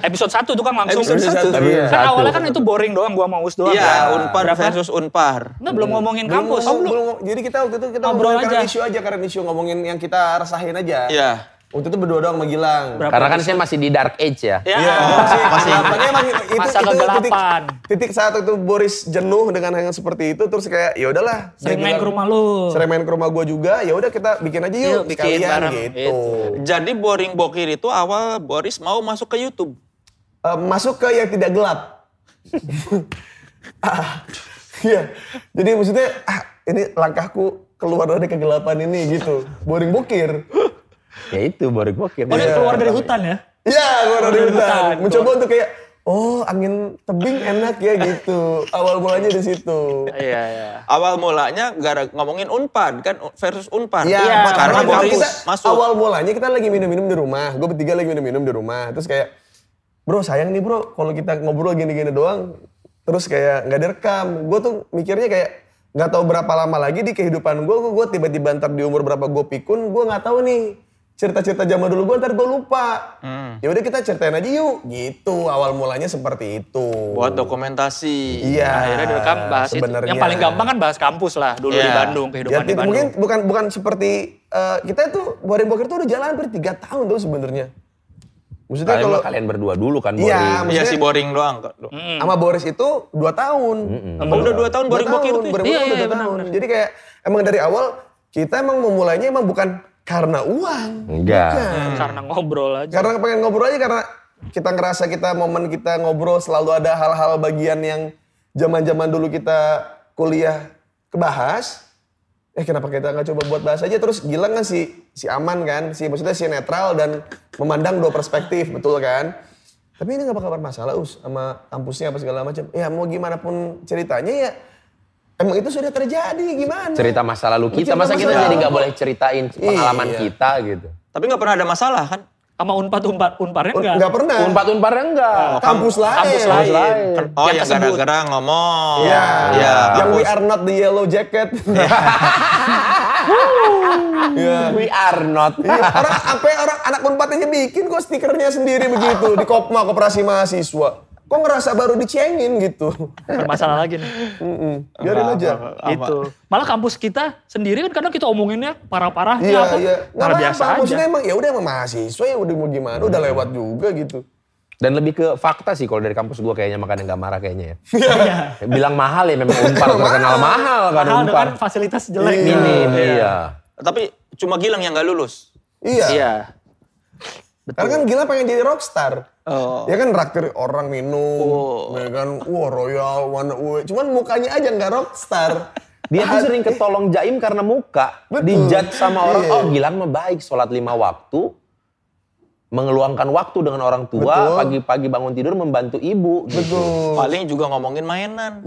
A: Episode 1 tuh kan langsung.
B: Episode satu.
C: Iya.
A: Kan awalnya kan itu boring doang, gua mau Uus doang.
B: Iya, unpar versus unpar.
A: Nggak, belum ngomongin kampus.
C: Belum, belum, belum. Jadi kita waktu itu kita
A: Ngobrol
C: ngobrolin karena
A: aja.
C: isu aja, karena isu ngomongin yang kita rasain aja.
B: Iya.
C: Waktu itu berdua doang sama Gilang.
A: Berapa
E: Karena kan saya masih di dark age ya.
A: Ya,
C: Iya, masih,
B: masih.
C: kegelapannya emang itu,
A: Masa
C: itu titik,
A: kegelapan.
C: titik saat itu Boris jenuh dengan hal yang seperti itu terus kayak ya udahlah dia
A: Sering main
C: bilang,
A: ke rumah lu.
C: sering main ke rumah gua juga ya udah kita bikin aja yuk,
A: Yuk, bikin
C: sekalian
A: bareng.
C: gitu
B: Jadi boring bokir itu awal Boris mau masuk ke YouTube.
C: Eh, masuk ke yang tidak gelap Ah, iya jadi maksudnya ah, ini langkahku keluar dari kegelapan ini gitu boring bokir
E: Ya itu baru bokir.
A: Oh, dia keluar dari hutan ya?
C: Iya, keluar dari
A: Keluar dari
C: hutan.
A: hutan.
C: Mencoba untuk kayak, oh angin tebing enak ya gitu. Awal mulanya di situ.
A: Iya, iya.
B: Awal mulanya gara ngomongin unpad kan versus unpar.
C: Iya,
A: Iya,
B: karena
C: karena
A: makanya
B: Boris
C: kita
B: masuk.
C: awal mulanya kita lagi minum-minum di rumah. Gue bertiga lagi minum-minum di rumah. Terus kayak, bro sayang nih bro, kalau kita ngobrol gini-gini doang, terus kayak nggak direkam. Gue tuh mikirnya kayak nggak tahu berapa lama lagi di kehidupan gue, gue tiba-tiba ntar di umur berapa gue pikun, gue nggak tahu nih cerita-cerita zaman dulu gue ntar gue lupa.
A: Hmm.
C: Ya udah kita ceritain aja yuk, gitu. Awal mulanya seperti itu.
B: buat dokumentasi.
C: Iya.
A: Akhirnya direkam bahas itu.
C: sebenarnya.
A: Yang paling gampang kan bahas kampus lah dulu di
B: Iya.
A: Bandung, kehidupan
C: Ya,
A: di
C: ti-
A: Bandung.
C: mungkin bukan bukan seperti eh, kita itu Boring Boker tuh udah jalan hampir tiga tahun tuh sebenarnya. Maksudnya
E: Kalian,
C: kalau
E: kalian berdua dulu kan
C: Iya,
E: boring.
B: Iya
C: Maksudnya- Hmm.
B: si boring doang.
E: Hmm.
C: sama Boris itu dua tahun.
B: Emang udah dua tahun
C: Dua
B: boring bokir
C: tahun,
B: itu. ya?
C: Boring
A: Iya,
C: Boker
A: iya,
C: udah dua
A: benar,
C: tahun. Jadi kayak emang dari awal kita emang memulainya emang bukan karena uang.
E: Enggak.
C: Bukan.
A: Karena ngobrol aja.
C: Karena pengen ngobrol aja karena kita ngerasa kita momen kita ngobrol selalu ada hal-hal bagian yang zaman-zaman dulu kita kuliah kebahas. Eh kenapa kita nggak coba buat bahas aja terus Gilang kan si si aman kan, si maksudnya si netral dan memandang dua perspektif, betul kan? Tapi ini nggak bakal bermasalah us sama kampusnya apa segala macam. Ya mau gimana pun ceritanya ya emang itu sudah terjadi gimana?
E: Cerita masa lalu
C: Cerita
E: kita, masa kita
C: masa
E: jadi
C: lalu.
E: nggak boleh ceritain pengalaman
C: Iya.
E: kita gitu.
B: Tapi nggak pernah ada masalah kan?
A: Sama unpad unpad unparnya enggak.
C: Nggak pernah.
E: Unpar-unparnya enggak.
C: kampus lain.
A: kampus
E: Kampus
A: lain.
E: lain.
B: Oh,
A: Yang
B: yang
A: kesebut.
B: gara-gara ngomong.
C: Iya.
B: Iya,
C: Yang we
B: kampus.
C: are not the yellow jacket. Iya.
E: We are not.
C: Iya, orang apa ya, orang anak unpad aja bikin kok stikernya sendiri begitu di Kopma Koperasi Mahasiswa. Kok ngerasa baru dicengin gitu.
A: Bermasalah lagi nih.
C: Mm-mm. Biarin aja.
A: Gitu. Malah kampus kita sendiri kan kadang kita omonginnya parah-parahnya
C: Iya,
A: apa.
C: iya. Nggak
A: Malah
C: apa-apa,
A: biasa aja.
C: Maksudnya emang ya udah emang mahasiswa ya udah mau gimana, udah lewat juga gitu.
E: Dan lebih ke fakta sih kalau dari kampus gua kayaknya makanya nggak marah kayaknya ya. Bilang mahal ya memang unpar terkenal mahal kan
A: Padahal
E: unpar.
A: dengan fasilitas jelek.
C: Iya.
E: Minim, iya.
B: Tapi cuma Gilang yang nggak lulus.
C: Iya.
A: Iya.
C: Karena kan gila pengen jadi rockstar.
B: Oh.
C: Ya kan raktir orang minum,
A: Oh.
C: ya kan, wah royal, one way. Cuman mukanya aja nggak rockstar.
E: Dia tuh sering ketolong jaim karena muka.
C: Betul.
E: Dijudge sama orang,
C: Iya.
E: oh Gilang mah baik sholat lima waktu. Mengeluangkan waktu dengan orang
C: Betul.
E: tua, pagi-pagi bangun tidur membantu ibu. Betul.
B: Paling juga ngomongin mainan.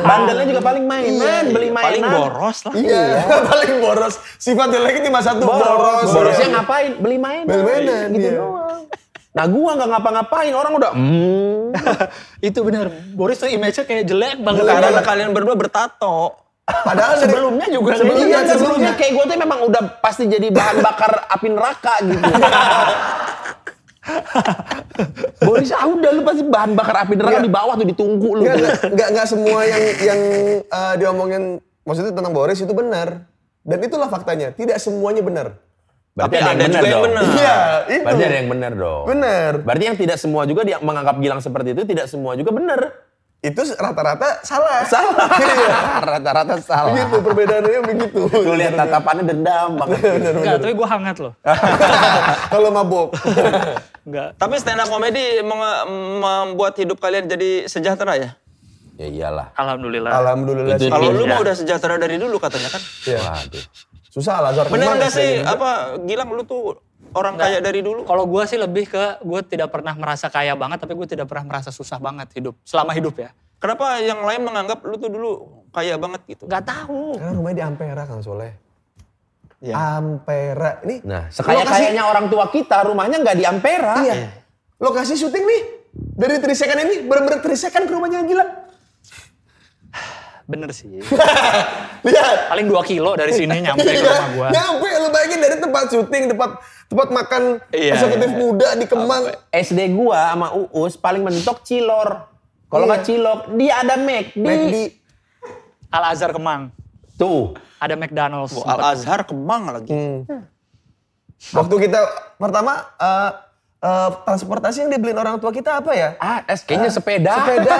E: Bandelnya juga paling mainan, beli mainan.
B: Paling boros lah.
C: Iya, paling boros. Sifat jelek itu cuma satu boros. iya.
E: boros. Borosnya ngapain? Beli mainan.
C: Beli mainan,
E: Gitu
C: iya.
E: doang. Nah gua nggak ngapa-ngapain, orang udah hmm.
A: Itu bener. Boris tuh image-nya kayak jelek banget.
C: Jelek.
B: Karena kalian berdua bertato.
C: Padahal dari-
E: Sebelumnya juga
C: sebelumnya,
E: iya, kan,
C: sebelumnya.
E: sebelumnya kayak gue tuh memang udah pasti jadi bahan bakar api neraka gitu. Boris ah udah lu pasti bahan bakar api neraka
C: Iya.
E: di bawah tuh ditunggu lu.
C: Nggak, nggak- nggak- nggak semua yang yang eh, diomongin maksudnya tentang Boris itu benar. Dan itulah faktanya, tidak semuanya benar.
E: Berarti
B: Tapi ada juga yang benar.
C: Iya, itu.
E: Berarti ada yang benar dong.
C: Benar.
E: Berarti yang tidak semua juga dia menganggap Gilang seperti itu tidak semua juga benar.
C: Itu rata-rata salah.
E: Salah.
C: Iya.
E: Rata-rata salah.
C: Begitu perbedaannya begitu.
E: Lu lihat tatapannya dendam banget.
C: Benar,
A: Enggak,
C: benar.
A: tapi gue hangat loh.
C: Ah. Kalau mabok.
A: Enggak.
B: Tapi stand up comedy menge- membuat hidup kalian jadi sejahtera ya?
E: ya iyalah.
A: Alhamdulillah.
C: Alhamdulillah.
E: Itu-
B: Kalau
A: Iya.
B: lu mah udah sejahtera dari dulu katanya kan?
C: Iya.
E: Waduh.
C: Susah lah, Zor.
B: Bener
C: Gimana
B: nggak sih?
C: ini?
B: Apa Gilang lu tuh orang kaya dari dulu?
A: Kalau gue sih lebih ke gue tidak pernah merasa kaya banget, tapi gue tidak pernah merasa susah banget hidup selama hidup ya.
B: Kenapa yang lain menganggap lu tuh dulu kaya banget gitu?
A: Gak tahu.
C: Karena rumahnya di Ampera, Kang Soleh. Ampera. Ini
E: Iya. Nah, sekaya
C: lokasi-
E: kayaknya orang tua kita rumahnya nggak di Ampera. Eh.
C: Iya. Lokasi syuting nih. Dari Trisekan ini, bener-bener Trisekan ke rumahnya gila.
A: Bener sih.
C: Lihat.
A: Paling 2 kilo dari sini nyampe ke
C: Iya,
A: rumah gue.
C: Nyampe lu bayangin dari tempat syuting, tempat tempat makan
B: Iya,
C: eksekutif
B: iya.
C: muda di Kemang.
E: SD gua sama Uus paling mentok Cilor. Kalau
C: Iya.
E: nggak Cilok, dia ada McD.
C: McD.
A: Al Azhar Kemang.
E: Tuh.
A: Ada McDonald's.
B: Al Azhar kemang lagi.
C: Waktu kita pertama eh, eh, transportasi yang dibeliin orang tua kita apa ya?
E: Ah, es kayaknya sepeda.
C: Sepeda.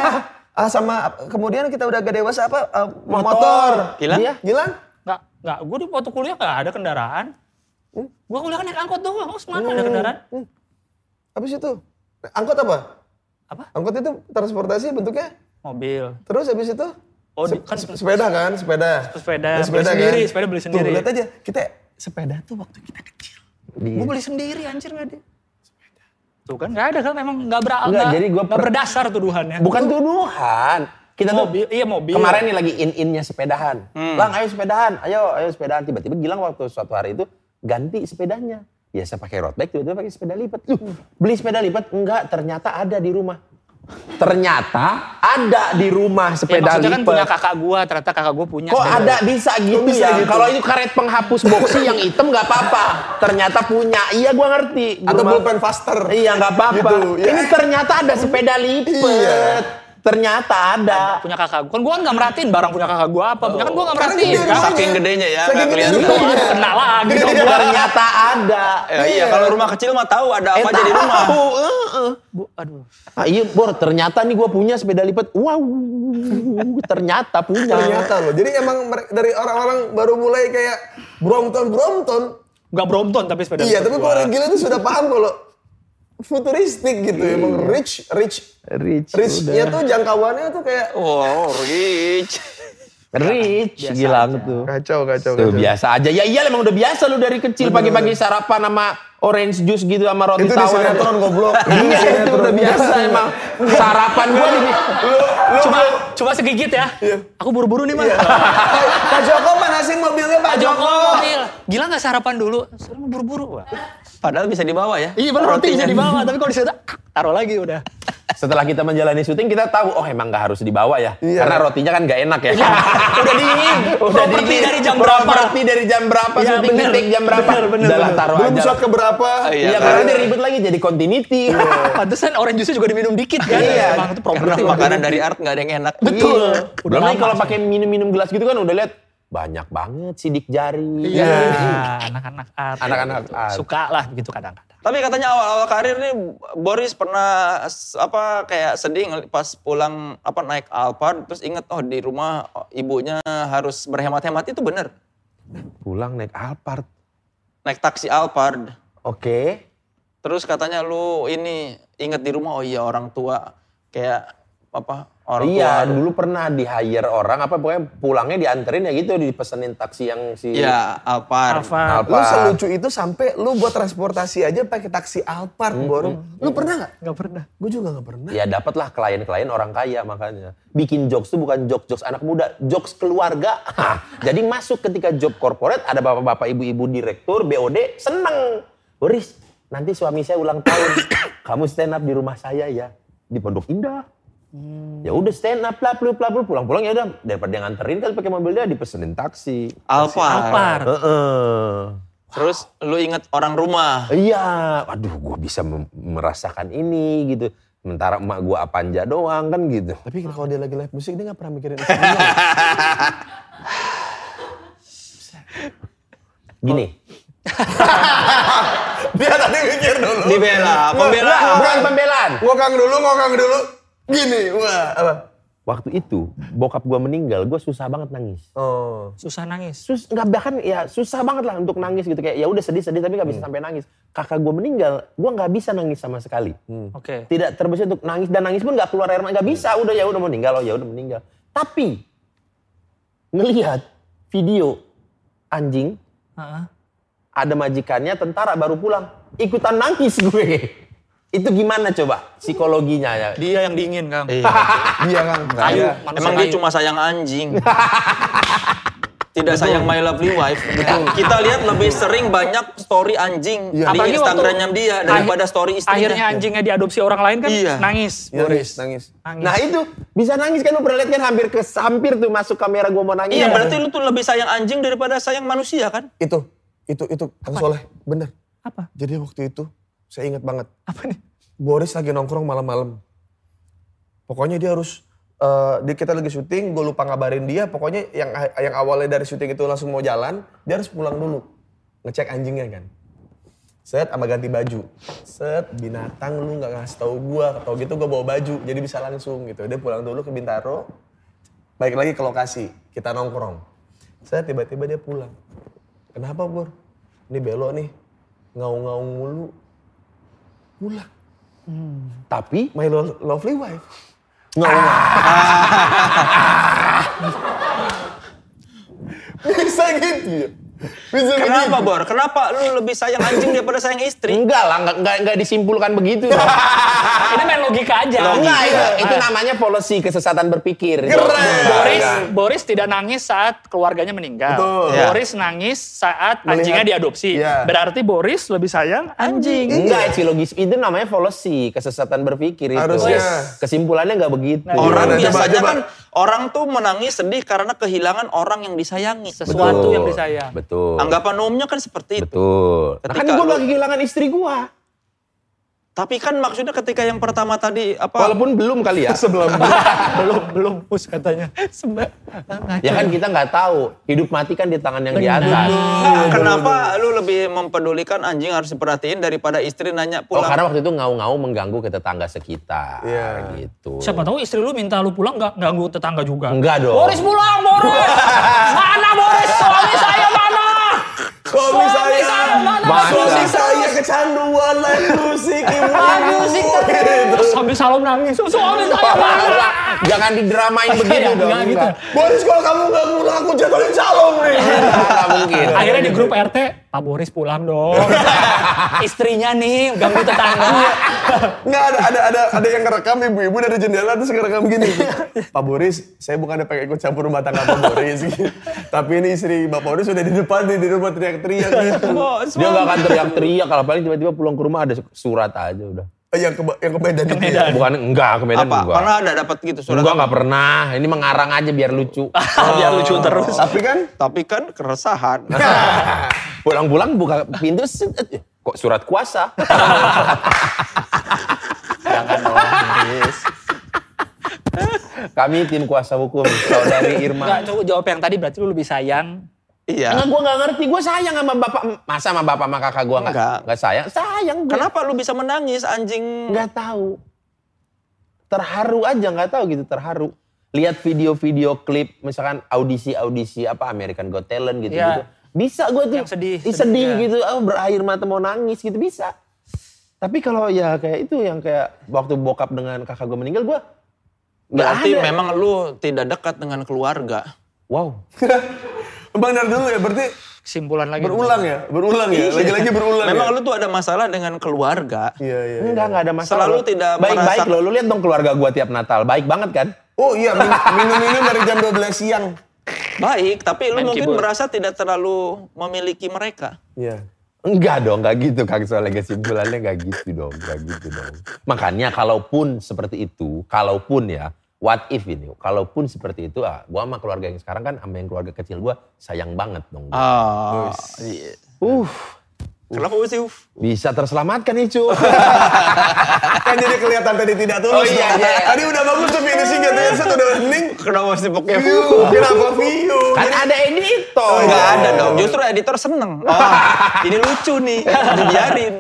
C: Ah, sama kemudian kita udah gak dewasa apa? Eh, motor. Iya,
B: Gilang?
E: Dia.
C: Gilang?
A: Enggak, enggak. Gue di waktu kuliah gak ada kendaraan.
E: Hmm.
A: Gue kuliah kan naik angkot doang. Terus mana ada kendaraan?
C: Habis itu angkot apa?
A: Apa?
C: Angkot itu transportasi bentuknya.
A: Mobil.
C: Terus habis itu
A: Oh, di-
C: sep-
A: kan-
C: sep- sepeda kan, sepeda. kan.
A: Sepeda, beli sendiri, sepeda beli sendiri.
C: Tuh, lihat aja, kita sepeda tuh waktu kita kecil.
A: Gue
E: Iya.
A: beli sendiri anjir gak deh. Tuh kan gak ada kan memang gak, ber,
E: Enggak,
A: gak-
E: jadi gua
A: gak
E: per-
A: berdasar tuduhannya.
E: Bukan tuduhan. Kita tuh
A: Mobil, iya mobil.
E: kemarin nih lagi in-innya sepedahan. Lang, ayo sepedahan. Ayo, ayo sepedahan. Tiba-tiba Gilang waktu suatu hari itu ganti sepedanya. Biasa pakai road bike, tiba-tiba pakai sepeda lipat. Loh, beli sepeda lipat? Enggak, ternyata ada di rumah. Ternyata ada di
A: Ya,
E: rumah sepeda
A: maksudnya kan
E: lipat.
A: punya kakak gue, ternyata kakak gue punya.
E: Kok
A: sepeda.
E: ada bisa gitu
C: bisa
E: ya?
C: gitu?
E: Kalau itu karet penghapus boxi yang hitam nggak apa-apa. Ternyata punya. Iya gua ngerti. Gua
C: Atau
E: mal-
C: pulpen kan faster.
E: Iya nggak apa-apa.
C: Gitu, ya.
E: Ini ternyata ada sepeda lipat.
C: Iya.
E: Ternyata ada.
A: punya kakak gue kan gue kan nggak merhatiin barang punya kakak gue apa punya kan gue nggak
C: Karena
A: merhatiin
C: gede
A: kan
C: rumahnya.
B: Saking gedenya ya,
C: Saking
B: nggak
C: gede
B: kelihatan.
C: rumahnya.
A: Wah, kena lagi dong
C: Iya.
A: gua.
E: Ternyata ada.
B: Ya, iya, kalau rumah kecil mah tahu ada
E: Eh,
B: apa aja di rumah.
E: tahu, eh, eh.
A: Bu, aduh
E: Ah, iya, Bor, ternyata nih gua punya sepeda lipat. Wow, ternyata punya.
C: Ternyata loh. Jadi emang mere- dari orang-orang baru mulai kayak Brompton Brompton.
A: nggak Brompton tapi sepeda lipat
C: Iya, tapi
A: gua.
C: kalau orang gila itu sudah paham kalau futuristik gitu. Emang rich, rich,
E: Rich,
C: richnya tuh jangkauannya tuh kayak
B: Oh, Wow,
E: Oh,
B: rich.
E: Rich,
A: Biasa
E: Gilang
A: aja.
E: tuh.
C: kacau, kacau,
E: Tuh biasa aja. Ya iya emang udah biasa lu dari kecil pagi-pagi sarapan sama orange juice gitu sama roti
C: Itu di
E: tawar.
C: sinetron goblok.
E: Iya itu udah biasa emang. Sarapan gua di
C: Iya.
A: cuma cuma segigit ya aku buru-buru nih mas
C: Iya. Pak Joko manasin mobilnya Pak,
A: Pak Joko
C: Joko.
A: mobil gila nggak sarapan dulu sekarang buru-buru Wah.
B: Padahal bisa dibawa ya.
A: Iya bener rotinya di bawah, tapi kalau disita taruh lagi udah.
E: Setelah kita menjalani syuting kita tahu oh emang nggak harus dibawa ya. Karena rotinya kan nggak enak ya.
A: Iya. Udah dingin.
E: Udah
A: Properti
E: dingin.
A: dari jam berapa?
E: Properti dari jam berapa?
A: Iya,
E: syuting
A: bener.
E: meeting jam berapa?
A: Bener, bener,
E: Udah lah,
A: bener.
E: taruh
C: Belum
E: aja.
C: shot keberapa?
E: Iya,
B: Iya,
E: karena dia ribet lagi jadi continuity.
A: Pantesan orange juice juga diminum dikit kan.
E: Iya.
A: Emang itu
B: karena
A: properti.
B: makanan dari art nggak ada yang enak.
A: Betul.
E: Iya.
A: Udah
E: Belum lagi
A: lama
E: kalau
A: sih.
E: pakai minum-minum gelas gitu kan udah lihat banyak banget sidik jari.
A: Iya, anak-anak art.
E: Anak-anak art.
A: Suka lah begitu kadang-kadang.
B: Tapi katanya awal-awal karir nih Boris pernah s- apa kayak sedih ngel- pas pulang apa naik Alphard terus inget oh di rumah oh, ibunya harus berhemat-hemat itu bener.
E: Pulang naik Alphard.
B: Naik taksi Alphard.
E: Oke.
B: Terus katanya lu ini inget di rumah oh iya orang tua kayak apa orang
E: Iya,
B: tua.
E: dulu pernah di hire orang apa pokoknya pulangnya dianterin ya gitu dipesenin taksi yang si
B: Iya, Alphard.
A: Alfa.
E: Alphard.
C: Lu selucu itu sampai lu buat transportasi aja pakai taksi Alphard, Bor. Lu pernah nggak?
A: Gak pernah.
C: Gue juga nggak pernah.
E: Ya dapatlah klien-klien orang kaya makanya. Bikin jokes tuh bukan jokes-jokes anak muda, jokes keluarga. Hah, Jadi masuk ketika job corporate ada bapak-bapak ibu-ibu direktur BOD seneng. Boris, nanti suami saya ulang tahun. Kamu stand up di rumah saya ya. Di Pondok Indah. Ya udah stand up lah, plu, plu, plu. pulang-pulang ya udah daripada dia nganterin kan pakai mobil dia dipesenin taksi.
B: Ah. Alphard.
A: Alphard.
E: Heeh.
B: Terus lu inget orang rumah.
E: Iya, aduh gue bisa mem- merasakan ini gitu. Sementara emak gue apanja doang kan gitu.
C: Tapi kalau dia lagi live musik dia nggak pernah mikirin itu.
E: Gini,
C: dia tadi mikir dulu.
B: Dibela, pembelaan.
E: Bukan pembelaan.
C: Ngokang dulu, ngokang dulu. Gini, wah apa?
E: Waktu itu bokap gua meninggal, gua susah banget nangis.
C: Oh.
A: Susah nangis.
E: Sus, nggak bahkan ya susah banget lah untuk nangis gitu kayak ya udah sedih-sedih tapi nggak bisa sampai nangis. Kakak gua meninggal, gua nggak bisa nangis sama sekali.
A: Oke.
E: Tidak terbesit untuk nangis dan nangis pun nggak keluar air mata, nggak bisa. Udah ya udah meninggal, oh ya udah meninggal. Tapi ngelihat video anjing
A: Heeh.
E: ada majikannya tentara baru pulang ikutan nangis gue. Itu gimana coba psikologinya ya?
A: Dia yang dingin kang.
C: Dia kan.
A: Kayu.
C: Iya.
A: manusia
B: Emang dia
A: kayu.
B: cuma sayang anjing. Tidak sayang my lovely wife. Kita lihat lebih sering banyak story anjing di
A: Iya. Apalagi waktu-
B: Instagramnya dia daripada story istrinya.
A: Akhirnya anjingnya diadopsi orang lain kan
B: Iya.
A: nangis.
C: Boris nangis.
A: Nangis.
E: Nah itu bisa nangis kan lu pernah lihat kan hampir ke hampir tuh masuk kamera gua mau nangis.
B: Iya berarti lu tuh lebih sayang anjing daripada sayang manusia kan?
C: Itu, itu, itu. Kang Soleh, bener.
A: Apa?
C: Jadi waktu itu saya ingat banget.
A: Apa nih?
C: Boris lagi nongkrong malam-malam. Pokoknya dia harus eh, dia kita lagi syuting, gue lupa ngabarin dia. Pokoknya yang yang awalnya dari syuting itu langsung mau jalan, dia harus pulang dulu ngecek anjingnya kan. Set sama ganti baju. Set binatang lu nggak ngasih tahu gua, atau gitu gua bawa baju, jadi bisa langsung gitu. Dia pulang dulu ke Bintaro, balik lagi ke lokasi, kita nongkrong. Set tiba-tiba dia pulang. Kenapa Bor? Ini belok nih, ngau-ngau mulu. Pulang. Hmm.
E: Tapi
C: My lo- lovely wife. No. Bisa gitu ya? Bisa
A: Iya.
B: Kenapa Bor? Kenapa lu lebih sayang anjing daripada sayang istri?
E: enggak lah, enggak, enggak, enggak disimpulkan begitu. dong.
A: Ini main logika aja.
E: enggak, itu, itu namanya polusi kesesatan berpikir.
A: Boris, Boris tidak nangis saat keluarganya meninggal.
C: Betul.
B: Ya.
A: Boris nangis saat
C: Melihat-
A: anjingnya diadopsi.
C: Iya.
A: Berarti Boris lebih sayang anjing.
E: Enggak, sih logis itu namanya polusi kesesatan berpikir itu.
C: Harusnya.
E: Kesimpulannya enggak begitu.
A: Iya,
B: Orang
C: Gimana? Coba,
B: biasanya
C: coba.
B: kan orang tuh menangis sedih karena kehilangan orang yang disayangi.
A: Sesuatu yang disayang.
E: Betul.
B: Anggapan umumnya kan seperti itu.
E: Betul. Nah, kan
B: Ketika
E: gue
B: lu-
E: lagi kehilangan istri gua.
B: Tapi kan maksudnya ketika yang pertama tadi apa?
E: Walaupun belum kali ya.
C: Sebelum
A: belum, belum us katanya. Sembah.
E: ya kan kita nggak tahu. Hidup mati kan di tangan yang di
A: Benar.
E: atas.
B: Nah, kenapa lu lebih mempedulikan anjing harus diperhatiin daripada istri nanya
E: Oh,
B: pulang?
E: karena waktu itu ngau-ngau mengganggu ke tetangga sekitar.
C: Iya.
E: Gitu.
A: Siapa tahu istri lu minta lu pulang nggak ganggu tetangga juga.
E: Enggak dong.
A: Boris pulang, Boris. mana Boris? Suami saya mana?
C: suami saya,
A: mana?
C: ya? suami saya kecanduan main musik ibu. Gitu.
A: Suami saya. Terus sambil salam nangis. Suami saya mana?
E: jangan didramain begitu dong.
A: enggak gitu.
E: enggak.
C: Boris kalau kamu nggak ngurang aku jatuhin calon nih.
E: Enggak mungkin.
A: Akhirnya di grup RT, Pak Boris pulang dong. Istrinya nih ganggu tetangga.
C: Nggak ada ada ada ada yang ngerekam ibu-ibu dari jendela terus ngerekam gini. Pak Boris, saya bukan ada pengen ikut campur rumah tangga Pak Boris, gitu. tapi ini istri Bapak Boris sudah di depan nih di rumah teriak-teriak gitu.
E: Dia nggak akan teriak-teriak kalau paling tiba-tiba pulang ke rumah ada surat aja udah.
C: Eh, Yang ke yang ke Medan itu. ya?
E: Bukan enggak ke Medan
B: Apa?
E: enggak.
B: Pernah ada dapat gitu surat?
E: Enggak enggak pernah. Ini mengarang aja biar lucu.
A: Biar Ah, lucu terus.
C: Tapi kan
B: Tapi kan keresahan.
E: Pulang-pulang buka pintu set, eh, kok surat kuasa.
A: Jangan dong.
E: Kami tim kuasa hukum saudari
A: Enggak,
E: Irma.
A: coba jawab yang tadi berarti lu lebih sayang.
B: iya.
E: Enggak, gue gak ngerti. Gue sayang sama bapak. Masa sama bapak sama kakak gue gak,
B: Enggak.
E: nggak sayang? Sayang gue.
B: Kenapa lu bisa menangis anjing?
E: Gak tahu. Terharu aja gak tahu gitu terharu. Lihat video-video klip misalkan audisi-audisi apa American Got Talent gitu. gitu.
A: Iya.
E: Bisa gue tuh.
A: Yang sedih,
E: Ih,
A: sedih,
E: sedih
A: iya.
E: gitu. Oh, berair mata mau nangis gitu bisa. Tapi kalau ya kayak itu yang kayak waktu bokap dengan kakak gue meninggal gue.
B: Berarti memang lu tidak dekat dengan keluarga.
E: Wow.
C: Bang Dar dulu ya, berarti
A: Kesimpulan lagi.
C: berulang ya, berulang ya, lagi-lagi berulang.
B: Memang
C: ya?
B: lu tuh ada masalah dengan keluarga.
C: Iya iya.
E: Enggak, enggak ada masalah.
B: Selalu tidak
E: Baik-baik
B: merasa-
E: loh, lu lihat dong keluarga gua tiap Natal. Baik banget kan?
C: Oh iya, min- minum-minum dari jam 12 siang.
B: Baik, tapi lu
A: Main
B: mungkin
A: keyboard.
B: merasa tidak terlalu memiliki mereka.
C: Iya.
E: Enggak dong, enggak gitu. Kang soalnya kesimpulannya enggak gitu dong, enggak gitu dong. Makanya kalaupun seperti itu, kalaupun ya, what if ini, kalaupun seperti itu, ah, gua sama keluarga yang sekarang kan sama yang keluarga kecil gua sayang banget dong.
B: Ah,
E: gua.
B: iya.
E: Uh,
B: Kenapa sih? Uf?
E: bisa terselamatkan itu.
C: Kan jadi kelihatan tadi tidak tulus.
E: Oh, iya,
C: dong.
E: iya.
C: Tadi udah bagus tuh finishing gitu ya, satu udah hening.
B: Kenapa sih pokoknya?
C: View, kenapa view?
E: kan ada editor.
C: Oh,
B: Enggak
C: iya.
B: ada dong. Justru editor seneng. Oh, ini lucu nih. Dibiarin.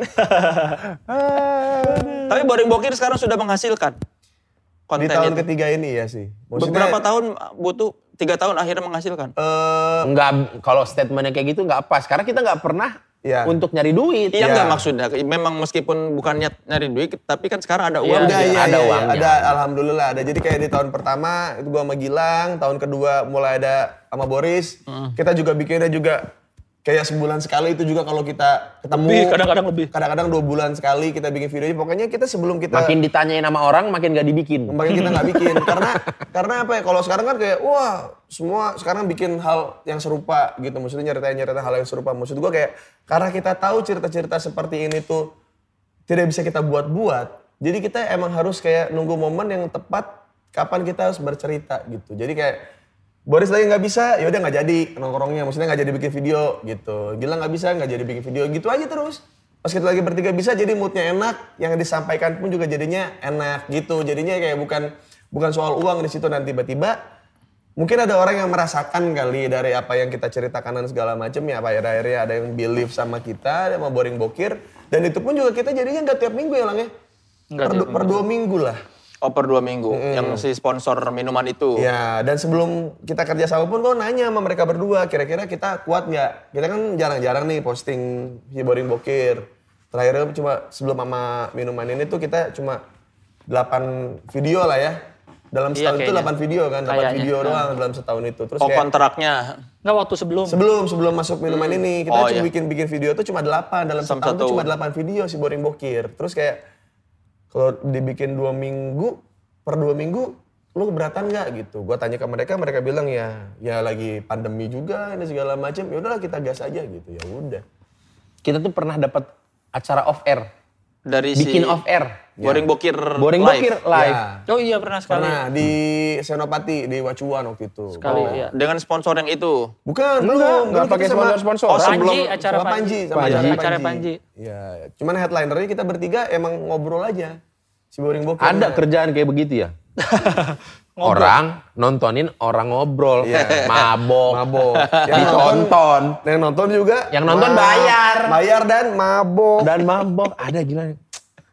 B: Tapi Boring Bokir sekarang sudah menghasilkan
C: Di
B: konten
C: tahun
B: itu.
C: ketiga ini ya sih.
B: Beberapa tahun uh, butuh tiga tahun akhirnya menghasilkan.
C: Eh,
E: Enggak, kalau statementnya kayak gitu enggak pas. Karena kita enggak pernah
C: Iya.
E: untuk nyari duit.
B: Iya
C: Iya.
B: enggak maksudnya. Memang meskipun bukan niat nyari duit, tapi kan sekarang ada uang.
E: Iya,
C: udah
B: juga.
C: iya, iya,
E: ada
C: iya.
E: uangnya.
C: Ada alhamdulillah ada. Jadi kayak di tahun pertama itu gua sama Gilang, tahun kedua mulai ada sama Boris.
E: Hmm.
C: Kita juga bikinnya juga kayak sebulan sekali itu juga kalau kita ketemu.
A: Lebih, kadang-kadang lebih.
C: Kadang-kadang dua bulan sekali kita bikin videonya. Pokoknya kita sebelum kita
E: Makin ditanyain sama orang, makin gak dibikin.
C: Makanya kita nggak bikin karena karena apa ya kalau sekarang kan kayak wah semua sekarang bikin hal yang serupa gitu maksudnya nyeritain nyeritain hal yang serupa maksud gua kayak karena kita tahu cerita-cerita seperti ini tuh tidak bisa kita buat-buat jadi kita emang harus kayak nunggu momen yang tepat kapan kita harus bercerita gitu jadi kayak Boris lagi nggak bisa, ya udah nggak jadi nongkrongnya. Maksudnya nggak jadi bikin video gitu. Gila nggak bisa, nggak jadi bikin video gitu aja terus. Pas kita lagi bertiga bisa, jadi moodnya enak. Yang disampaikan pun juga jadinya enak gitu. Jadinya kayak bukan bukan soal uang di situ nanti tiba-tiba mungkin ada orang yang merasakan kali dari apa yang kita ceritakan dan segala macam ya apa akhirnya ada yang believe sama kita ada yang mau boring bokir dan itu pun juga kita jadinya nggak tiap minggu ya lang ya per, du- per dua minggu lah
B: Oh per dua minggu. Yang si sponsor minuman
E: Iya.
A: gitu.
B: itu.
C: Ya, dan sebelum kita kerja sama pun kau nanya sama mereka berdua, kira-kira kita kuat nggak? Kita kan jarang-jarang nih posting si Boring Bokir. Terakhir kan cuma sebelum sama minuman ini tuh kita cuma 8 video lah ya. Dalam
A: Iya,
C: setahun itu
A: kayaknya.
C: 8 video kan, 8
A: Kayaknya,
C: video doang dalam setahun itu. Terus
B: Oh
C: kayak
B: kontraknya.
A: Enggak waktu sebelum.
C: sebelum sebelum masuk minuman ini kita
B: Oh,
C: cuma
B: iya.
C: bikin bikin video tuh cuma 8 dalam
B: Sama
C: setahun tuh
B: satu.
C: cuma 8 video si Boring Bokir. Terus kayak kalau dibikin dua minggu per dua minggu lu keberatan nggak gitu gua tanya ke mereka mereka bilang ya ya lagi pandemi juga ini segala macam ya udahlah kita gas aja gitu ya udah
E: Kita tuh pernah dapat acara off air.
B: Dari
E: Bikin
B: si
E: off air. Iya.
B: Boring Bokir
E: Boring
B: Live.
E: Bokir live.
C: Ya,
A: Oh iya pernah sekali.
C: pernah di Senopati di Wacuan waktu itu
A: Sekali iya.
B: Dengan sponsor yang itu.
C: bukan belum
E: Enggak
C: belum,
E: pakai
C: kita sama-
E: sponsor-sponsor.
B: Oh, sebelum-
A: Panji acara
C: sama Panji, sama
E: Panji.
C: acara
A: Acara Panji.
C: Iya, cuman headlinernya kita bertiga emang ngobrol aja. Si Boring Bokir.
E: Ada
C: Nah.
E: kerjaan kayak begitu ya? orang nontonin orang ngobrol, Iya. mabok,
C: mabok.
E: ditonton.
C: nonton, yang nonton juga.
E: Yang nonton bayar.
C: Bayar dan mabok.
E: Dan mabok, ada gila.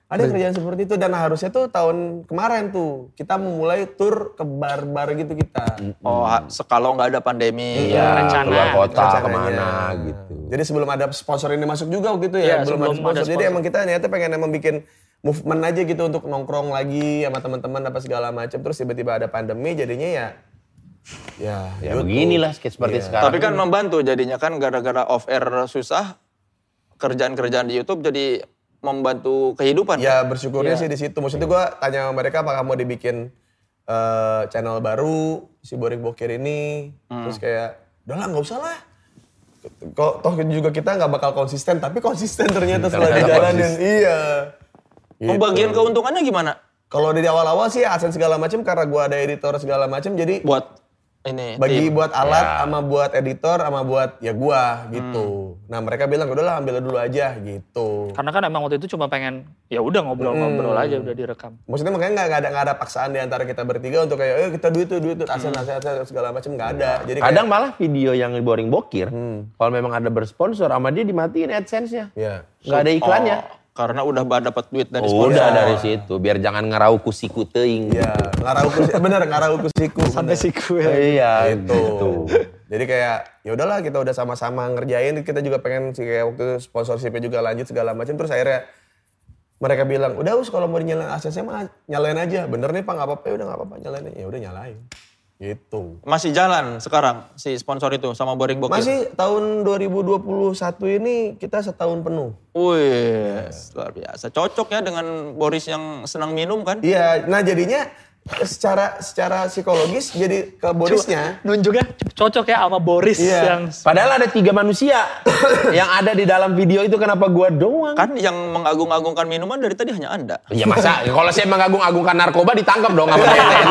C: Ada kerjaan seperti itu dan harusnya tuh tahun kemarin tuh kita memulai tur ke bar-bar gitu kita.
E: Mm. Hmm.
B: Oh ha- sekalau nggak ada pandemi.
E: Ya,
A: Rencana.
E: keluar kota
C: Rencananya.
E: kemana gitu.
C: Jadi Ah. sebelum ada sponsor ini masuk juga gitu ya,
A: Iya,
C: belum, ada
A: sebelum
C: sponsor.
A: ada
C: Jadi
A: sponsor.
C: emang kita niatnya pengen emang bikin movement aja gitu untuk nongkrong lagi sama teman-teman apa segala macam terus tiba-tiba ada pandemi jadinya ya ya,
E: Ya
C: YouTube.
E: beginilah seperti
C: Iya.
E: sekarang.
B: Tapi kan membantu jadinya kan gara-gara off air susah kerjaan-kerjaan di YouTube jadi membantu kehidupan.
C: Ya
E: Iya.
C: bersyukurnya sih di situ. Maksudnya gue tanya sama mereka apakah mau dibikin eh, channel baru si Boring Bokir ini. Terus kayak, udah lah nggak usah lah. Kok toh juga kita nggak bakal konsisten, tapi konsisten ternyata setelah dijalanin. Iya. Gitu.
B: Pembagian keuntungannya gimana?
C: Kalau dari awal-awal sih adsense segala macam karena gue ada editor segala macam, jadi
B: Buat ini
C: bagi
B: tim.
C: buat alat sama buat editor sama buat ya gua gitu. Nah mereka bilang udahlah ambil dulu aja gitu.
A: Karena kan emang waktu itu cuma pengen ya udah ngobrol-ngobrol aja udah direkam.
C: Maksudnya makanya nggak nggak ada nggak ada paksaan di antara kita bertiga untuk kayak, eh kita duit tuh duit tuh aset aset aset segala macam nggak ada. Jadi kayak,
E: Kadang malah video yang boring bokir, kalau memang ada bersponsor sama dia dimatiin AdSense-nya.
C: ya.
E: Nggak ada iklannya. Oh.
B: Oh, karena udah dapat duit dari
E: Udah
B: sponsor.
E: dari situ, biar jangan ngerau kusiku teing.
C: Ya, ngarau ke bener ngarau ke siku. Sampai
E: Iya,
C: Gitu.
E: gitu.
C: Jadi kayak ya udahlah kita udah sama-sama ngerjain, kita juga pengen sih kayak waktu itu sponsorshipnya juga lanjut segala macam terus akhirnya mereka bilang, udah us kalau mau nyalain asetnya mah nyalain aja. Bener nih pak nggak apa-apa, ya udah nggak apa-apa nyalain. aja." Ya udah nyalain. Gitu.
B: Masih jalan sekarang si sponsor itu sama Boring Bokir.
C: Masih tahun 2021 ini kita setahun penuh.
B: Wih, luar biasa. Cocok ya dengan Boris yang senang minum kan?
C: Iya, nah jadinya secara secara psikologis jadi ke Borisnya
A: Nunjuknya cocok ya sama Boris
C: Iya.
A: yang
E: Padahal ada tiga manusia yang ada di dalam video itu kenapa gua doang?
B: Kan yang mengagung-agungkan minuman dari tadi hanya Anda.
E: Ya masa kalau saya mengagung-agungkan narkoba ditangkap dong sama BNN.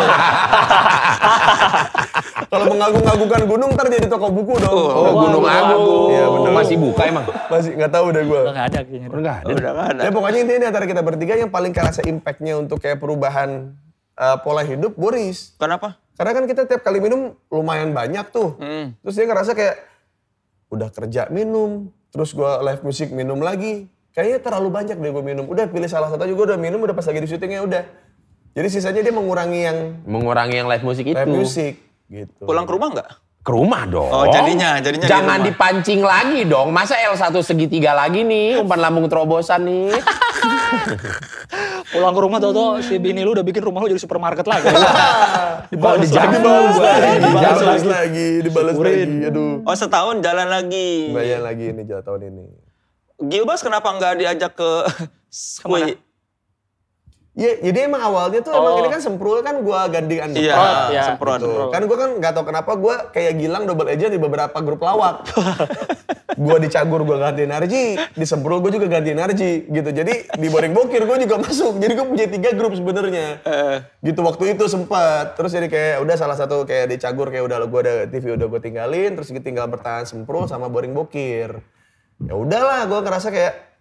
C: kalau mengagung-agungkan gunung ntar jadi toko buku dong.
E: Oh, Gunung Agung.
C: Iya, bener.
E: Masih buka emang?
C: Masih nggak tahu deh gue.
A: nggak ada kayaknya.
E: Enggak ada.
B: Udah nggak ada.
C: Ya pokoknya intinya di antara kita bertiga yang paling kerasa impactnya untuk kayak perubahan eh, pola hidup Boris.
B: Kenapa?
C: Karena kan kita tiap kali minum lumayan banyak tuh.
B: Hmm.
C: Terus dia ngerasa kayak udah kerja minum, terus gua live musik minum lagi. Kayaknya terlalu banyak deh gue minum. Udah pilih salah satu aja gue udah minum udah pas lagi di syutingnya udah. Jadi sisanya dia mengurangi yang
E: Mengurangi yang live musik itu.
C: live musik gitu.
B: Pulang ke rumah nggak?
E: Ke rumah dong.
B: Oh, jadinya- jadinya di
E: Jangan
B: rumah.
E: dipancing lagi dong. Masa L1 segitiga lagi nih, umpan lambung terobosan nih.
A: Pulang ke rumah tau-tau si bini lu udah bikin rumah lu jadi supermarket lagi.
C: Dibalas
E: Jangan
C: lagi,
E: dong.
C: dibalas
A: Iya.
C: lagi, dibalas lagi, dibalas lagi. Aduh,
B: Oh setahun jalan lagi.
C: bayar lagi ini jalan tahun ini.
B: Gilbas kenapa nggak diajak ke Kemana?
C: Iya, jadi emang awalnya tuh emang ini kan semprul kan gua gandengan
B: Iya,
A: Oh, iya.
B: semprot.
C: Gitu. Kan gue kan nggak tau kenapa gue kayak Gilang double agent di beberapa grup lawak. gue di Cagur gue ganti energi, di Semprul gue juga ganti energi gitu. Jadi di Boring Bokir gue juga masuk. Jadi gue punya tiga grup sebenarnya. Gitu waktu itu sempat. Terus jadi kayak udah salah satu kayak di Cagur kayak udah gue ada TV udah gue tinggalin. Terus gitu tinggal bertahan Semprul sama Boring Bokir. Ya udahlah gue ngerasa kayak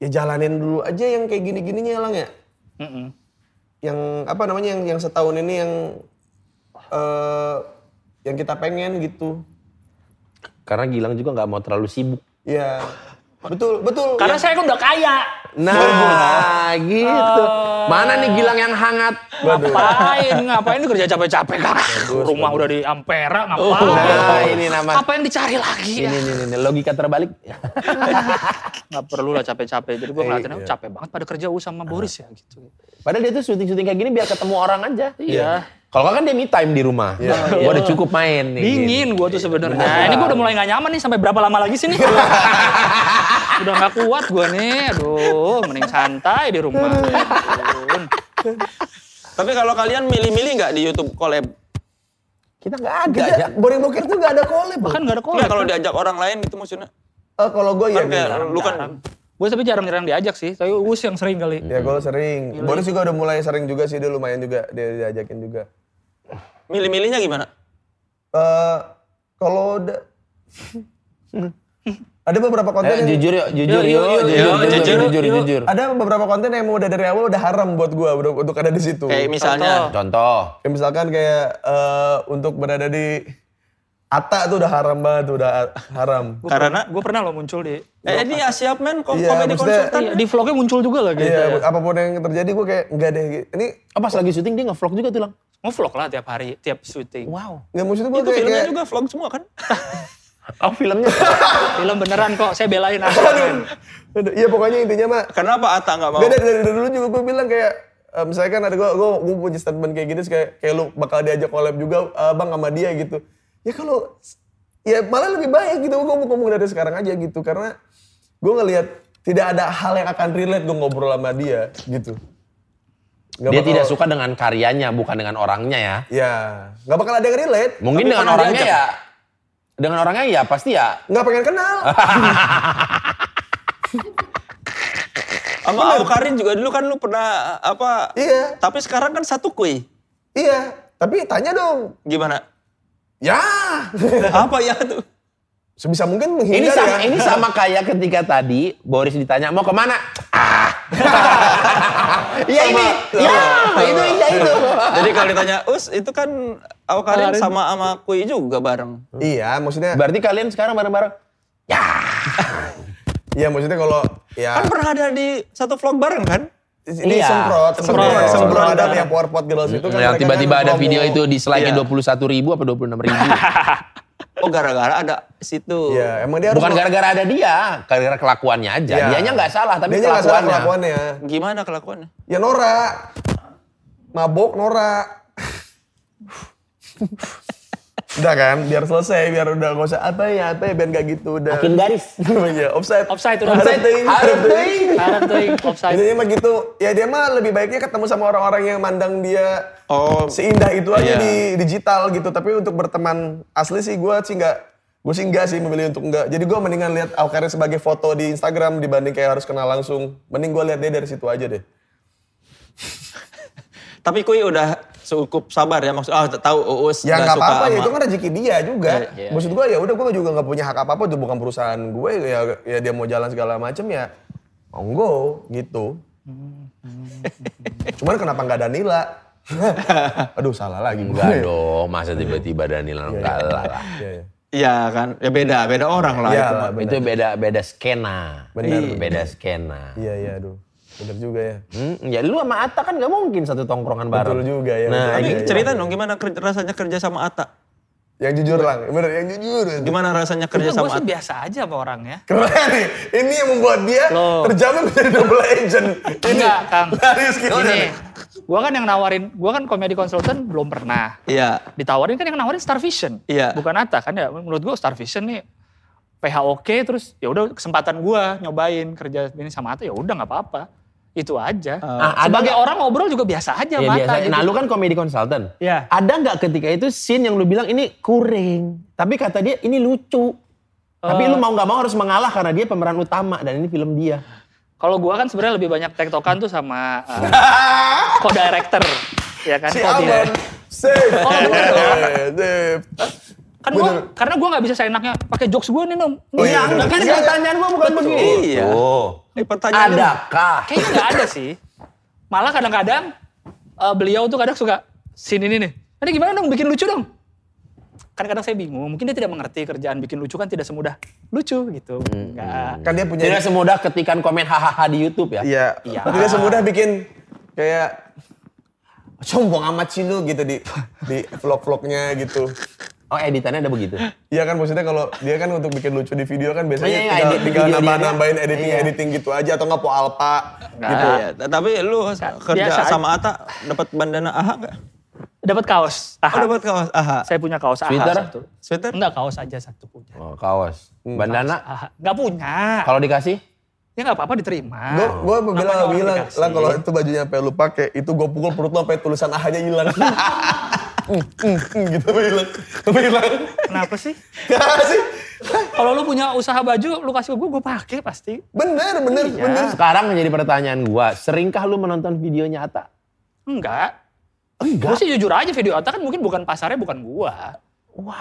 C: ya jalanin dulu aja yang kayak gini-gininya lang ya
A: Mm-mm.
C: yang apa namanya yang yang setahun ini yang eh yang kita pengen gitu.
E: Karena Gilang juga nggak mau terlalu sibuk.
C: Iya. Betul, betul.
A: Karena
C: Ya.
A: saya kan udah kaya.
E: Nah, gitu. Mana nih Gilang yang hangat?
A: Ngapain? Ngapain lu kerja capek-capek kakak? Rumah udah di Ampera ngapain?
E: Nah, ini nama.
A: Apa yang dicari lagi?
E: Ini, ini, ini, logika terbalik.
A: Nggak perlu lah capek-capek. Jadi gue ngeliatin "Oh, capek banget pada kerja U sama Boris ya gitu.
E: Padahal dia tuh syuting-syuting kayak gini biar ketemu orang aja.
A: Iya.
E: Kalau nggak kan dia me time di rumah. Gua udah cukup main nih. gitu.
A: Dingin gue tuh sebenarnya. Nah, ini gue udah mulai gak nyaman nih sampai berapa lama lagi sih nih? udah gak kuat gue nih. Aduh, mending santai di rumah. Ampun.
B: Tapi kalau kalian milih-milih nggak di YouTube collab?
E: Kita nggak ada. ya.
C: Tidak, Boring Bokir tuh gak ada collab.
A: Kan gak ada
B: Nggak kalau
A: kolek.
B: diajak orang lain gitu maksudnya?
C: Eh, kalau gue
B: Kan
C: ya,
B: kayak
C: Gil.
B: lu kan
A: Gue tapi jarang-jarang diajak sih. Tapi Uus yang sering kali.
C: ya gue sering. Boris juga udah mulai sering juga sih, dia lumayan juga dia diajakin juga.
B: milih-milihnya gimana?
C: Eh kalau udah ada beberapa konten
E: Eh,
C: yang,
E: jujur yuk, jujur
A: Yuk,
E: yuk,
A: yuk, yuk,
E: jujur,
A: yuk,
E: jujur,
A: yuk,
E: jujur,
A: yuk.
E: jujur.
C: ada beberapa konten yang udah dari awal udah haram buat gue untuk ada di situ.
B: Kayak misalnya
E: Contoh.
C: Kayak Ya, misalkan kayak eh, untuk berada di Ata tuh udah haram banget, tuh udah haram.
B: karena
A: Gue pernah loh muncul di...
B: eh ini Asia Men kok
C: Iya,
B: komedi
C: maksudnya-
B: konsultan.
A: Iya, di vlognya muncul juga lah gitu.
C: Iya, apapun yang terjadi gue kayak enggak deh. Ini
E: Oh, pas lagi syuting dia nge-vlog juga tuh, Lang.
A: Nge-vlog lah tiap hari, tiap syuting.
E: Wow.
C: nggak maksud
B: Itu
C: gue kayak,
B: filmnya
C: kayak
B: juga vlog semua kan?
E: Oh filmnya.
A: Film beneran kok, saya belain aku.
C: Aduh, Iya pokoknya intinya mah
B: Kenapa Ata nggak mau?
C: Gak dari, dari dulu juga gue bilang kayak eh, misalnya kan ada gue gue gue punya statement kayak gini terus kayak kayak lu bakal diajak collab juga eh, bang sama dia gitu. Ya kalau ya malah lebih baik gitu gue mau ngomong dari sekarang aja gitu karena gue ngelihat tidak ada hal yang akan relate gue ngobrol sama dia gitu. Nggak
E: Dia
C: bakal-
E: tidak suka dengan karyanya, bukan dengan orangnya ya.
C: Ya, nggak bakal ada yang relate.
E: Mungkin
C: Tapi kan
E: dengan
C: pernah
E: orangnya
C: diajak.
E: ya. Dengan orangnya ya pasti ya.
C: Nggak pengen kenal.
B: Sama Au Karin juga dulu kan lu pernah apa?
C: iya,
B: Tapi sekarang kan satu kui.
C: iya. Tapi tanya dong.
B: Gimana?
C: Ya,
B: apa ya tuh?
C: sebisa mungkin
E: Ini
C: menghindar
E: sama,
C: ya.
E: ini sama kayak ketika tadi Boris ditanya mau kemana? Ah. ya ini, ya itu ya itu.
B: Jadi kalau ditanya, Us itu kan Au Karin
A: Karin.
B: sama sama kui juga bareng.
C: Iya, maksudnya
E: Berarti kalian sekarang bareng-bareng.
C: Iya maksudnya kalau ya
B: Kan pernah ada di satu vlog bareng kan?
C: ini
E: Iya.
C: semprot, semprot,
A: Semprot,
C: semprot,
A: semprot.
C: ada yang PowerPoint Girls itu kan
E: Yang
C: mereka
E: tiba-tiba
C: kan
E: ada
C: promo.
E: video itu di slide-nya
B: Iya.
E: 21 ribu apa 26 ribu.
B: Oh gara-gara ada situ.
C: Iya, emang dia harus
E: Bukan gara-gara ada dia, gara-gara kelakuannya aja.
C: Iya.
E: Dianya nggak salah, tapi
C: Dia nggak salah
E: kelakuannya.
C: kelakuannya.
B: Gimana kelakuannya?
C: Ya Nora. Mabok Nora. udah kan, biar selesai, biar udah gak usah apa ya, apa ya, biar gak gitu udah.
E: Hakim garis.
C: Iya, offside.
A: Offside, udah.
C: Harap ting, harap ting.
A: Sekarang tuh yang offside.
C: Intinya mah gitu, ya dia mah lebih baiknya ketemu sama orang-orang yang mandang dia
B: Oh,
C: seindah itu aja
B: Iya.
C: di digital gitu tapi untuk berteman asli sih gue sih nggak gue sih enggak sih memilih untuk enggak jadi gue mendingan lihat Awkarin sebagai foto di Instagram dibanding kayak harus kenal langsung mending gue lihat dia dari situ aja deh
B: tapi kui udah cukup sabar ya maksud ah tahu Uus
C: ya
B: udah
C: nggak
B: suka
C: apa-apa ya
B: sama-
C: itu kan rezeki dia juga
B: Iya, iya.
C: maksud gue ya udah gue juga nggak punya hak apa-apa itu bukan perusahaan gue ya ya dia mau jalan segala macem ya monggo gitu cuman kenapa nggak Danila aduh salah lagi gue.
E: Enggak dong, Oh, masa tiba-tiba Danila enggak lah. lah.
C: Iya, iya.
B: Iya kan, ya beda, beda orang lah.
C: Iya
B: itu
C: lah,
B: mah.
C: benar.
E: Itu beda beda skena.
C: Benar.
E: Iya. Beda skena.
C: iya iya aduh bener juga ya
E: Hmm, ya lu sama Atta kan nggak mungkin satu tongkrongan bareng.
C: Betul juga ya,
E: Nah,
C: betul.
B: Tapi
E: ini
C: iya,
B: cerita dong gimana kerja, rasanya kerja sama Ata?
C: Yang jujur lang, bener yang jujur.
B: Gimana rasanya kerja
A: Gue
B: sama
A: sih
B: Ata?
A: biasa aja sama ya. orangnya.
C: Keren nih, ini yang membuat dia
A: Loh.
C: terjamin menjadi double agent. Ini
A: Enggak, Kang.
C: dari skillnya.
A: Ini,
C: nih.
A: gue kan yang nawarin, gue kan komedi konsultan belum pernah.
B: Iya.
A: Ditawarin kan yang nawarin Star Vision.
B: Iya.
A: Bukan Atta kan ya, menurut gue Star Vision nih PH oke terus ya udah kesempatan gue nyobain kerja ini sama Atta ya udah nggak apa-apa. Itu aja.
E: Ah, ada
A: Sebagai
E: nggak-
A: orang ngobrol juga biasa aja
E: ya,
A: sama
E: biasa.
A: Atta. gitu.
E: Nah, lu kan komedi konsultan.
A: Iya.
E: Ada nggak ketika itu scene yang lu bilang ini kuring, tapi kata dia ini lucu. Tapi
A: Eh.
E: lu mau nggak mau harus mengalah karena dia pemeran utama dan ini film dia.
A: Kalau gue kan sebenarnya lebih banyak tektokan tuh sama eh, co-director. ya kan?
C: Si
A: co-director.
C: Aman, safe. Safe.
A: Kan gua, karena gue nggak bisa seenaknya pakai jokes gue nih nom.
C: Oh,
A: Nggak,
C: iya, bener.
A: kan
E: Kan
A: nggak-
E: pertanyaan gua bukan begini.
B: Iya.
E: Oh.
B: Eh, pertanyaan
E: Adakah?
A: Kayaknya nggak ada sih. Malah kadang-kadang eh, beliau tuh kadang suka sini ini nih. Ini gimana dong bikin lucu dong? Kadang-kadang saya bingung. Mungkin dia tidak mengerti kerjaan bikin lucu kan tidak semudah lucu gitu. Enggak.
C: Kan dia punya.
E: Tidak semudah ketikan komen hahaha di YouTube ya.
C: Iya.
A: Iya.
C: Tidak semudah bikin kayak sombong amat sih lu gitu di di vlog-vlognya gitu.
E: Oh, editannya ada begitu.
C: Iya kan maksudnya kalau dia kan untuk bikin lucu di video kan biasanya
E: Iya, iya,
C: tinggal,
E: edit
C: tinggal
E: video dia,
C: nambah-nambahin
E: dia.
C: editing
E: Iya.
C: editing gitu aja atau nggak po alpa gitu.
B: Iya, tapi lu kerja
A: biasa aja.
B: sama Ata dapat bandana AHA nggak?
A: Dapat kaos.
B: Oh,
A: Aha.
B: dapat kaos AHA.
A: Saya punya kaos aha
E: Sweater?
A: satu.
B: Sweater?
A: Enggak kaos aja satu punya.
E: Oh, kaos. Bandana
A: Aha. Nggak punya.
E: kalau dikasih
A: Ya nggak apa-apa diterima.
C: Gue
E: Ah,
C: gue bilang
A: Namanya orang
C: bilang
A: dikasih.
C: lah kalau itu bajunya sampai lu pakai itu gue pukul perut lu sampai tulisan ahanya hilang. Mm, mm, mm, gitu sampai hilang. Sampai hilang.
A: Kenapa sih?
C: Gak sih?
A: Kalau lu punya usaha baju, lu kasih ke gue, gue pakai pasti.
C: Bener bener
A: Iya.
C: bener.
E: sekarang menjadi pertanyaan gua, seringkah lu menonton videonya Atta?
A: Enggak.
C: Oh,
A: Enggak. Gue sih jujur aja video Atta kan mungkin bukan pasarnya bukan gua.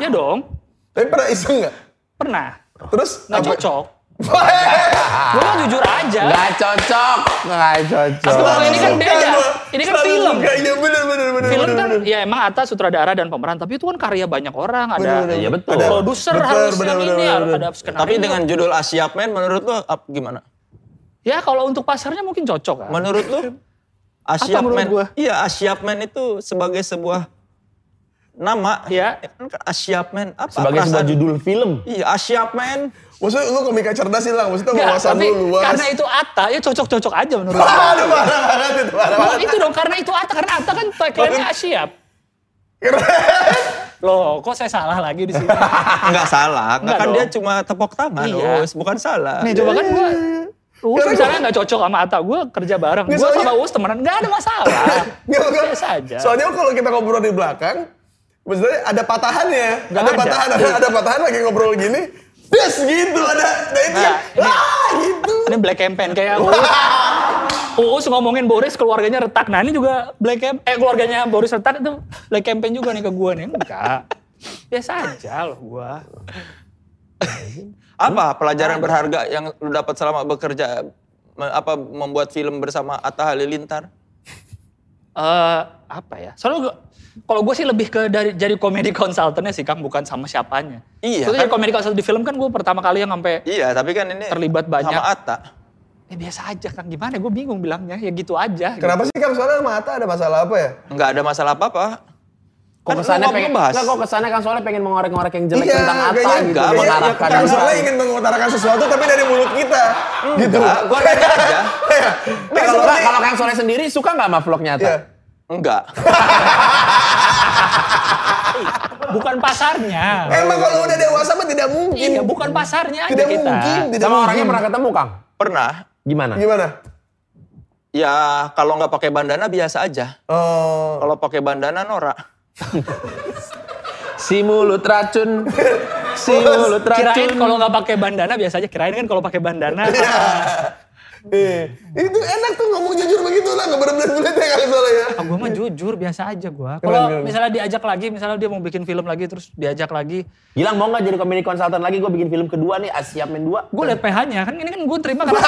A: Ya dong.
C: Tapi pernah iseng nggak?
A: Pernah.
C: Terus
A: Nggak
C: apa-
A: cocok. Gue mah jujur aja.
E: Nggak Eh, cocok, nggak cocok.
A: Kalau ini kan beda.
C: Selalu suka
A: Ini kan
C: gua. Selalu
A: film.
C: suka. Iya bener bener bener.
A: Film
C: bener,
A: kan
C: bener.
A: ya emang Atta sutradara dan pemeran, tapi itu kan karya banyak orang. Ada
C: Bener, bener,
E: Iya, betul.
A: ada
E: bener.
A: produser
C: Bener,
A: harus
C: bener,
A: yang
C: bener,
A: ini,
C: bener,
A: ada
C: bener.
A: skenario.
B: Tapi dengan judul Asia Men menurut lu ap- gimana?
A: Ya kalau untuk pasarnya mungkin cocok kan.
B: Menurut lu Asia
A: menurut
B: Men?
A: gua?
B: Iya, Asia Men itu sebagai sebuah nama.
A: Iya.
B: Ya kan, Asyap men. Apa?
E: Sebagai sebuah
B: perasaan-
E: judul film.
B: Iya, Asyap men.
C: Maksudnya lu komika cerdas sih lang, maksudnya
A: Nggak,
C: wawasan
A: tapi
C: lu luas.
A: karena itu Atta ya cocok-cocok aja menurut gue.
C: Aduh, parah banget itu, parah
A: Loh,
C: banget.
A: Oh, itu dong karena itu Atta karena Atta kan tagline-nya siap. Loh, kok saya salah lagi di sini?
B: Enggak salah, enggak
A: Nggak
B: kan
A: dong.
B: dia cuma tepok tangan,
A: Iya.
B: Us. Bukan salah.
A: Nih coba kan gue Uus misalnya nggak cocok sama Atta, gue kerja bareng. Gue
C: Iya. Nggak,
A: sama
C: soalnya-
A: Uus temenan, nggak ada masalah.
C: Nggak, nggak.
A: Ah, Biasa aja.
C: Soalnya kalau kita ngobrol di belakang, maksudnya ada patahannya.
A: Nggak
C: ada,
A: ada.
C: patahan, ada, ada patahan lagi ngobrol gini. Des gitu ada, ada itu
A: Nah,
C: kan. Wah, gitu.
A: Ini black campaign kayak Uus. Uus ngomongin Boris keluarganya retak. Nah ini juga black campaign. Eh keluarganya Boris retak itu black campaign juga nih ke gue nih. Enggak. Biasa aja loh gue.
B: Apa pelajaran berharga yang lu dapat selama bekerja me- apa membuat film bersama Atta Halilintar?
A: Eh apa ya? Soalnya gua- kalau gue sih lebih ke dari jadi komedi konsultannya sih Kang, bukan sama siapanya.
B: Iya,
A: Soalnya jadi
B: kan?
A: komedi konsultan di film kan gue pertama kali yang sampai
B: Iya, tapi kan ini
A: Terlibat banyak.
B: sama Atta.
A: eh biasa aja Kang. Gimana? Gue bingung bilangnya. Ya gitu aja. gitu.
C: Kenapa sih Kang Soalnya sama Atta ada masalah apa ya?
B: Enggak ada masalah apa-apa.
E: Kok
B: Kan
E: kesannya
B: lu nggak
E: pengen,
B: bahas.
E: nggak, kok kesannya kan soalnya pengen mengorek-ngorek yang jelek
C: Iya,
E: tentang Atta
C: kayaknya
E: gitu.
B: enggak,
E: Enggak,
B: iya, iya,
E: mengarahkan
C: Kang
E: dia.
C: Soalnya ingin mengutarakan sesuatu tapi dari mulut kita. gitu.
B: Enggak, gua nanya aja.
C: Kayak,
E: Nah,
C: kayak
E: kalau
C: seperti-
E: Hmm. kalau Kang Soleh sendiri suka nggak sama vlognya Atta?
C: Iya.
B: Enggak.
A: Bukan pasarnya.
C: Emang kalau udah dewasa mah tidak mungkin.
A: Iya, bukan pasarnya aja
C: Tidak
A: kita.
C: mungkin, tidak
E: Sama
C: mungkin.
E: orangnya pernah ketemu Kang?
B: Pernah.
E: Gimana?
C: Gimana?
B: Ya, kalau nggak pakai bandana biasa aja.
C: Oh,
B: Kalau pakai bandana norak.
E: Si mulut racun, si mulut
A: Kirain
E: racun.
A: kalau nggak pakai bandana biasa aja. Kirain kan kalau pakai bandana.
C: Iya. eh, itu enak tuh ngomong jujur begitu lah, nggak berbelit-belit ya Kang Soleh ya.
A: gue mah jujur biasa aja gue.
C: keren.
A: Kalau misalnya diajak lagi, misalnya dia mau bikin film lagi terus diajak lagi,
E: Gilang mau nggak jadi komedi konsultan lagi? Gue bikin film kedua nih, Asyap main dua.
A: gue
C: Iya.
A: liat PH-nya kan ini kan gue terima karena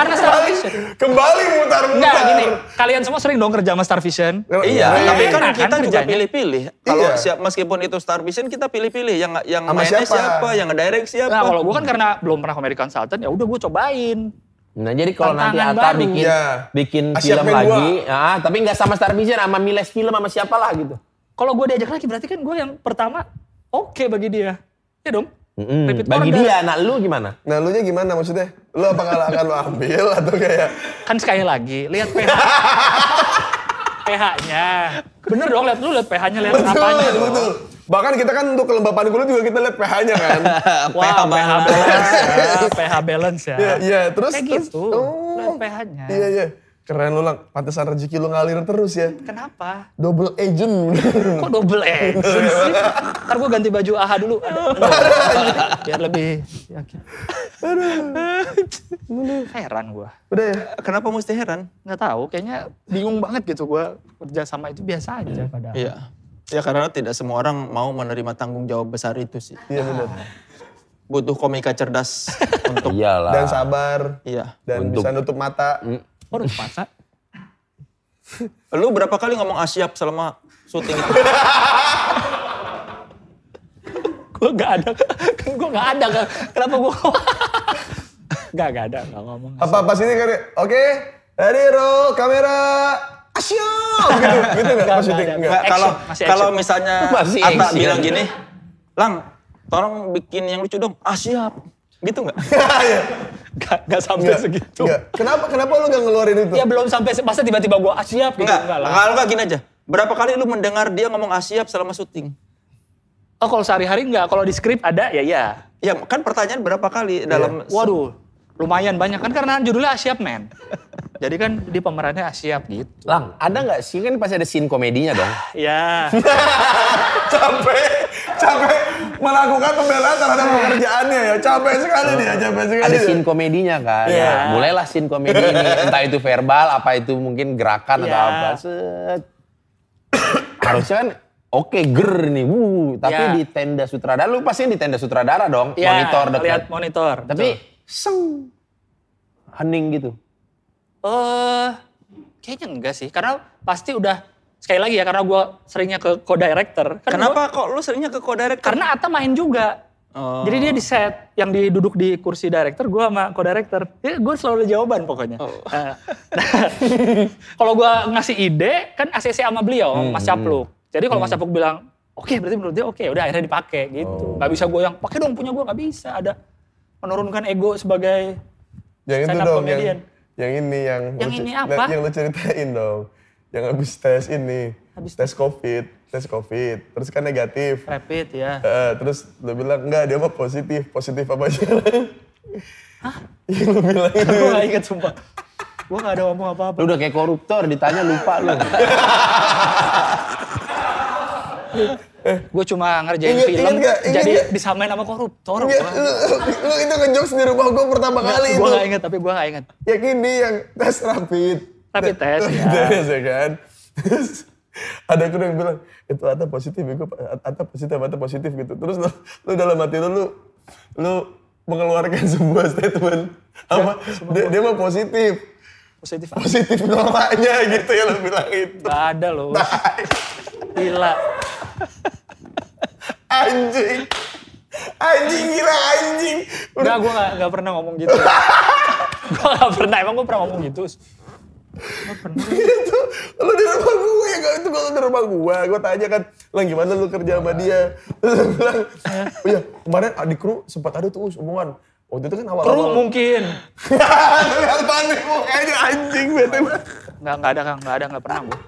A: karena Star
C: Kembali,
A: Vision.
C: kembali mutar-mutar.
A: Enggak gini, kalian semua sering dong kerja sama Star Vision.
B: Iya,
C: Eh,
B: tapi kan
A: Enak kan
B: kita juga
A: kerjanya?
B: pilih-pilih. Kalau
C: Iya.
B: siap meskipun itu Star Vision kita pilih-pilih yang yang
C: Sama
B: mainnya
C: siapa?
B: siapa? yang ngedirect siapa.
A: Nah kalau gue kan karena belum pernah komedi konsultan, ya udah gue cobain.
E: Nah jadi kalau nanti
A: Tantangan
E: Atta
A: baru.
E: bikin
C: Iya.
E: bikin
C: Asyap
E: film
C: main
E: lagi, ah, tapi nggak sama Star Vision, sama Miles Film, sama siapa lah gitu.
A: Kalau gue diajak lagi berarti kan gue yang pertama oke bagi dia. Ya dong.
E: Mm-mm.
A: Repeat
E: Bagi
A: order.
E: dia, nah lu gimana?
C: Nah, lu nya gimana maksudnya? Lu apakah akan lu ambil atau kayak
A: Kan sekali lagi, lihat PH. PH-nya. Bener dong, lihat lu lihat PH-nya, lihat apanya
C: betul,
A: dong.
C: betul. Bahkan kita kan untuk kelembapan kulit juga kita lihat pH-nya kan.
A: Wah, PH balance. ya, PH balance ya.
C: Iya, iya. Terus
A: Kayak
C: terus-
A: gitu,
C: oh.
A: lihat PH-nya.
C: Iya, iya. Keren lu lang, pantesan rezeki lu ngalir terus ya.
A: Kenapa?
C: Double agent.
A: Kok double action sih? Ntar gue ganti baju AHA dulu. Ada- Biar lebih yakin. Heran gue.
C: Udah ya.
B: Kenapa mesti heran?
A: Nggak tahu, kayaknya bingung banget gitu gue kerja sama itu biasa aja padahal.
B: Iya. Ya karena tidak semua orang mau menerima tanggung jawab besar itu sih.
C: Iya benar.
E: Ah.
B: Butuh komika cerdas untuk
D: Iya.
E: Iyalah.
C: Dan sabar
B: iya.
C: dan
E: Untuk- Mm.
C: bisa nutup mata.
A: Oh, udah sepasa.
B: Lu berapa kali ngomong asyap selama syuting itu?
A: Gue nggak ada, kan gue nggak ada. Kan. Kenapa gue Gak, gak ada, gak ngomong.
C: Apa pas ini kan oke, dari roll kamera. Asyik gitu. Gitu nggak
A: Nggak,
C: pas
A: nggak ada.
C: syuting? Nggak.
B: Nggak, kalau
A: Action, masih
B: kalau
A: action.
B: misalnya
E: Masih
B: Atta
E: action.
B: bilang gini, "Lang, tolong bikin yang lucu dong." Asyap. Gitu nggak?
C: Iya.
A: Gak, gak sampai
C: Nggak,
A: segitu.
C: nggak. Kenapa kenapa lu gak ngeluarin itu?
A: Ya belum sampai, se- masa tiba-tiba gue ah siap gitu.
B: Enggak,
A: Enggak lah.
B: kalau enggak gini aja. Berapa kali lu mendengar dia ngomong asyap selama syuting?
A: Oh kalau sehari-hari enggak, kalau di skrip ada ya ya.
B: Ya kan pertanyaan berapa kali dalam...
A: Waduh, lumayan banyak kan karena judulnya Asyap Men. Jadi kan di pemerannya Asyap gitu.
E: Lang, ada nggak sih kan pasti ada scene komedinya dong.
A: Ya,
C: capek, capek melakukan pembelaan terhadap
A: Eh.
C: pekerjaannya ya. Capek sekali dia, capek sekali.
E: ada
C: dia.
E: scene komedinya kan.
C: Iya.
E: Nah, mulailah scene komedi ini, entah itu verbal, apa itu mungkin gerakan atau
A: Iya.
E: apa. Set. Harusnya kan oke ger nih, wuh. Tapi
A: Iya.
E: di tenda sutradara, lu pasti di tenda sutradara dong,
A: ya
E: monitor dekat.
A: lihat monitor.
E: Tapi
A: Betul.
E: seng, hening gitu.
A: eh kayaknya enggak sih karena pasti udah sekali lagi ya karena gua seringnya ke co-director. Kan
B: Kenapa kok lu seringnya ke
A: gua-
B: co-director?
A: karena Atta main juga.
B: Oh.
A: Jadi dia di set yang diduduk di kursi director, gue sama co-director. Gue selalu ada jawaban pokoknya.
C: Oh. Hmm,
A: Eh, nah, Kalau gue ngasih ide, kan ACC sama beliau, Mas Capluk. Jadi kalau Mas Apuk bilang, oke berarti menurut dia oke, udah akhirnya dipakai
C: Oh.
A: gitu. Gak bisa gue yang, pakai dong punya gue, gak bisa. Ada menurunkan ego sebagai
C: Yang itu
A: stand up
C: dong, yang,
A: comedian.
C: yang ini yang
A: Yang
C: lu, ce-
A: ini apa?
C: Yang lu ceritain dong. Yang habis tes ini,
A: Habis
C: tes covid, tes covid, terus kan negatif.
A: Rapid ya.
C: Eh, terus lu bilang enggak dia mah positif, positif apa aja? Yang lu bilang itu.
A: gue gak inget sumpah. Gue gak ada ngomong apa-apa.
E: Lu udah kayak koruptor, ditanya lupa lu.
A: Gue cuma ngerjain
C: Ingat-
A: film,
C: ingat nggak? Ingat
A: jadi
C: nggak?
A: disamain sama koruptor.
C: Iya,
A: gua.
C: lu, lu itu ngejokes di rumah gua pertama kali
A: Gue
C: itu.
A: gak inget, tapi gue gak inget.
C: Yang ini Ya yang tes rapid.
A: Rapid
C: Te-
A: test, ya.
C: tes ya kan. Terus ada kru yang bilang, itu Ata positif, itu Ata positif, Ata positif gitu. Terus lu, lu dalam hati lu, lu, lu mengeluarkan sebuah statement.
A: Ya,
C: Apa? Dia, dia mah positif.
A: Positif.
C: Positif nolaknya gitu ya lu bilang itu.
A: Gak ada loh. Gila.
C: Anjing. Anjing gila anjing.
A: Enggak, gue gak, gak pernah ngomong gitu. gue gak pernah, emang gue pernah ngomong gitu.
C: itu lu di rumah gue ya itu kalau di rumah gue gue tanya kan lang gimana lu kerja sama dia terus dia bilang oh iya kemarin di kru sempat ada tuh Us, omongan waktu itu kan awal
A: Kru
C: awal
A: mungkin.
C: lihat panik mukanya anjing bete banget
A: Enggak, enggak ada, Kang. Enggak ada, enggak pernah gue.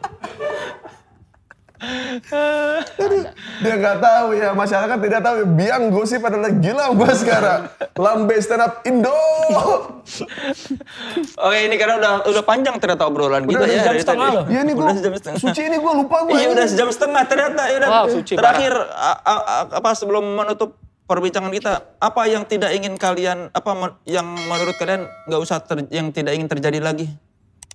C: dia nggak tahu ya masyarakat tidak tahu biang gosip adalah gila gue sekarang lambe stand up indo
B: Iya. Oke ini karena udah udah panjang ternyata obrolan
A: udah
B: kita ya.
A: sejam
B: dari
A: setengah
B: tadi.
A: loh.
C: iya nih gue
B: Udah sejam setengah.
C: suci ini gue lupa gue
B: Iya udah sejam setengah ternyata. Ya udah.
A: Wah, suci,
B: Terakhir a- a- a- apa sebelum menutup perbincangan kita apa yang tidak ingin kalian apa men- yang menurut kalian nggak usah ter- yang tidak ingin terjadi lagi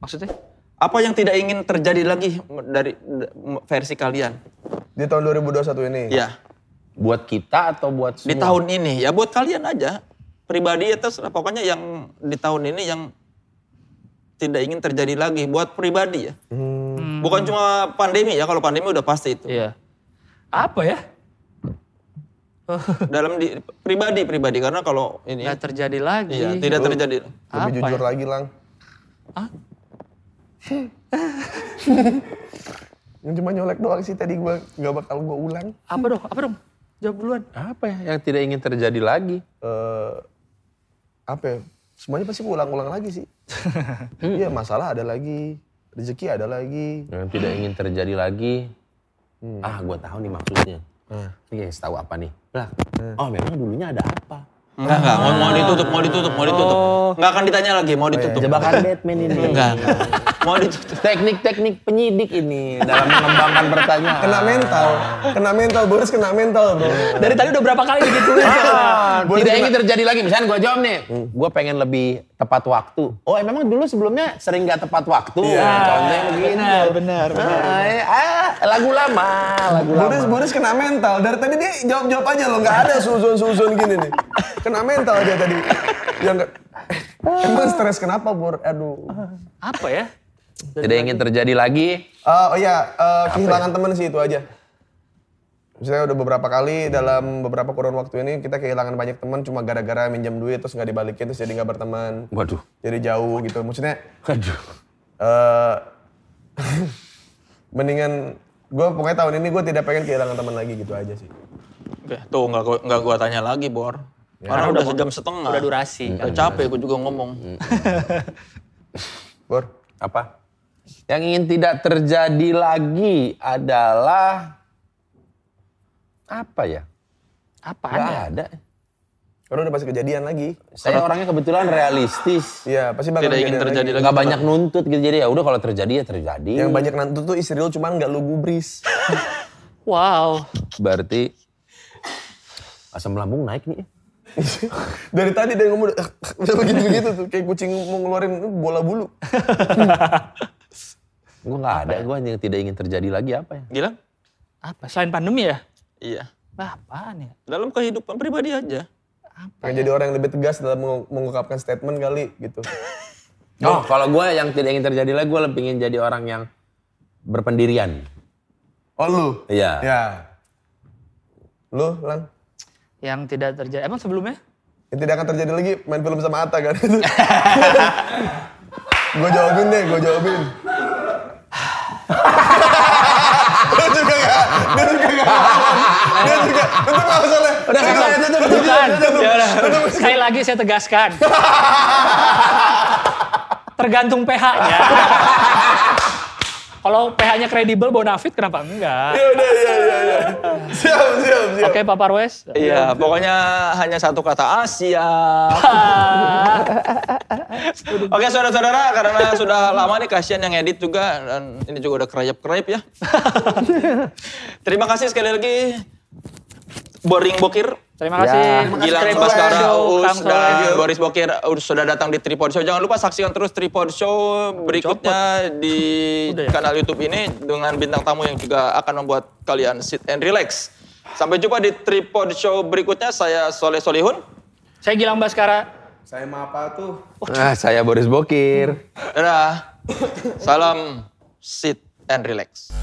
A: Maksudnya?
B: apa yang tidak ingin terjadi lagi dari d- m- versi kalian
C: di tahun 2021 ini
B: ya
E: buat kita atau buat
B: di
E: semua?
B: tahun ini ya buat kalian aja pribadi ya terserah pokoknya yang di tahun ini yang tidak ingin terjadi lagi buat pribadi ya bukan cuma pandemi ya kalau pandemi udah pasti itu
A: Iya. Apa ya?
B: dalam di, pribadi pribadi karena kalau ini
A: Enggak terjadi lagi.
B: iya tidak terjadi
C: lebih
A: Apa
C: jujur
A: ya?
C: lagi lang
A: Hah?
E: Ah?
C: Ini cuma nyolek doang sih tadi gue nggak bakal gue ulang.
A: Apa dong? Apa dong? Jawab duluan.
E: Apa ya yang tidak ingin terjadi lagi?
C: eh apa ya, semuanya pasti gue ulang-ulang lagi sih. Iya masalah ada lagi, rezeki ada lagi.
E: Yang tidak ingin terjadi lagi. Ah, gua tahu nih maksudnya. Ini yang tahu apa nih? Lah, oh memang dulunya ada apa?
B: enggak enggak mau, mau ditutup mau ditutup mau ditutup enggak Oh. akan ditanya lagi mau ditutup
E: Jebakan Batman ini.
B: Iya. enggak mau ditutup
E: Teknik-teknik penyidik ini dalam mengembangkan pertanyaan.
C: Kena mental, kena mental, Boris kena mental bro.
E: Iya.
A: Dari tadi udah berapa kali digituin?
E: Ah,
C: Boleh
E: tidak
C: kena-
E: ingin terjadi lagi. Misalnya gue jawab nih, gue pengen lebih tepat waktu. Oh, eh, memang dulu sebelumnya sering gak tepat waktu. Nah, Contohnya begini.
A: benar, benar, benar.
E: Ah, eh, ah, lagu lama, lagu lama.
C: Boris, Boris kena mental. Dari tadi dia jawab-jawab aja loh, nggak ada suzon-suzon gini nih. Kena mental dia tadi. Yang nggak- Eh, Emang stres kenapa, Bor? Aduh.
A: Apa ya?
E: Tidak ingin terjadi lagi. ya?
C: Eh, oh iya, eh, kehilangan teman sih itu aja. Misalnya udah beberapa kali dalam beberapa kurun waktu ini kita kehilangan banyak teman cuma gara-gara minjem duit terus nggak dibalikin terus jadi nggak berteman.
E: Waduh.
C: Jadi jauh gitu. Maksudnya
E: Aduh.
C: eh mendingan gue pokoknya tahun ini gue tidak pengen kehilangan teman lagi gitu aja sih.
B: Oke, tuh enggak gua- enggak gua tanya lagi bor karena udah sejam setengah
A: Udah durasi.
B: udah capek gua juga ngomong
C: Bor,
E: Apa? Yang ingin tidak terjadi lagi adalah apa ya?
A: Apaan
E: Gak
A: ya?
E: ada.
C: karena udah pasti kejadian lagi.
E: Saya orangnya kebetulan realistis.
C: Iya pasti bakal
B: tidak ingin
C: kejadian
B: terjadi lagi
E: Gak banyak nuntut gitu. Jadi ya udah kalau terjadi ya terjadi.
C: Yang banyak nanti tuh istri lu cuman nggak lu gubris.
A: Wow.
E: Berarti asam lambung naik nih.
C: Dari tadi dia ngomong udah begitu-begitu tuh kayak kucing mau ngeluarin bola bulu.
E: Gue nggak ada. Gue yang tidak ingin terjadi lagi apa ya?
B: gila
A: Apa? Selain pandemi ya?
B: iya
A: Wah, apaan ya?
B: dalam kehidupan pribadi aja
C: Pengen jadi orang yang lebih tegas dalam mengu- mengungkapkan statement kali gitu.
E: Oh, kalau gue yang tidak ingin terjadi lagi, gue lebih ingin jadi orang yang berpendirian.
C: Oh lu?
E: Iya.
C: Ya. Lu, Lang?
A: Yang tidak terjadi. Emang sebelumnya?
C: Yang tidak akan terjadi lagi main film sama Atta kan? gue jawabin deh, gue jawabin. lu juga gak, Dia suka nggak ngelawan. Dia suka. Tutup nggak masalah.
E: Udah,
C: Tutup,
E: kakak,
C: tutup,
E: tutup,
C: tutup,
A: bukan.
C: tutup.
B: Ya udah.
C: Tutup.
A: Sekali lagi saya tegaskan. Tergantung pH-nya. Kalau pH-nya kredibel, bonafit kenapa enggak?
C: Ya udah, ya, ya, ya. Siap, siap, siap.
A: Oke, Pak Parwes.
B: Iya, pokoknya hanya satu kata Asia. Oke, saudara-saudara, karena sudah lama nih kasihan yang edit juga dan ini juga udah kerayap-kerayap ya. Terima kasih sekali lagi Boring Bokir.
A: Terima kasih.
B: Ya, Gilang
A: Terima kasih.
B: Baskara Us
A: Kang Soleh.
B: dan Boris Bokir Us sudah datang di Tripod Show. Jangan lupa saksikan terus Tripod Show berikutnya di
A: Udah ya?
B: kanal YouTube ini dengan bintang tamu yang juga akan membuat kalian sit and relax. Sampai jumpa di Tripod Show berikutnya. Saya Soleh Solihun.
A: Saya Gilang Baskara.
C: Saya mau apa tuh?
E: Ah, saya Boris Bokir.
B: Dadah. Salam sit and relax.